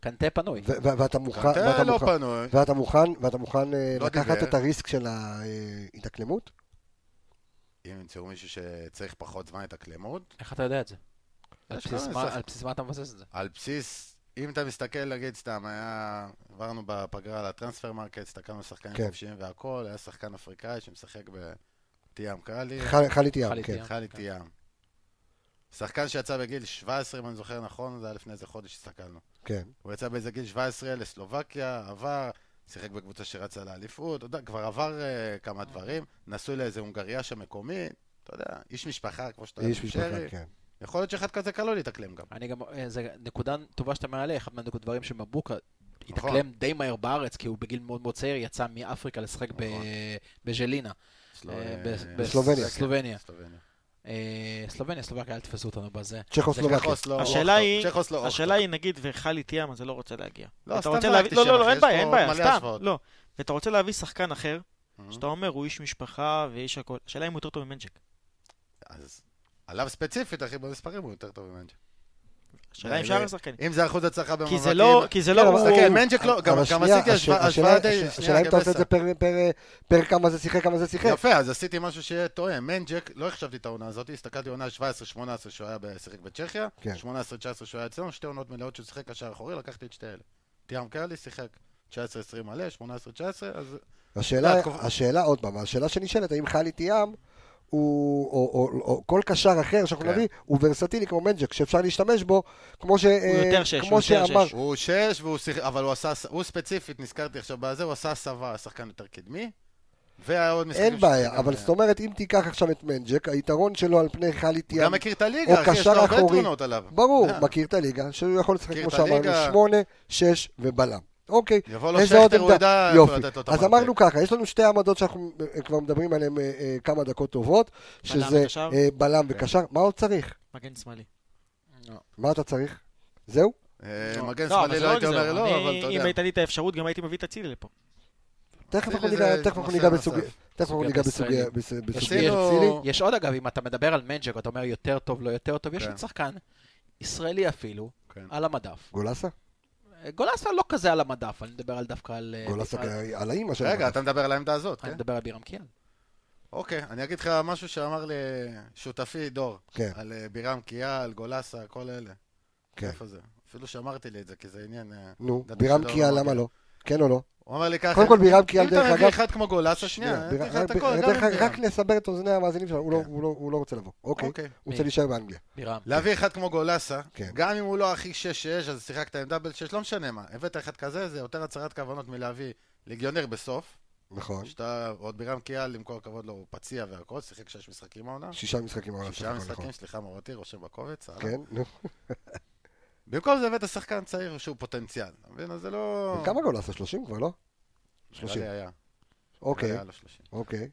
S2: קנטה פנוי.
S1: ו- ו- ואתה מוכן, ואתה
S5: אתה לא
S1: מוכן-
S5: פנוי.
S1: ואתה מוכן, ואתה מוכן אה,
S5: לא
S1: לקחת
S5: דיבר.
S1: את הריסק של אה, ההתאקלמות?
S5: אם ימצאו מישהו שצריך פחות זמן התאקלמות,
S2: איך אתה יודע את זה? על
S5: יש לך
S2: בסיס מה-
S5: שחק-
S2: על בסיס מה אתה מבסס את זה?
S5: על בסיס, אם אתה מסתכל, נגיד סתם, היה, עברנו בפגרה על הטרנספר מרקט, הסתכלנו על שחקנים
S1: כן.
S5: חופשיים והכל, היה שחקן אפריקאי שמשחק בטיאם קאלי,
S1: ח- חלית ים,
S2: חלית
S1: כן.
S2: ים.
S5: חלי טיאם. שחקן שיצא בגיל 17, אם אני זוכר נכון, זה היה לפני איזה חודש הסתכלנו.
S1: כן.
S5: הוא יצא באיזה גיל 17 לסלובקיה, עבר, שיחק בקבוצה שרצה לאליפות, אתה יודע, כבר עבר אה, כמה דברים, נשוי לאיזה הונגריה שם מקומית, אתה יודע, איש משפחה, כמו שאתה
S1: איש
S5: עם
S1: משפחה,
S5: שרי.
S1: כן.
S5: יכול להיות שאחד כזה קל לו להתאקלם גם.
S2: אני גם, אה, זה נקודה טובה שאתה מעלה, אחד מהדברים שמבוקה
S5: נכון.
S2: התאקלם די מהר בארץ, כי הוא בגיל מאוד מאוד צעיר יצא מאפריקה לשחק ב-
S5: נכון.
S2: בז'לינה,
S5: סלו-
S2: אה, ב-
S5: אה,
S2: ב-
S1: סלובניה.
S2: סלובניה.
S5: סלובניה.
S2: אה, סלובניה, סלובקיה, אל תפסו אותנו בזה.
S1: צ'כוסלובקיה.
S5: צ'כוסלו-
S6: השאלה היא-
S5: צ'כוסלו-
S6: השאלה היא, נגיד, וחלי תיאם, אז אני לא רוצה להגיע.
S5: לא,
S6: אתה
S5: סתם
S6: רוצה להביא...
S5: זרקתי
S6: לא, לא,
S5: שמות,
S6: לא, אין
S5: יש
S6: בעיה,
S5: פה
S6: אין בעיה,
S5: מלא
S6: סתם,
S5: השוואות.
S6: לא. ואתה רוצה להביא שחקן אחר,
S5: אוקיי.
S6: שאתה אומר, הוא איש משפחה ואיש הכל. השאלה אם הוא יותר טוב ממנג'ק.
S5: אז עליו ספציפית, אחי, במספרים הוא יותר טוב ממנג'ק.
S6: השאלה אם
S5: זה-
S6: שאר השחקנים.
S5: אם זה אחוז הצלחה במאבקים...
S6: כי זה לא, כי זה לא,
S1: כן,
S6: הוא-
S1: אבל-
S5: תסתכל,
S1: הוא-
S5: מנג'ק לא, גם
S1: אבל
S5: גם
S1: שנייה,
S5: עשיתי
S1: הש-
S5: השוואה
S1: השאלה-
S5: השוואה די...
S1: הש-
S5: שנייה,
S1: השאלה אם אתה עושה את
S5: גבסה.
S1: זה פר- פר- פר כמה זה שיחק, כמה זה שיחק.
S5: יפה, אז עשיתי משהו שטועה. מנג'ק, לא החשבתי את העונה הזאת, הסתכלתי עונה 17-18 שהוא היה בשיחק בצ'כיה,
S1: כן.
S5: 18-19 שהוא היה אצלנו, שתי עונות מלאות שהוא שיחק קשר אחורי, לקחתי את שתי אלה. טיאם קרלי שיחק 19-20 מלא, 18-19, אז
S6: לא,
S1: השאלה,
S5: אתה יודע,
S1: השאלה עוד פעם, השאלה שנשאלת, האם חליט ים הוא, או, או, או כל קשר אחר שאנחנו
S5: כן.
S1: נביא, הוא ורסטילי כמו מנג'ק, שאפשר להשתמש בו, כמו, ש, אה,
S6: יותר שש,
S1: כמו
S6: הוא יותר
S1: שאמר,
S6: שש.
S5: הוא שש, והוא שיח... אבל הוא עשה, הוא ספציפית, נזכרתי עכשיו בזה, הוא עשה הסבה, היה שחקן יותר קדמי, והיה עוד משחקים...
S1: אין בעיה,
S5: ששיחק
S1: אבל
S5: גם-
S1: זאת אומרת, אם תיקח עכשיו את מנג'ק, היתרון שלו על פני חליט
S5: הוא
S1: ים,
S5: גם מכיר את
S1: או
S5: הליגה, אחי, יש
S1: קשר
S5: לו הרבה
S1: אחורי.
S5: תמונות עליו.
S1: ברור,
S5: אה,
S1: מכיר את הליגה, שהוא יכול לשחק,
S5: מכיר
S1: כמו
S5: את
S1: שאמרנו,
S5: הליגה.
S1: שמונה, שש ובלם. אוקיי,
S5: יבוא לו
S1: איזה עוד
S5: שכטר, הוא
S1: עמדה?
S5: ידע איפה
S1: יופי.
S5: לתת לו את
S1: אז
S5: המרפק.
S1: אמרנו ככה, יש לנו שתי עמדות שאנחנו אה, כבר מדברים עליהן אה, אה, כמה דקות טובות, שזה
S6: וקשר.
S1: אה, בלם
S5: כן.
S1: וקשר, מה עוד צריך?
S6: מגן שמאלי.
S1: מה אתה צריך? זהו?
S5: אה,
S6: לא,
S5: מגן
S6: לא, אבל
S5: שמאלי
S6: זה
S5: לא הייתי
S6: רק זה,
S5: אומר לא,
S6: אני-
S5: אבל אתה
S6: אם
S5: יודע.
S6: הייתה לי את האפשרות, גם הייתי מביא את אצילי לפה.
S1: תכף אנחנו
S5: זה-
S1: ניגע-
S5: זה
S1: תכף אנחנו
S5: נושא
S1: ניגע
S5: נוסף.
S1: בסוגיה- תכף אנחנו ניגע בסוגיה- בס- בסוגיה
S5: עשינו-
S1: של צילי.
S2: יש עוד אגב, אם אתה מדבר על מנג'ק, אתה אומר יותר טוב, לא יותר טוב, יש
S5: כן.
S2: עוד שחקן, ישראלי אפילו,
S5: כן.
S2: על המדף.
S1: גולסה?
S2: גולסה לא כזה על המדף, אני מדבר על דווקא על... אה,
S1: גולסה
S5: כן.
S2: על-
S1: כ- על האימא שלו.
S5: רגע, אתה מדבר על העמדה הזאת,
S2: אני
S5: כן?
S2: מדבר על בירם קיאל.
S5: אוקיי, אני אגיד לך משהו שאמר לי שותפי דור,
S1: כן.
S5: על אה, בירם קיאל, גולסה, כל אלה.
S1: כן.
S5: איפה זה? אפילו שאמרתי לי את זה, כי זה עניין... אה,
S1: נו,
S5: ידעתי
S1: בירם
S5: שלא
S1: קיאל,
S5: אמרתי.
S1: למה לא? כן או לא?
S5: הוא אמר לי ככה...
S1: קודם כל, בירם קיאל,
S5: אם
S1: דרך
S5: אתה מביא
S1: אגב-
S5: אחד כמו גולסה, שנייה, אני
S1: בירם- אה,
S5: אתן לך
S1: רק-
S5: את הכל, גם
S1: דרך
S5: עם
S1: אגב,
S5: בירם.
S1: רק לסבר את אוזני המאזינים שלנו, הוא לא-
S5: כן.
S1: הוא לא- הוא לא רוצה לבוא. אוקיי.
S5: אוקיי.
S1: הוא רוצה להישאר באנגליה.
S2: בירם.
S5: להביא אחד כמו גולסה,
S1: כן.
S5: גם אם הוא לא הכי 6-6, אז שיחקת עם דאבל 6, לא משנה מה. הבאת אחד כזה, זה יותר הצהרת כוונות מלהביא ליגיונר בסוף,
S1: נכון.
S5: שאתה עוד בירם קיאל, עם כל הכבוד לו, הוא פציע והכל, שיחק 6 משחקים העונה.
S1: שישה משחקים העונה
S5: שישה
S1: שלך, נכון.
S5: משחקים, סליחה, מורתי, רושם בקובץ. הלאה.
S1: כן, נו.
S5: במקום זה הבאת שחקן צעיר שהוא פוטנציאל, אתה מבין? אז זה לא...
S1: כמה גולסה? 30 כבר, לא?
S5: נראה
S1: 30.
S5: לי היה.
S1: אוקיי,
S5: נראה לי היה לו 30.
S1: אוקיי.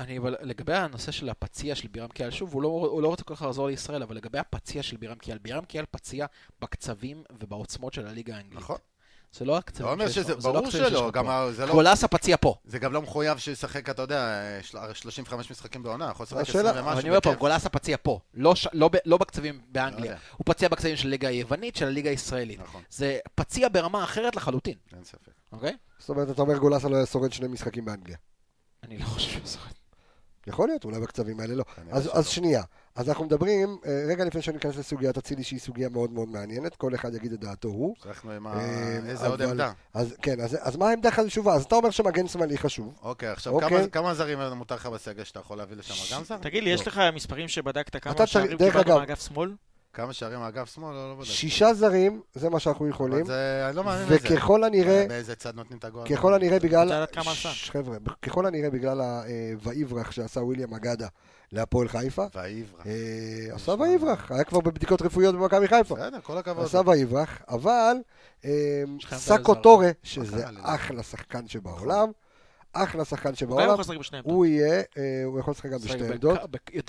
S2: אני, אבל לגבי הנושא של הפציע של בירם קיאל, שוב, הוא לא, הוא לא רוצה כל כך לחזור לישראל, אבל לגבי הפציע של בירם קיאל, בירם קיאל פציע בקצבים ובעוצמות של הליגה האנגלית.
S5: נכון.
S2: זה לא
S5: זה
S2: הקצבים
S5: אומר
S2: שיש לו-
S5: שזה,
S2: זה לא
S5: ברור
S2: הקצבים שיש
S5: שלא,
S2: לו
S5: גם
S2: פה.
S5: ה- זה לא...
S2: קולאסה פציע פה.
S5: זה גם לא מחויב שישחק, אתה יודע, של- 35 משחקים בעונה, יכול לשחק
S1: השאלה-
S5: 20
S2: אבל
S5: ומשהו.
S2: אני אומר פה,
S5: בכיף.
S2: גולאסה פציע פה, לא, ש... לא, ב... לא בקצבים באנגליה,
S5: לא יודע.
S2: הוא פציע בקצבים של הליגה היוונית, של הליגה הישראלית.
S5: נכון,
S2: זה פציע ברמה אחרת לחלוטין,
S5: אין ספק.
S2: אוקיי?
S1: זאת אומרת, אתה אומר גולסה לא היה שורד שני משחקים באנגליה.
S2: אני לא חושב שזה...
S1: יכול להיות, אולי בקצבים האלה לא.
S5: כנראה
S1: אז,
S5: שלא.
S1: אז שנייה, אז אנחנו מדברים, אה, רגע לפני שניכנס לסוגיית אצילי, שהיא סוגיה מאוד מאוד מעניינת, כל אחד יגיד את דעתו הוא.
S5: אנחנו עם ה...
S1: אה,
S5: איזה עוד
S1: אבל-
S5: עמדה.
S1: אז כן, אז, אז מה העמדה החשובה? אז אתה אומר שמגן שמאלי חשוב.
S5: אוקיי, עכשיו
S1: אוקיי.
S5: כמה- כמה זרים מותר לך בסגל שאתה יכול להביא לשם? גם זר? לא.
S6: תגיד
S1: לא.
S6: לי, יש לך מספרים שבדקת
S1: אתה
S6: כמה
S1: צריך-
S6: שערים
S1: דרך
S6: קיבלת
S1: אגב-
S6: מאגף שמאל?
S5: כמה שערים האגף שמאל? לא לא בודק.
S1: שישה זרים, זה מה שאנחנו
S5: אבל
S1: יכולים,
S5: זה- אה, אני לא מאמין לזה.
S1: וככל הנראה,
S5: באיזה צד נותנים את הגול?
S1: ככל הנראה
S6: רוצה
S1: בגלל,
S6: לדעת כמה עשה.
S1: שש, חבר'ה, ככל הנראה בגלל הוויברח שעשה וויליאם אגדה להפועל חיפה,
S5: והעברה.
S1: אה, עשה ויברח, היה כבר בבדיקות רפואיות במכבי חיפה.
S5: בסדר, כל הכבוד.
S1: עשה ויברח, אבל אה,
S2: יש לכם את
S1: סאקו
S2: אלעזר.
S1: טורה, שזה
S5: קרה לזה?
S1: אחלה שחקן שבעולם, אחלה שחקן
S6: הוא גם
S1: שבעולם,
S6: יכול לשחק בשני עמדות.
S1: הוא יהיה, אה, הוא יכול לשחק גם בשתי עמדות,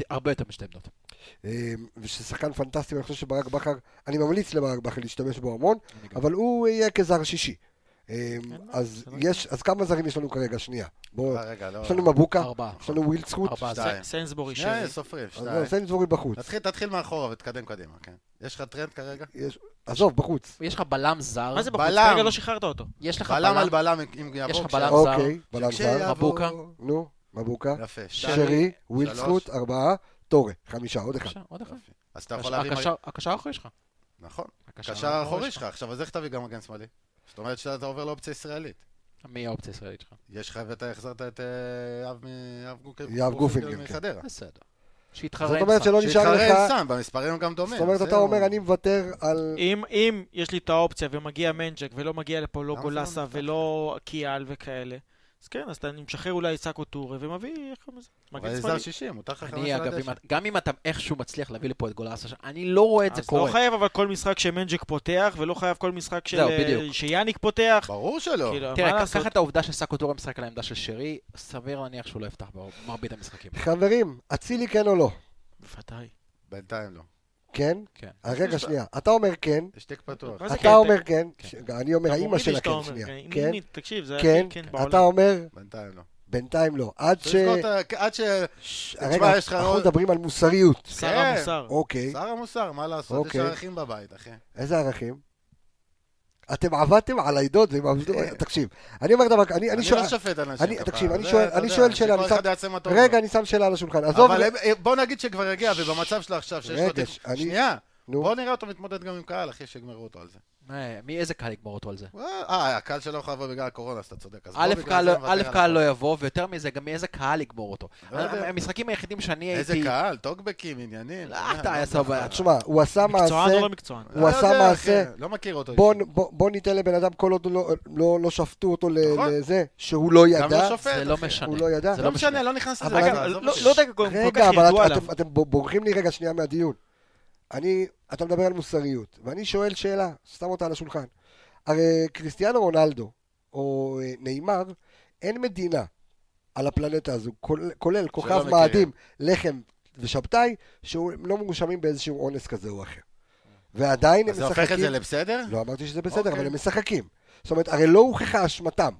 S2: הרבה יותר משתי עמדות.
S1: אה, וששחקן פנטסטי, ואני חושב שברק בכר, אני ממליץ לברק בכר להשתמש בו המון,
S2: אני גם-
S1: אבל הוא יהיה כזר שישי. אה,
S6: אין מה,
S1: אז
S6: בסדר.
S1: יש, אז כמה זרים יש לנו כרגע? שנייה. בואו,
S5: אה, רגע, לא...
S1: יש לנו מבוקה,
S2: ארבעה.
S1: יש לנו ווילדסרוט,
S2: ארבעה.
S5: שתיים.
S6: ס- סיינסבורי
S5: שנייה,
S6: שרי.
S5: סופרים,
S1: אז
S5: שתיים.
S1: לא, סיימס דבורי בחוץ.
S5: תתחיל, תתחיל מאחורה ותתקדם קדימה, כן. יש לך טרנד כרגע?
S1: יש- עזוב, בחוץ.
S2: יש לך בלם זר,
S6: מה זה בחוץ?
S5: בלם.
S6: רגע, לא שחררת אותו.
S2: יש לך
S5: בלם על
S2: בלם,
S5: בלם עם יבוא.
S2: יש לך
S5: כשהיה-
S2: בלם זר.
S1: אוקיי, בלם זר.
S5: כשיעבור-
S2: מבוקה.
S1: נו, מבוקה.
S5: יפה. שתיים.
S1: שרי, ווילדסרוט, ארבעה, טורה, חמישה, עוד אחד.
S2: בבקשה, עוד אחד.
S5: יופי. אז אתה יכול להרים...
S2: הקשר הקשר האחורי שלך.
S5: נכון.
S2: הקשר
S5: קשר האחורי שלך. עכשיו, אז איך תביא גם מגן שמאלי? זאת אומרת שאתה עובר לאופציה ישראלית.
S2: מי האופציה הישראלית שלך?
S5: יש לך ואתה החזרת את אה, אב מ- אב גוקר-
S1: יואב גופינגר, כן.
S5: מחדרה.
S2: בסדר.
S1: זאת
S2: שיתחרה עם
S1: אומרת
S2: סאן.
S1: שלא נשאר
S5: שהתחרה עם
S1: לך...
S5: סאן, במספרים הם גם דומים.
S1: זאת אומרת,
S5: זהו.
S1: אתה אומר, אני מוותר על...
S6: אם, אם יש לי את האופציה ומגיע מנג'ק ולא מגיע לפה לא
S5: למה זה לא
S6: גולסה
S5: נפתח?
S6: ולא קיאל וכאלה, אז כן, אז אתה- אני משחרר אולי סאקו טורי ומביא, איך קוראים לזה?
S5: אבל
S6: מגן
S5: זה זר
S6: שמאלי.
S5: 60, הוא תחת
S2: אני, אגב, אם אתה- גם אם אתה איכשהו מצליח להביא לפה את גולאסה, ש- אני לא רואה את זה
S6: אז לא
S2: קורה.
S6: חייב אבל כל משחק שמנג'ק פותח, ולא חייב כל משחק של- אה,
S2: זהו, בדיוק.
S6: שיאניק פותח.
S5: ברור שלא.
S6: כאילו, מה
S2: תראה,
S6: לעשות?
S2: קח את העובדה שסאקוטורה משחק על העמדה של שרי, סביר להניח שהוא לא יפתח במרבית המשחקים.
S1: חברים, אצילי כן או לא?
S6: בוודאי.
S5: בינתיים לא.
S1: כן?
S2: כן.
S1: אז רגע, שנייה. אתה אומר כן,
S5: יש תיק פתוח.
S2: אוקיי.
S6: מה זה
S1: אתה
S6: כן?
S1: אומר כן,
S2: כן.
S1: ש- אני אומר האימא
S6: מוריד לי
S1: של הכן
S6: שאתה אומר,
S1: שנייה.
S6: כן,
S1: כן?
S6: הנה, תקשיב, זה
S1: כן,
S6: הכי כן בעולם.
S1: אתה אומר,
S5: בינתיים לא.
S1: בינתיים לא. עד ש...
S5: צריך לסגור את ה- עד ש...
S1: ש-
S5: תשמע,
S1: רגע,
S5: יש לך
S1: אנחנו
S5: עוד-
S1: מדברים על מוסריות.
S6: שר
S5: כן.
S6: המוסר.
S1: אוקיי,
S5: שר המוסר, מה לעשות? יש
S1: אוקיי.
S5: ערכים בבית, אחי.
S1: איזה ערכים? אתם עבדתם על העדות, ועם העבודות- תקשיב, אני אומר דבר, כ- אני
S5: אני
S1: אני שואל,
S5: לא שופט אנשים.
S1: אני-
S5: כפרה.
S1: תקשיב, אני
S5: זה,
S1: שואל-
S5: אתה
S1: אני
S5: יודע,
S1: שואל
S5: שכל
S1: שאלה, אני שם-
S5: אחד יעשה מה טוב לו.
S1: רגע, אני שם שאלה על השולחן, עזוב,
S5: אבל הם- בוא נגיד שכבר יגיע, ובמצב שלו עכשיו, שיש לו...
S1: רגע,
S5: ת-
S1: ש- אני-
S5: שנייה,
S1: נו,
S5: בוא נראה אותו מתמודד גם עם קהל, אחי, שיגמרו אותו על זה.
S2: מה, מי איזה קהל יגמור אותו על זה?
S5: אה, הקהל שלו יכול לבוא בגלל הקורונה, אז אתה צודק. אז בוא
S2: א'
S5: בגלל
S2: קהל
S5: זה
S2: לא-
S5: נוותר
S2: א',
S5: על
S2: קהל
S5: זה.
S2: לא יבוא, ויותר מזה, גם מאיזה קהל יגמור אותו.
S5: לא יודע.
S2: המשחקים היחידים שאני
S5: איזה
S2: הייתי...
S5: קהל? טוקבקים, עניינים.
S2: לא,
S5: אתה יודע,
S2: אתה,
S5: לא
S2: עזוב,
S5: יודע.
S1: אה, תשמע, הוא עשה
S6: מקצוען
S1: מעשה,
S6: או לא מקצוען?
S1: הוא
S5: לא
S1: עשה
S5: יודע,
S1: מעשה.
S5: אחי, לא מכיר אותו.
S1: בוא-
S5: אישית.
S1: בוא בוא ניתן לבן אדם כל עוד לא- לא- לא שפטו אותו ל-
S5: נכון.
S1: לזה, שהוא לא
S5: גם לא
S1: ידע,
S5: שופט,
S2: זה לא
S5: אחי.
S2: משנה.
S1: הוא לא ידע.
S2: זה
S5: לא משנה, לא נכנס לזה.
S1: אבל
S5: רגע,
S1: רגע,
S5: עזוב
S6: לא
S5: אותי.
S6: לא יודע כל כל
S1: רגע,
S6: כך
S1: אבל
S6: ידוע
S1: את-
S6: עליו.
S1: אתם- אתם ב- בורחים לי רגע שנייה מהדיון. אני, אתה מדבר על מוסריות, ואני שואל שאלה, שם אותה על השולחן. הרי קריסטיאנו רונלדו, או אה, נאמר, אין מדינה על הפלנטה הזו, כולל- כולל כוכב
S5: מכירים.
S1: מאדים, לחם ושבתאי, שהם לא מורשמים באיזשהו אונס כזה או אחר. ועדיין הם
S5: אז זה הופך את זה
S1: משחקים...
S5: לבסדר?
S1: לא אמרתי שזה בסדר, אבל
S5: אוקיי.
S1: הם משחקים. זאת אומרת, הרי לא הוכחה אשמתם,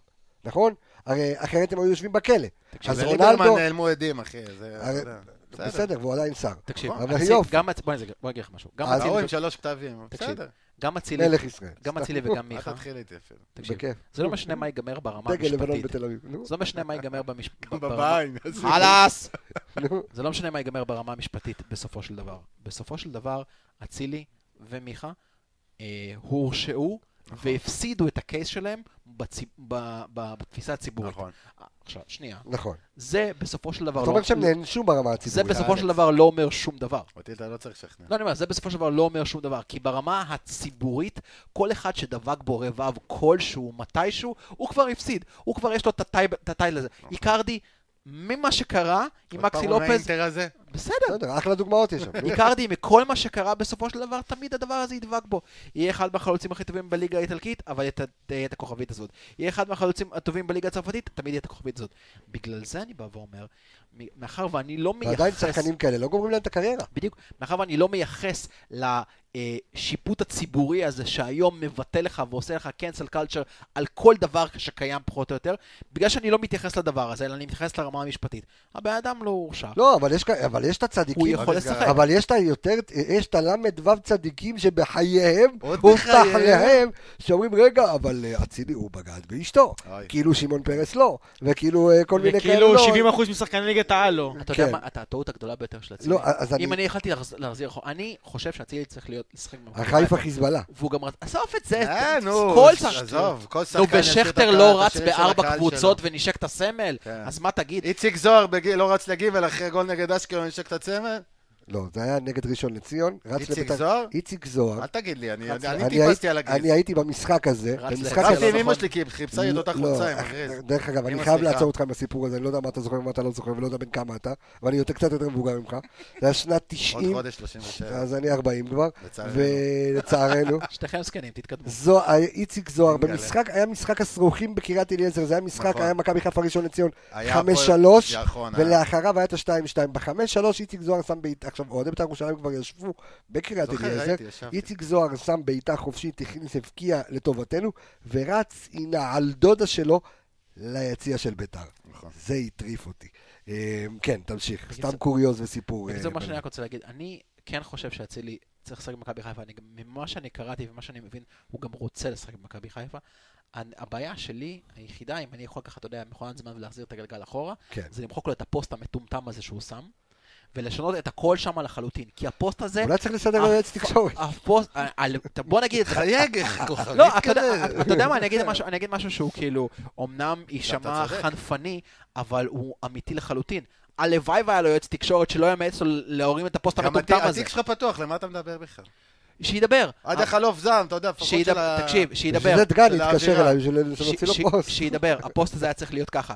S1: נכון? הרי אחרת הם היו יושבים בכלא.
S5: תקשיב,
S1: אז
S5: לליברמן
S1: רונלדו...
S5: נעלמו עדים, אחי. זה... אתה
S1: הרי-
S5: יודע. בסדר.
S1: בסדר, והוא עדיין שר.
S2: תקשיב,
S1: אבל
S2: אציל-
S1: יופי.
S2: גם... אצ- בוא נגיד- בוא אני אגיד לך משהו. גם
S1: אז-
S5: ההוא עם
S2: אצילי-
S5: שלוש כתבים.
S2: תקשיב,
S5: בסדר.
S2: גם אצילי...
S1: מלך ישראל.
S2: גם אצילי וגם
S5: אל
S2: מיכה.
S5: תתחיל איתי אפילו.
S2: תקשיב,
S1: בכיף.
S2: זה לא משנה מה ייגמר ברמה
S1: דגל לבנון
S2: המשפטית.
S1: בתל אביב. נו,
S2: זה לא משנה מה ייגמר במשפט...
S5: בביין.
S2: חלאס!
S1: נו.
S2: זה לא משנה מה ייגמר ברמה המשפטית בסופו של דבר. בסופו של דבר, אצילי ומיכה אה, הורשעו
S1: נכון.
S2: והפסידו את הקייס שלהם בצי- ב- ב- בתפיסה הציבורית.
S5: נכון.
S2: אה, עכשיו, שנייה.
S1: נכון.
S2: זה בסופו של דבר לא...
S1: זאת אומרת שהם נענשו ברמה
S2: זה
S1: הציבורית.
S2: בסופו של דבר לא אומר שום דבר.
S5: אותי אתה לא צריך לשכנע.
S2: לא, אני אומר, זה בסופו של דבר לא אומר שום דבר, כי ברמה הציבורית, כל אחד שדבק בו רבב כלשהו, מתישהו, הוא כבר הפסיד, הוא כבר יש לו את הטייב- את הטייל הזה. איקרדי, ממה שקרה עם
S5: עוד פעם
S2: מקסי
S5: הוא
S2: לופז,
S5: מהאינטר הזה?
S2: בסדר,
S1: בסדר, אחלה דוגמאות יש שם. נו.
S2: איקרדי, מכל מה שקרה בסופו של דבר, תמיד הדבר הזה ידבק בו. יהיה אחד מהחלוצים הכי טובים בליגה האיטלקית, אבל יהיה את ה- יהיה את הכוכבית הזאת. יהיה אחד מהחלוצים הטובים בליגה הצרפתית, תמיד יהיה את הכוכבית הזאת. בגלל זה אני בא ואומר, מ- מאחר ואני לא מייחס...
S1: ועדיין שחקנים כאלה לא גומרים להם את הקריירה.
S2: בדיוק. מאחר ואני לא מייחס לשיפוט הציבורי הזה שהיום מבטא לך ועושה לך cancel culture על כל דבר שקיים פחות או יותר, בגלל שאני לא מתייחס לדבר הזה, אלא אני מתייחס לרמה המשפטית. הבן אדם לא הורשע.
S1: לא, אבל יש כ- אבל יש את הצדיקים.
S2: הוא יכול לשחק.
S1: אבל יש את היותר, יש את הל"ו צדיקים שבחייהם,
S5: עוד
S1: הובטח
S5: בחייהם?
S1: להם, שאומרים, רגע, אבל אה, אצילי הוא בגד באשתו.
S5: אוי.
S1: כאילו שמעון פרס לא, וכאילו אה, כל מיני כאלה לא.
S6: וכאילו 70% כאילו משחקני ליגת העל לא.
S2: אתה יודע
S1: כן.
S2: מה, אתה הטעות הגדולה ביותר של אצילי.
S1: לא, אז
S2: אם
S1: אני...
S2: אני יכלתי לחז- להחזיר אחורה, אני חושב שאצילי צריך להיות, לשחק במקום.
S1: החיפה חיזבאללה.
S2: והוא גם רץ, עזוב את זה,
S5: אה,
S2: ת-
S5: נו,
S2: כל
S5: ש-
S2: שחקן.
S5: עזוב, כל שחקן
S2: נו,
S5: ישיר את
S2: ושכטר
S5: הקהל,
S2: לא רץ
S5: השיר של
S2: בארבע
S5: הקהל
S2: קבוצות
S5: שלו.
S2: ונשק את הסמל,
S5: כן.
S2: אז מה תגיד?
S5: איציק זוהר בגיל- לא רץ לגיבל אחרי גול נגד אשקלון, נשק את הצמד?
S1: לא, זה היה נגד ראשון לציון. רץ
S5: איציק
S1: לבית"ר-
S5: זוהר?
S1: איציק זוהר.
S5: אל תגיד לי, אני
S2: רץ
S5: אני
S1: אני
S5: טיפסתי
S1: הייתי-
S5: על הגיל.
S1: אני הייתי במשחק הזה,
S2: רץ
S1: במשחק
S2: לחצי
S5: רצתי עם
S2: לא
S5: אמא
S2: נכון.
S5: שלי כי חיפשה לי את אותה
S1: לא,
S5: חולצה עם
S1: אך-
S5: הגריז.
S1: דרך אגב, אני
S5: אמא,
S1: חייב
S5: סליחה.
S1: לעצור אותך עם הסיפור הזה, אני לא יודע מה אתה זוכר ומה אתה לא זוכר, ולא יודע בן כמה אתה, ואני יותר קצת יותר מבוגר ממך. זה היה שנת
S5: עוד
S1: 90,
S5: חודש 37.
S1: אז אני 40 כבר,
S5: כן. לצערנו.
S1: ולצערנו.
S2: שתיכם זקנים, תתקדמו.
S1: זו, איציק זוהר,
S5: אני מגלה.
S1: במשחק, היה משחק הסרוכים בקריית אליעזר, זה היה משחק,
S5: נכון.
S1: היה מכבי חיפה ראשון לציון,
S5: היה
S1: 5-3,
S5: הפועל- נכון, היה.
S1: ולאחריו היה את ה-2-2. ב-5-3 איציק זוהר שם בעיטה, עכשיו אוהדי בית"ר ירושלים כבר ישבו בקריית
S5: זוכר,
S1: אליעזר,
S5: ראיתי, ישבתי.
S1: איציק זוהר שם בעיטה חופשית, הכניס, הבקיע לטובתנו, ורץ עם העלדודה שלו ליציע של בית"ר.
S5: נכון.
S1: זה הטריף אותי. אה, כן, תמשיך,
S2: בקיצור-
S1: סתם קוריוז וסיפור. אה,
S2: זה מה
S1: בן-
S2: שאני רק רוצה להגיד, אני כן חושב שאצילי צריך לשחק במכבי חיפה, אני, גם- ממה שאני קראתי וממה שאני מבין, הוא גם רוצה לשחק במכבי חיפה. הנ- הבעיה שלי, היחידה, אם אני יכול ככה, אתה יודע, מכונת זמן ולהחזיר את הגלגל אחורה,
S1: כן.
S2: זה למחוק לו את הפוסט המטומטם הזה שהוא שם, ולשנות את הכל שם לחלוטין. כי הפוסט הזה...
S1: אולי צריך לסדר
S2: הפ-
S1: יועץ תקשורת.
S2: הפוסט... על- בוא נגיד...
S5: חייג, כוכבית
S2: לא, אתה יודע-
S5: כזה.
S2: אתה- אתה יודע מה, אני אגיד משהו- אני אגיד משהו שהוא כאילו, אמנם יישמע
S5: צודק.
S2: חנפני, אבל הוא אמיתי לחלוטין. הלוואי והיה לו יועץ תקשורת שלא יאמץ לו להורים את הפוסט
S5: גם
S2: המטומטם
S5: הת-
S2: הזה.
S5: התיק שלך פתוח, למה אתה מדבר בכלל?
S2: שידבר. אה,
S5: עד החלוף זעם, אתה יודע, לפחות של
S2: שידבר,
S5: ה...
S2: תקשיב, שידבר.
S1: בשביל זה דגן
S5: של
S1: התקשר
S5: האווירה.
S1: אליי, בשביל להוציא לו
S2: ש- ש-
S1: פוסט.
S2: שידבר, הפוסט הזה היה צריך להיות ככה.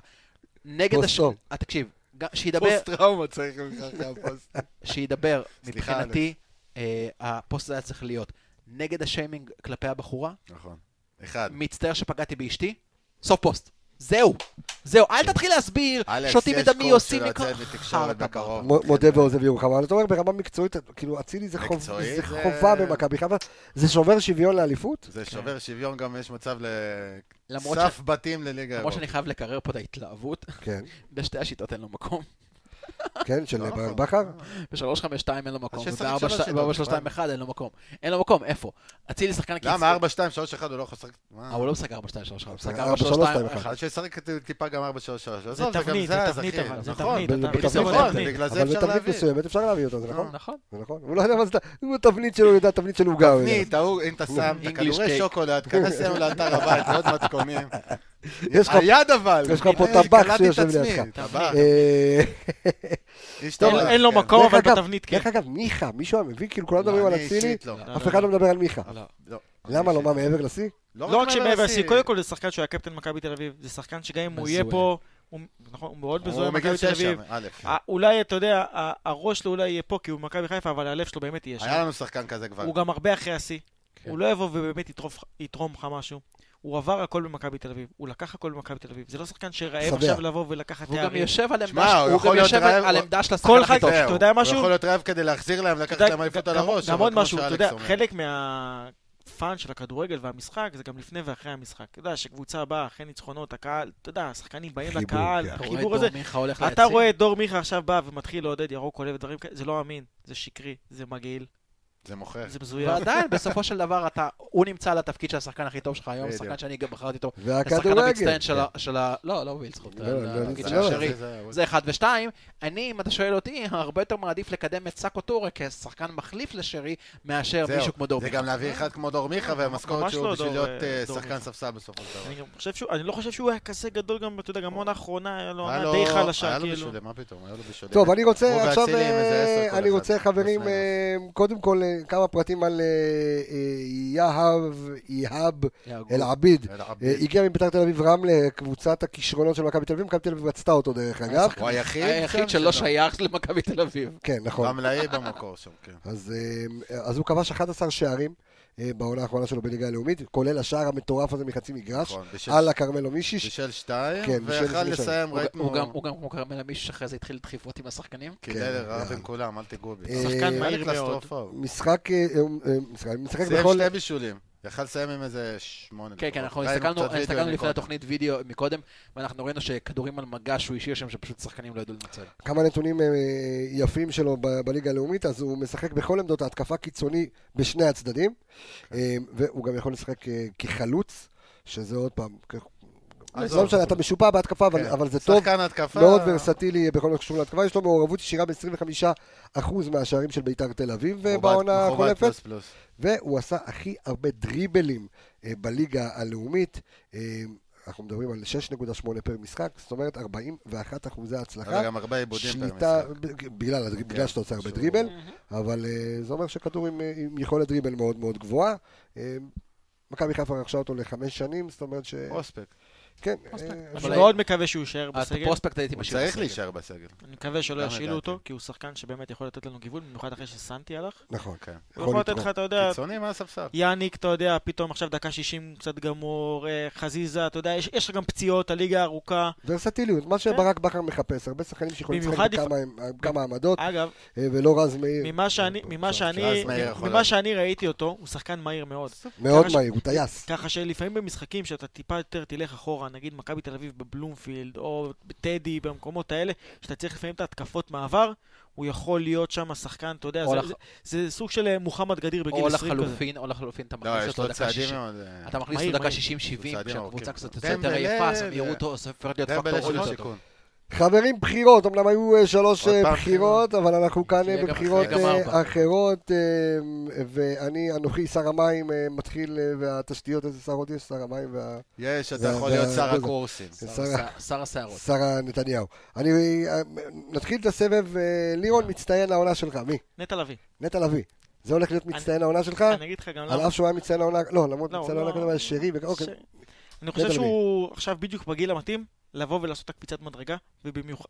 S2: נגד
S1: פוסט
S2: הש...
S1: טוב.
S2: אה, תקשיב, ג- שידבר,
S5: פוסט טראומה צריך ממך מהפוסט.
S2: שידבר,
S5: סליחה,
S2: מבחינתי, אה, הפוסט הזה היה צריך להיות נגד השיימינג כלפי הבחורה,
S5: נכון. אחד.
S2: מצטער שפגעתי באשתי, סוף פוסט. זהו, זהו, אל תתחיל להסביר,
S5: אלכס,
S2: שותים
S5: יש
S2: מדמי,
S5: קורס
S2: עושים
S5: של
S2: מכך,
S5: הצוות תקשורת בקרוב. כן.
S1: מ- מודה ועוזב ירוחם. אבל אתה אומר, ברמה מקצועית, כאילו, אצילי זה חוב- זה
S5: מקצועית זה-
S1: חובה במכבי חיפה. זה שובר שוויון לאליפות?
S5: זה שובר שוויון, גם יש מצב
S2: למרות
S5: לסף בתים
S2: למרות
S5: לליגה האירופית.
S2: שאני חייב לקרר פה את ההתלהבות,
S1: כן,
S2: בשתי השיטות אין לו מקום,
S1: כן, של
S5: לא נכון.
S1: ברן בכר?
S2: ב-352 אין לו מקום,
S5: ששחק
S2: וב-4-2-
S5: שלוש שיטות,
S2: ב-4-3-2-1 אין לו מקום, אין לו מקום, איפה? אצילי שחקן קיצוני.
S5: למה 4, 2, 3, 1 הוא לא יכול לשחק? מה?
S2: אה, הוא לא משחק 4 2 3 הוא משחק 4
S1: 4-3-2-1.
S2: 3 2 1
S5: אה, אחד שישחק טיפה גם 4, 3, 3.
S6: זה תבנית, זה תבנית אבל, זה
S5: נכון.
S6: תבנית. אתה-
S1: ב-
S6: זה
S1: בתבנית.
S6: תבנית.
S5: נכון, בגלל
S1: אבל
S5: זה אפשר
S1: בתבנית
S5: להביא.
S1: מסוימת אפשר להביא אותו, זה נכון?
S2: נכון.
S1: זה נכון. הוא לא יודע מה זה, הוא התבנית שלו, הוא יודע התבנית של עוגה. הוא יודע.
S5: תבנית, ההוא, אם אתה שם את
S2: English
S5: הכדורי
S2: cake.
S5: שוקולד, כנס אלינו לאתר הבית, זה עוד מתכונים.
S1: יש לך-
S5: היד אבל.
S1: יש לך פה
S5: הנה,
S1: טבח
S5: קלטתי את
S1: שיושב
S5: עצמי,
S1: לידך.
S5: טבח,
S1: אה,
S5: איש
S6: אין-
S5: טוב.
S6: אין לו
S5: כן.
S6: מקום, אבל
S1: דרך אגב-
S6: בתבנית כן.
S1: דרך אגב, מיכה, מישהו היה מבין? כאילו, כולם מדברים
S5: לא,
S1: על
S5: אני
S1: אצילי,
S5: אישית לא.
S1: אף אחד לא מדבר על מיכה.
S6: לא.
S5: לא.
S1: למה לא? מה, מעבר לשיא?
S6: לא רק
S5: מעבר
S6: שמעבר
S5: לשיא,
S6: לשיא, קודם כל זה שחקן שהוא היה קפטן מכבי תל אביב, זה שחקן שגם אם הוא יהיה
S2: מזוהה.
S6: פה, הוא- נכון, הוא מאוד מזוהה
S5: הוא
S6: עם
S5: מגיל
S6: מכבי תל
S5: שש
S6: אביב.
S5: שם, כן. א'.
S6: אה, אולי, אתה יודע, ה- הראש שלו אולי יהיה פה כי הוא מכבי חיפה, אבל הלב שלו באמת יהיה
S5: היה
S6: שם.
S5: לנו שחקן כזה כבר.
S6: הוא גם הרבה אחרי השיא.
S5: כן.
S6: הוא לא יבוא ובאמת יטרוף- יתרום לך משהו. הוא עבר הכל במכבי תל אביב, הוא לקח הכל במכבי תל אביב. זה לא שחקן שרעב
S1: שבע.
S6: עכשיו לבוא ולקחת
S2: והוא גם
S6: תארים.
S2: יושב על
S5: שמע,
S2: עמדה,
S5: הוא
S2: הוא
S5: יכול
S2: גם
S5: להיות
S2: יושב
S5: רעב,
S2: על
S5: הוא-
S2: עמדה של
S6: כל
S2: השחקן הכי
S6: אחד-
S2: טוב.
S5: זהו,
S6: אתה יודע משהו?
S5: הוא יכול להיות רעב כדי להחזיר להם, לקחת
S6: אתה
S5: להם
S6: יודע,
S5: עליפות
S6: גם-
S5: על הראש.
S6: גם
S5: אבל
S6: עוד
S5: כמו
S6: משהו, אתה
S5: שאלכס
S6: יודע,
S5: אומר.
S6: חלק מהפאן של הכדורגל והמשחק זה גם לפני ואחרי המשחק. אתה יודע, שקבוצה באה אחרי ניצחונות, הקהל, אתה יודע, השחקנים באים
S1: חיבור,
S6: לקהל,
S1: כן.
S2: אתה רואה את
S6: החיבור הזה.
S2: דור מיכה הולך
S6: אתה
S2: ליציע.
S6: רואה את דור מיכה עכשיו בא ומתחיל לעודד ירוק עולה ודברים כאלה, זה לא אמין, זה שקרי, זה מגעיל,
S5: זה מוכר.
S6: זה מזויף.
S2: ועדיין, בסופו של דבר, אתה- הוא נמצא על התפקיד של השחקן הכי טוב שלך היום,
S5: בדיוק.
S2: שחקן שאני גם בחרתי אותו. השחקן
S1: והכדורגל.
S2: המצטיין של
S5: כן.
S2: ה- של ה... לא, לא ווילסקוט.
S1: לא, לא,
S5: זה-
S1: לא,
S5: זה- זה-
S2: זה אחד ושתיים. אני, אם אתה שואל אותי, הרבה יותר מעדיף לקדם את סאקו טורה כשחקן מחליף לשרי, מאשר
S5: זהו.
S2: מישהו כמו דור
S5: זה
S2: מיכה.
S5: גם להביא אחד כמו דור מיכה והמשכורת
S6: ממש
S5: שהוא
S6: לא
S5: בשביל
S6: דור,
S5: להיות
S6: אה,
S5: אה,
S6: דור
S5: שחקן
S6: מיכה.
S5: ספסל בסופו של דבר.
S6: אני גם חושב שהוא, אני לא חושב שהוא היה כזה גדול גם, אתה יודע, גם עונה האחרונה, היה לו
S5: היה
S6: עונה
S5: לו-
S6: די חלשה,
S5: היה לו
S6: כאילו.
S5: בשולם, מה פתאום? היה לו בשולם.
S1: טוב, אני
S5: הוא
S1: רוצה
S5: ואצילי
S1: עכשיו,
S5: עם איזה
S1: אה,
S5: עשר כל
S1: אני
S5: אחד.
S1: רוצה חברים,
S5: פלוס
S1: אה, קודם כל אה, כמה פרטים על אה, אה, יהב, יהב
S2: יהגו.
S1: אל-עביד.
S5: אל עביד.
S1: אה, הגיע מביתר תל אביב רמלה, קבוצת הכישרונות של מכבי תל אביב, מכבי תל אביב רצתה אותו דרך אגב.
S5: הוא היחיד
S2: היחיד
S5: שם
S2: שלא
S5: שלא.
S2: שייך למכבי תל אביב.
S1: כן, נכון.
S5: רמלאי במקור שם, כן.
S1: אז, אה, אז הוא כבש 11 שערים אה, בעונה האחרונה שלו בליגה הלאומית, כולל השער המטורף הזה מחצי מגרש,
S5: נכון, בשל-
S1: על הכרמלו מישיש.
S5: בשל שתיים,
S1: כן, בשל
S5: ויכל
S1: שתיים.
S5: לסיים,
S2: הוא גם-
S5: ראיתנו,
S2: הוא גם- הוא גם כמו כרמל המישהו שאחרי זה התחיל דחיפות עם השחקנים.
S5: קילל
S1: כן,
S5: רב
S1: יאללה.
S5: עם כולם, אל תיגעו בי.
S1: אה,
S6: שחקן
S5: היה לי
S6: מהיר מאוד.
S5: קלסטרופה, הוא.
S1: משחק, אה, אה, משחק, משחק
S5: סיים
S1: בכל...
S5: שני בישולים. יכל לסיים עם איזה
S2: כן,
S5: שמונה. לפחות.
S2: כן, אנחנו
S5: ראינו
S2: הסתכלנו
S5: קצת וידאו
S2: הסתכלנו לפני
S5: מקודם.
S2: התוכנית וידאו מקודם, ואנחנו ראינו שכדורים על מגש הוא השאיר שם, שפשוט שחקנים לא ידעו לנצל.
S1: כמה נתונים אה, יפים שלו ב- בליגה הלאומית, אז הוא משחק בכל עמדות ההתקפה קיצוני בשני הצדדים,
S5: כן.
S1: אה, והוא גם יכול לשחק אה, כחלוץ, שזה עוד פעם, כ-
S5: עזוב.
S1: לא משנה, אתה משופע בהתקפה, אבל-
S5: כן.
S1: אבל זה טוב.
S5: שחקן התקפה.
S1: מאוד ורסטילי אה, בכל הקשור להתקפה, יש לו מעורבות ישירה ב-25% מהשערים של בית"ר תל אביב אה,
S5: מכובד-
S1: בעונה
S5: מכובד
S1: החולפת.
S5: פלוס פלוס.
S1: והוא עשה הכי הרבה דריבלים אה, בליגה הלאומית. אה, אנחנו מדברים על 6.8 פר משחק, זאת אומרת 41 אחוזי הצלחה.
S5: אבל גם הרבה עיבודים פר
S1: שליטה,
S5: משחק.
S1: ב- בגלל,
S5: כן,
S1: בגלל שאתה עושה הרבה
S5: שהוא-
S1: דריבל, אבל אה, זה אומר שכדור עם, אה, עם יכולת דריבל מאוד מאוד גבוהה. אה, מכבי חיפה רכשה אותו לחמש שנים, זאת אומרת ש...
S6: אוקיי.
S5: אוספק.
S1: כן,
S2: פרוספקט.
S1: אה,
S2: אבל
S1: שהוא-
S6: אני מאוד מקווה שהוא יישאר
S2: אז את
S6: בסגל.
S2: הפרוספקט הייתי
S5: הוא
S2: משאיר.
S5: צריך
S2: בסגל.
S5: להישאר בסגל.
S6: אני מקווה שלא
S5: גם
S6: ישאילו
S5: לדעתי.
S6: אותו, כי הוא שחקן שבאמת יכול לתת לנו גיוון, במיוחד אחרי שסנטי הלך.
S1: נכון,
S5: כן.
S6: הוא יכול לתת
S1: לתרום.
S6: לך, אתה יודע,
S5: קיצוני מהספסל.
S6: יאניק, אתה יודע, פתאום עכשיו דקה 60 קצת גמור, אה, חזיזה, אתה יודע, יש- יש לך גם פציעות, הליגה ארוכה.
S1: ורסטיליות, מה שברק בכר מחפש, הרבה שחקנים שיכולים לשחק
S6: כן. במיוחד יפ-
S1: בכמה כמה עמדות,
S6: אגב,
S1: אה, ולא רז מאיר,
S6: ממה שאני, ממה שאני,
S5: אוקיי. אז מהיר יכול
S6: ממה
S5: להיות.
S6: שאני ראיתי אותו, הוא שחקן מהיר מאוד.
S1: מאוד
S6: ככה ש-
S1: מהיר, הוא טייס.
S6: ככה שלפעמים במשחקים שאתה טיפה יותר תלך אחורה, נגיד מכבי תל אביב בבלומפילד, או בטדי, במקומות האלה, שאתה צריך לפעמים את ההתקפות מעבר, הוא יכול להיות שם שחקן, אתה יודע,
S2: או
S6: זה,
S2: לח-
S6: זה, זה סוג של אה, מוחמד גדיר בגיל
S2: או
S6: 20 כזה.
S2: לחלופין, או לחלופין, אתה
S5: לא,
S2: מכניס
S5: יש
S2: אותו
S5: לו
S2: דקה
S5: צעדים
S2: 60.
S5: מאוד... אה,
S2: אתה מכניס
S6: מהיר,
S2: אותו דקה
S6: מהיר.
S2: 60-70,
S5: צעדים ארוכים.
S2: כשהקבוצה קצת יוצאת יותר
S5: דמבלה,
S2: עייפה, אז
S5: אוקיי. זה- לא
S2: המהירות הופכת להיות
S5: דמבלה
S2: פקטור
S5: של
S2: עוד יותר טוב.
S5: שיכון.
S1: חברים, בחירות, אמנם היו אה, שלוש
S5: עוד
S1: אה,
S5: פעם
S1: בחירות, אבל אנחנו כאן
S2: יהיה
S1: אה,
S2: גם-
S1: בבחירות
S2: יהיה גם
S1: אה,
S2: ארבע.
S1: אחרות, אה, ואני, אנוכי שר המים אה, מתחיל, אה, והתשתיות, איזה שר עוד יש? שר המים וה...
S5: יש, אתה
S1: זה-
S5: יכול
S1: זה-
S5: להיות שר
S1: זה-
S5: הקורסים.
S1: שר ה-
S2: שר השערות.
S1: שרה נתניהו. אני, אה, נתחיל את הסבב, אה, לירון מצטיין העונה שלך, מי?
S6: נטע לביא.
S1: נטע לביא. זה הולך להיות מצטיין העונה שלך?
S6: אני אגיד לך גם
S1: אה, על
S6: למה.
S1: אף שהוא היה מצטיין העונה, לא, למרות מצטיין
S6: לא, הוא
S1: העונה
S6: לא-
S1: קודם היה שרי, וכ- אוקיי.
S6: ש- אני חושב
S1: נטע
S6: שהוא עכשיו בדיוק בגיל המתאים לבוא ולעשות את הקפיצת מדרגה, ובמיוחד,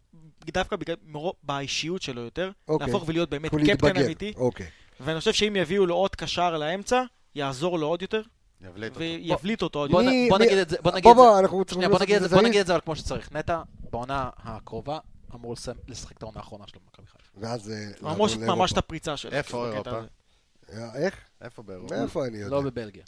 S6: דווקא בגלל- מרוב- באישיות שלו יותר,
S1: אוקיי.
S6: להפוך ולהיות באמת
S1: הוא
S6: קפטן
S1: להתבגר.
S6: אמיתי,
S1: אוקיי.
S6: ואני חושב שאם יביאו לו עוד קשר לאמצע, יעזור לו עוד יותר,
S5: יבליט אותו.
S6: ויבליט אותו עוד
S2: בוא
S6: יותר.
S2: נ-
S1: מי-
S2: בוא
S1: מי-
S2: נגיד את זה, בוא נגיד
S1: בוא,
S2: את זה.
S1: בוא, אנחנו צריכים
S2: שנייה, בוא
S1: לעשות
S2: נגיד את זה, בוא
S1: זריז,
S2: נגיד את זה אבל כמו שצריך. נטע, בעונה הקרובה, אמור לסיים- לשחק את העונה האחרונה שלו במכבי חיפה.
S1: ואז... אה,
S6: הוא
S1: לעבור
S6: אמור לעשות
S1: לאירופה.
S6: ממש את הפריצה שלו.
S5: איפה
S6: כאילו, בקטע
S5: אירופה?
S6: הזה.
S1: אה, איך?
S5: איפה באירופה?
S1: מאיפה אני יודע?
S2: לא בבלגיה.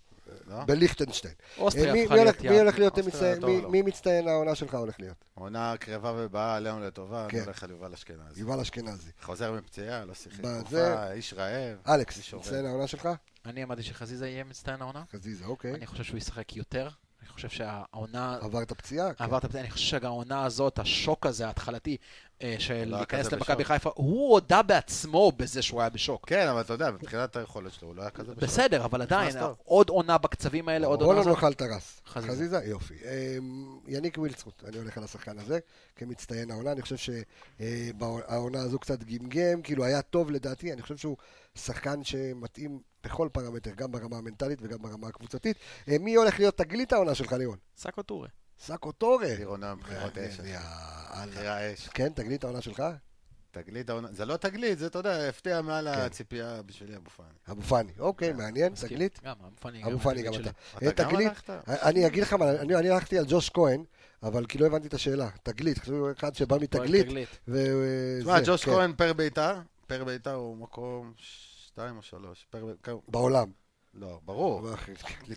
S5: לא?
S1: בליכטנשטיין. אה,
S2: אוסטריה
S1: מי-
S2: הפכה
S1: מי
S2: להיות
S1: הולך-
S2: יעד.
S1: מי הולך להיות
S5: אוסטריה
S1: מצטיין?
S5: אדום
S1: מי-
S5: לא.
S1: מי מצטיין העונה שלך הולך להיות?
S5: עונה קרבה ובאה עלינו לטובה, אני
S1: כן.
S5: הולך על יובל אשכנזי.
S1: יובל אשכנזי.
S5: חוזר מפציעה, לא שיחק.
S1: בזה- אה-
S5: תקופה, איש רעב. איש
S1: אלכס,
S5: עובד.
S1: מצטיין העונה שלך?
S2: אני אמרתי שחזיזה יהיה מצטיין העונה.
S1: חזיזה, אוקיי.
S2: אני חושב שהוא ישחק יותר. אני חושב שהעונה...
S1: עברת פציעה? כן.
S2: עברת את זה, אני חושב שהעונה הזאת, השוק הזה, ההתחלתי, אה, של
S5: לא,
S2: להיכנס
S5: כזה
S2: למכבי
S5: בשוק.
S2: חיפה, הוא הודה בעצמו בזה שהוא היה בשוק.
S5: כן, אבל אתה יודע, מבחינת היכולת שלו, הוא לא היה כזה בשוק.
S2: בסדר, אבל עדיין,
S5: טוב.
S2: עוד עונה בקצבים האלה, עוד
S1: בוא
S2: עונה...
S1: לא
S2: זאת.
S1: נאכל את הרס.
S2: חזיזה.
S1: חזיזה, יופי. אמ, יניק וילצרוט, אני הולך על השחקן הזה, כמצטיין העונה. אני חושב שהעונה הזו קצת גמגם, כאילו היה טוב לדעתי, אני חושב שהוא שחקן שמתאים בכל פרמטר, גם ברמה המנטלית וגם ברמה הקבוצתית. אה, מי הולך להיות תגלית העונה שלך, לירון?
S6: סאקו טורה.
S1: סאקו טורה.
S5: לירון היום בחירות אש.
S1: יא, אללה.
S5: בחירה אש.
S1: כן, תגלית העונה שלך?
S5: תגלית העונה. זה לא תגלית, זה, אתה יודע, הפתיע מעל
S1: כן.
S5: הציפייה בשבילי אבו פאני.
S1: אבו פאני. אוקיי,
S5: כן,
S1: מעניין,
S2: מסכים.
S1: תגלית.
S2: גם, אבו פאני
S1: אבו פאני
S2: התגלית
S1: גם
S2: שלי.
S1: אתה. אה,
S5: אתה גם
S1: תגלית?
S5: הלכת?
S1: אני אגיד לך מה, אני אני הלכתי על ג'וש כהן, אבל כי לא הבנתי את השאלה. תגלית, חשוב אחד שבא מתגלית. ו-
S5: תשמע,
S1: זה,
S5: ג'וש
S1: כן,
S5: כהן פר ביתר, פר ביתר הוא מקום שתיים או שלוש. פר ביתר,
S1: בעולם. כן,
S5: לא, ברור.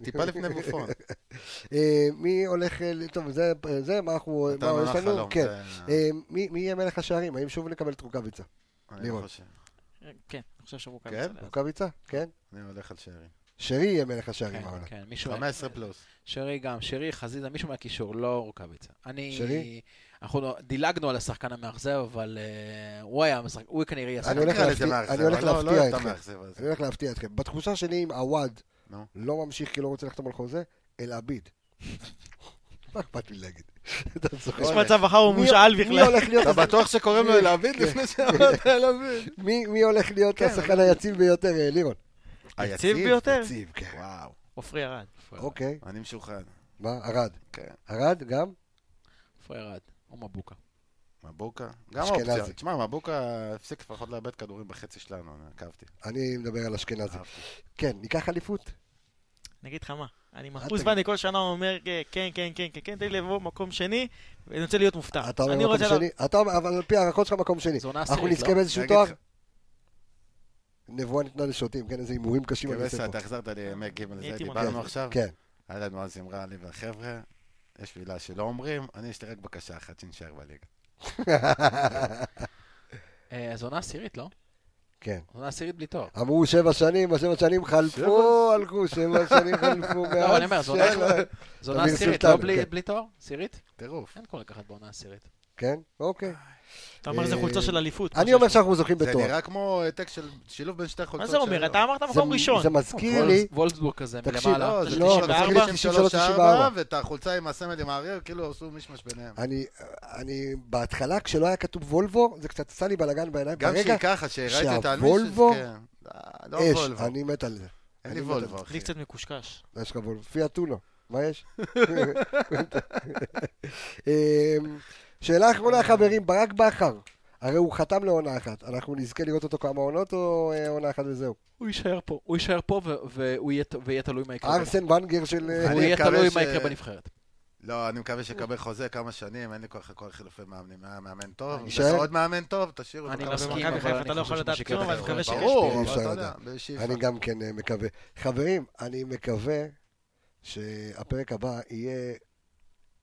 S5: טיפה לפני בופון.
S1: אה, מי הולך... אה, ל- טוב, זה, זה, מה אנחנו...
S5: אתה
S1: מה
S5: מלך
S1: יש לנו?
S5: חלום.
S1: כן.
S5: זה-
S1: אה, מי מי יהיה מלך השערים? האם שוב נקבל את רוקאביצה?
S5: אני
S1: לירון.
S5: חושב.
S6: אה, כן, אני חושב שהוא
S5: כן?
S6: כאן.
S1: רוקאביצה? כן.
S5: אני הולך על שרי.
S1: שרי יהיה מלך השערים
S2: כן,
S1: העונה.
S2: כן, מישהו...
S5: 15 פלוס.
S2: שרי גם, שרי, חזיזה, מישהו מהקישור, לא רוקאביצה. אני...
S1: שרי?
S2: אנחנו לא- דילגנו על השחקן המאכזב, אבל אה, הוא היה המשחק, הוא כנראה יהיה
S1: אני
S2: השחקן.
S1: הולך
S5: תקרא לזה
S1: להפתיע-
S5: מאכזב,
S1: אני הולך
S5: אבל לא-
S1: להפתיע
S5: לא את
S1: אתכם.
S5: המאכזב הזה.
S1: אני הולך להפתיע אתכם. בתחושה שלי עם עווד,
S5: נו.
S1: לא ממשיך כי לא רוצה לחתום על חוזה, אלא עביד. מה אכפת לי להגיד? אתה צוחק.
S6: יש מצב אחר הוא מושאל
S1: מי- מי
S6: בכלל.
S1: הולך להיות
S5: אתה
S1: השחקן-
S5: בטוח שקוראים לו אלעביד
S1: כן.
S5: לפני שאמרת אלעביד?
S1: מי מי הולך להיות
S5: כן,
S1: השחקן היציב ביותר, אה, לירון?
S6: היציב ביותר?
S5: יציב, כן. וואו.
S6: עופרי ארד.
S1: אוקיי.
S5: אני משוחד.
S1: מה? ארד.
S5: כן.
S1: ארד גם? אוקיי.
S2: פריירד, או מבוקה.
S5: מבוקה? גם
S1: אשכנזי.
S5: אופציה. תשמע, מבוקה הפסיק לפחות לאבד כדורים בחצי שלנו, אני עקבתי.
S1: אני מדבר על אשכנזי.
S5: אהבתי.
S1: כן, ניקח אליפות.
S6: אני אגיד לך מה, אני מחפוש
S1: תגיד.
S6: ואני כל שנה אומר אה, כן, כן, כן, כן, כן, תן לי לבוא במקום שני, ואני רוצה להיות מופתע.
S1: אתה אומר
S6: לא, אני
S1: מקום
S6: רוצה לה-
S1: שני, אתה אומר, אבל על פי הערכות שלך מקום שני.
S2: זו עונה
S1: אנחנו
S2: עשירית,
S1: נזכה
S2: לא?
S1: באיזשהו
S5: אני אגיד
S1: תואר?
S5: לך,
S1: נבואה ניתנה לשוטים, כן, איזה הימורים קשים אני
S5: קבסה,
S1: עושה פה.
S5: אתה החזרת לי ימי גימל, זה
S6: הייתי
S5: דיברנו
S1: מודה.
S5: עכשיו.
S1: כן,
S5: היה לנו אז אמרה לי והחבר'ה, יש מילה שלא אומרים, אני יש לי רק בקשה אחת, שנשאר בליגה.
S2: אה, זו עונה עשירית, לא?
S1: כן.
S2: זו עונה עשירית בלי תואר.
S1: אמרו שבע שנים, השבע שנים חלפו, הלכו, שבע שנים חלפו
S2: לא, אבל אני אומר,
S1: מאז.
S2: זו עונה- זו עונה
S1: תמיר
S2: עשירית,
S1: סולטן,
S2: לא בלי-
S1: כן.
S2: בלי תואר? עשירית?
S5: טירוף.
S2: אין כל לקחת בעונה עשירית.
S1: כן, אוקיי.
S6: אתה אומר זה
S1: אה,
S6: חולצה של אליפות.
S1: אני
S6: מה
S1: אומר
S6: שיש
S1: שאנחנו זוכים
S5: זה
S1: בתואר.
S5: נראה כמו העתק של שילוב בין שתי
S6: לך.
S5: חולצות
S6: מה זה אומר?
S5: שלו.
S6: אתה אמרת
S1: לא. זה-
S6: מקום ראשון.
S1: זה
S5: נכון.
S1: מזכיר לי,
S2: וולפס- וולפסבורג כזה,
S1: תקשיב,
S2: מלמעלה.
S5: לא, זה
S1: לא,
S5: תשעים
S1: אבל
S5: וארבע,
S1: זה
S5: תשעים
S1: 93,
S5: ושלוש, ארבע,
S1: 94.
S5: ואת החולצה עם הסמל עם האריה, כאילו עשו מישמש ביניהם.
S1: אני, אני בהתחלה, כשלא היה כתוב וולבו, זה קצת עשה לי בלאגן בעיניים.
S5: גם
S1: ברגע,
S5: שהיא ככה, שראיתי אותה על מישהו,
S1: שהוולבו-
S5: כן. לא, לא
S1: אש,
S5: וולבו.
S1: אני מת על זה.
S5: אין לי
S1: אני לא
S5: וולבו,
S1: מת
S5: אחי.
S6: לי קצת מקושקש.
S1: יש לך וולבו. פיאט אונו, מה יש? אמ, שאלה אחרונה, חברים, ברק בכר. הרי הוא חתם לעונה אחת. אנחנו נזכה לראות אותו כמה עונות או אה, עונה אחת וזהו?
S2: הוא יישאר פה, הוא יישאר פה ו- והוא יהיה- ויהיה תלוי מה יקרה.
S1: ארסן ונגר של... אה,
S2: הוא
S5: אה, אני
S2: יהיה
S5: מקווה
S2: תלוי
S5: ש-
S2: מה יקרה בנבחרת.
S5: לא, אני מקווה שיקבל חוזה כמה שנים, אין לי כוח לכל חילופי מאמנים. היה מאמן טוב,
S1: אני
S5: יש
S1: שואל-
S5: עוד מאמן טוב, תשאירו אותו.
S2: אני
S5: כמה
S2: מסכים,
S5: זמן.
S6: במכבי
S2: אבל
S6: חיפה
S2: אני
S6: אתה לא
S2: חושב
S6: יכול
S2: שמה
S6: לדעת
S2: שיקרה
S6: כלום, אבל אני
S2: בקרוב
S6: מקווה שיש
S5: ברור,
S1: אי
S5: אבל
S1: אפשר
S5: אתה יודע,
S1: לדעת.
S5: בשאיפה.
S1: אני גם כן אה, מקווה. חברים, אני מקווה שהפרק הבא יהיה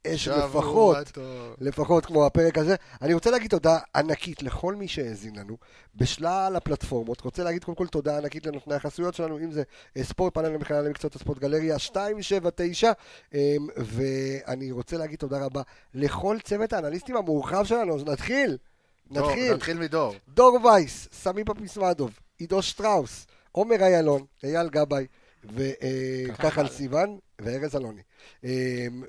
S1: אש
S5: שבנו
S1: לפחות,
S5: לטוב.
S1: לפחות כמו הפרק הזה. אני רוצה להגיד תודה ענקית לכל מי שהאזין לנו בשלל הפלטפורמות. רוצה להגיד קודם כל תודה ענקית לנותני החסויות שלנו, אם זה אה, ספורט פאנל למכללה למקצועות הספורט גלריה 279, אה, ואני רוצה להגיד תודה רבה לכל צוות האנליסטים המורחב שלנו, אז נתחיל.
S5: דור,
S1: נתחיל.
S5: נתחיל מדור.
S1: דור וייס, סמי פפיסמדוב, עידו שטראוס, עומר איילון, אייל גבאי וכחל סיוון וארז אלוני. אה,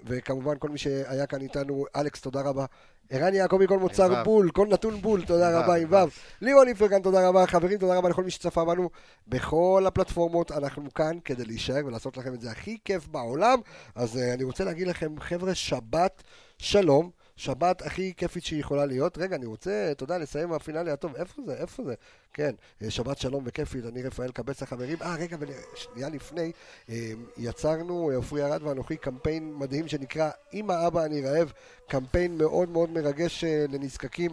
S1: וכמובן כל מי שהיה כאן איתנו, אלכס, תודה רבה. ערן יעקבי, כל
S5: עם
S1: מוצר
S5: וו.
S1: בול, כל נתון בול,
S5: עם
S1: תודה
S5: וו,
S1: רבה,
S5: עם
S1: עם
S5: וו.
S1: וו. לירון איפרגן, תודה רבה. חברים, תודה רבה לכל מי שצפה בנו בכל הפלטפורמות. אנחנו כאן כדי להישאר ולעשות לכם את זה הכי כיף בעולם. אז אה, אני רוצה להגיד לכם, חבר'ה, שבת שלום. שבת הכי כיפית שיכולה להיות. רגע, אני רוצה, אתה יודע, לסיים בפינאלי הטוב. איפה זה? איפה זה? כן, אה, שבת שלום וכיפית, אני רפאל קבץ החברים. אה, רגע, ושנייה לפני, אה, יצרנו, אה, עופרי ארד ואנוכי, קמפיין מדהים שנקרא "עם האבא אני רעב", קמפיין מאוד מאוד מרגש אה, לנזקקים.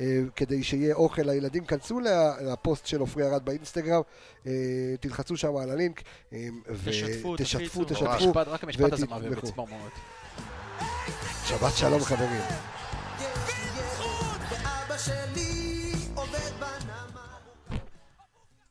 S1: אה, כדי שיהיה אוכל לילדים. כנסו ל- לפוסט של עופרי ארד באינסטגרם, אה, תלחצו שם על הלינק. אה, ו-
S6: תשתפו,
S1: תשתפו,
S6: תפיצו.
S1: תשתפו.
S2: המשפט, רק המשפט הזה מעביר
S1: ותתמכו.
S2: בצמרמורת.
S1: שבת שלום חברים.
S3: בזכות
S4: ואבא שלי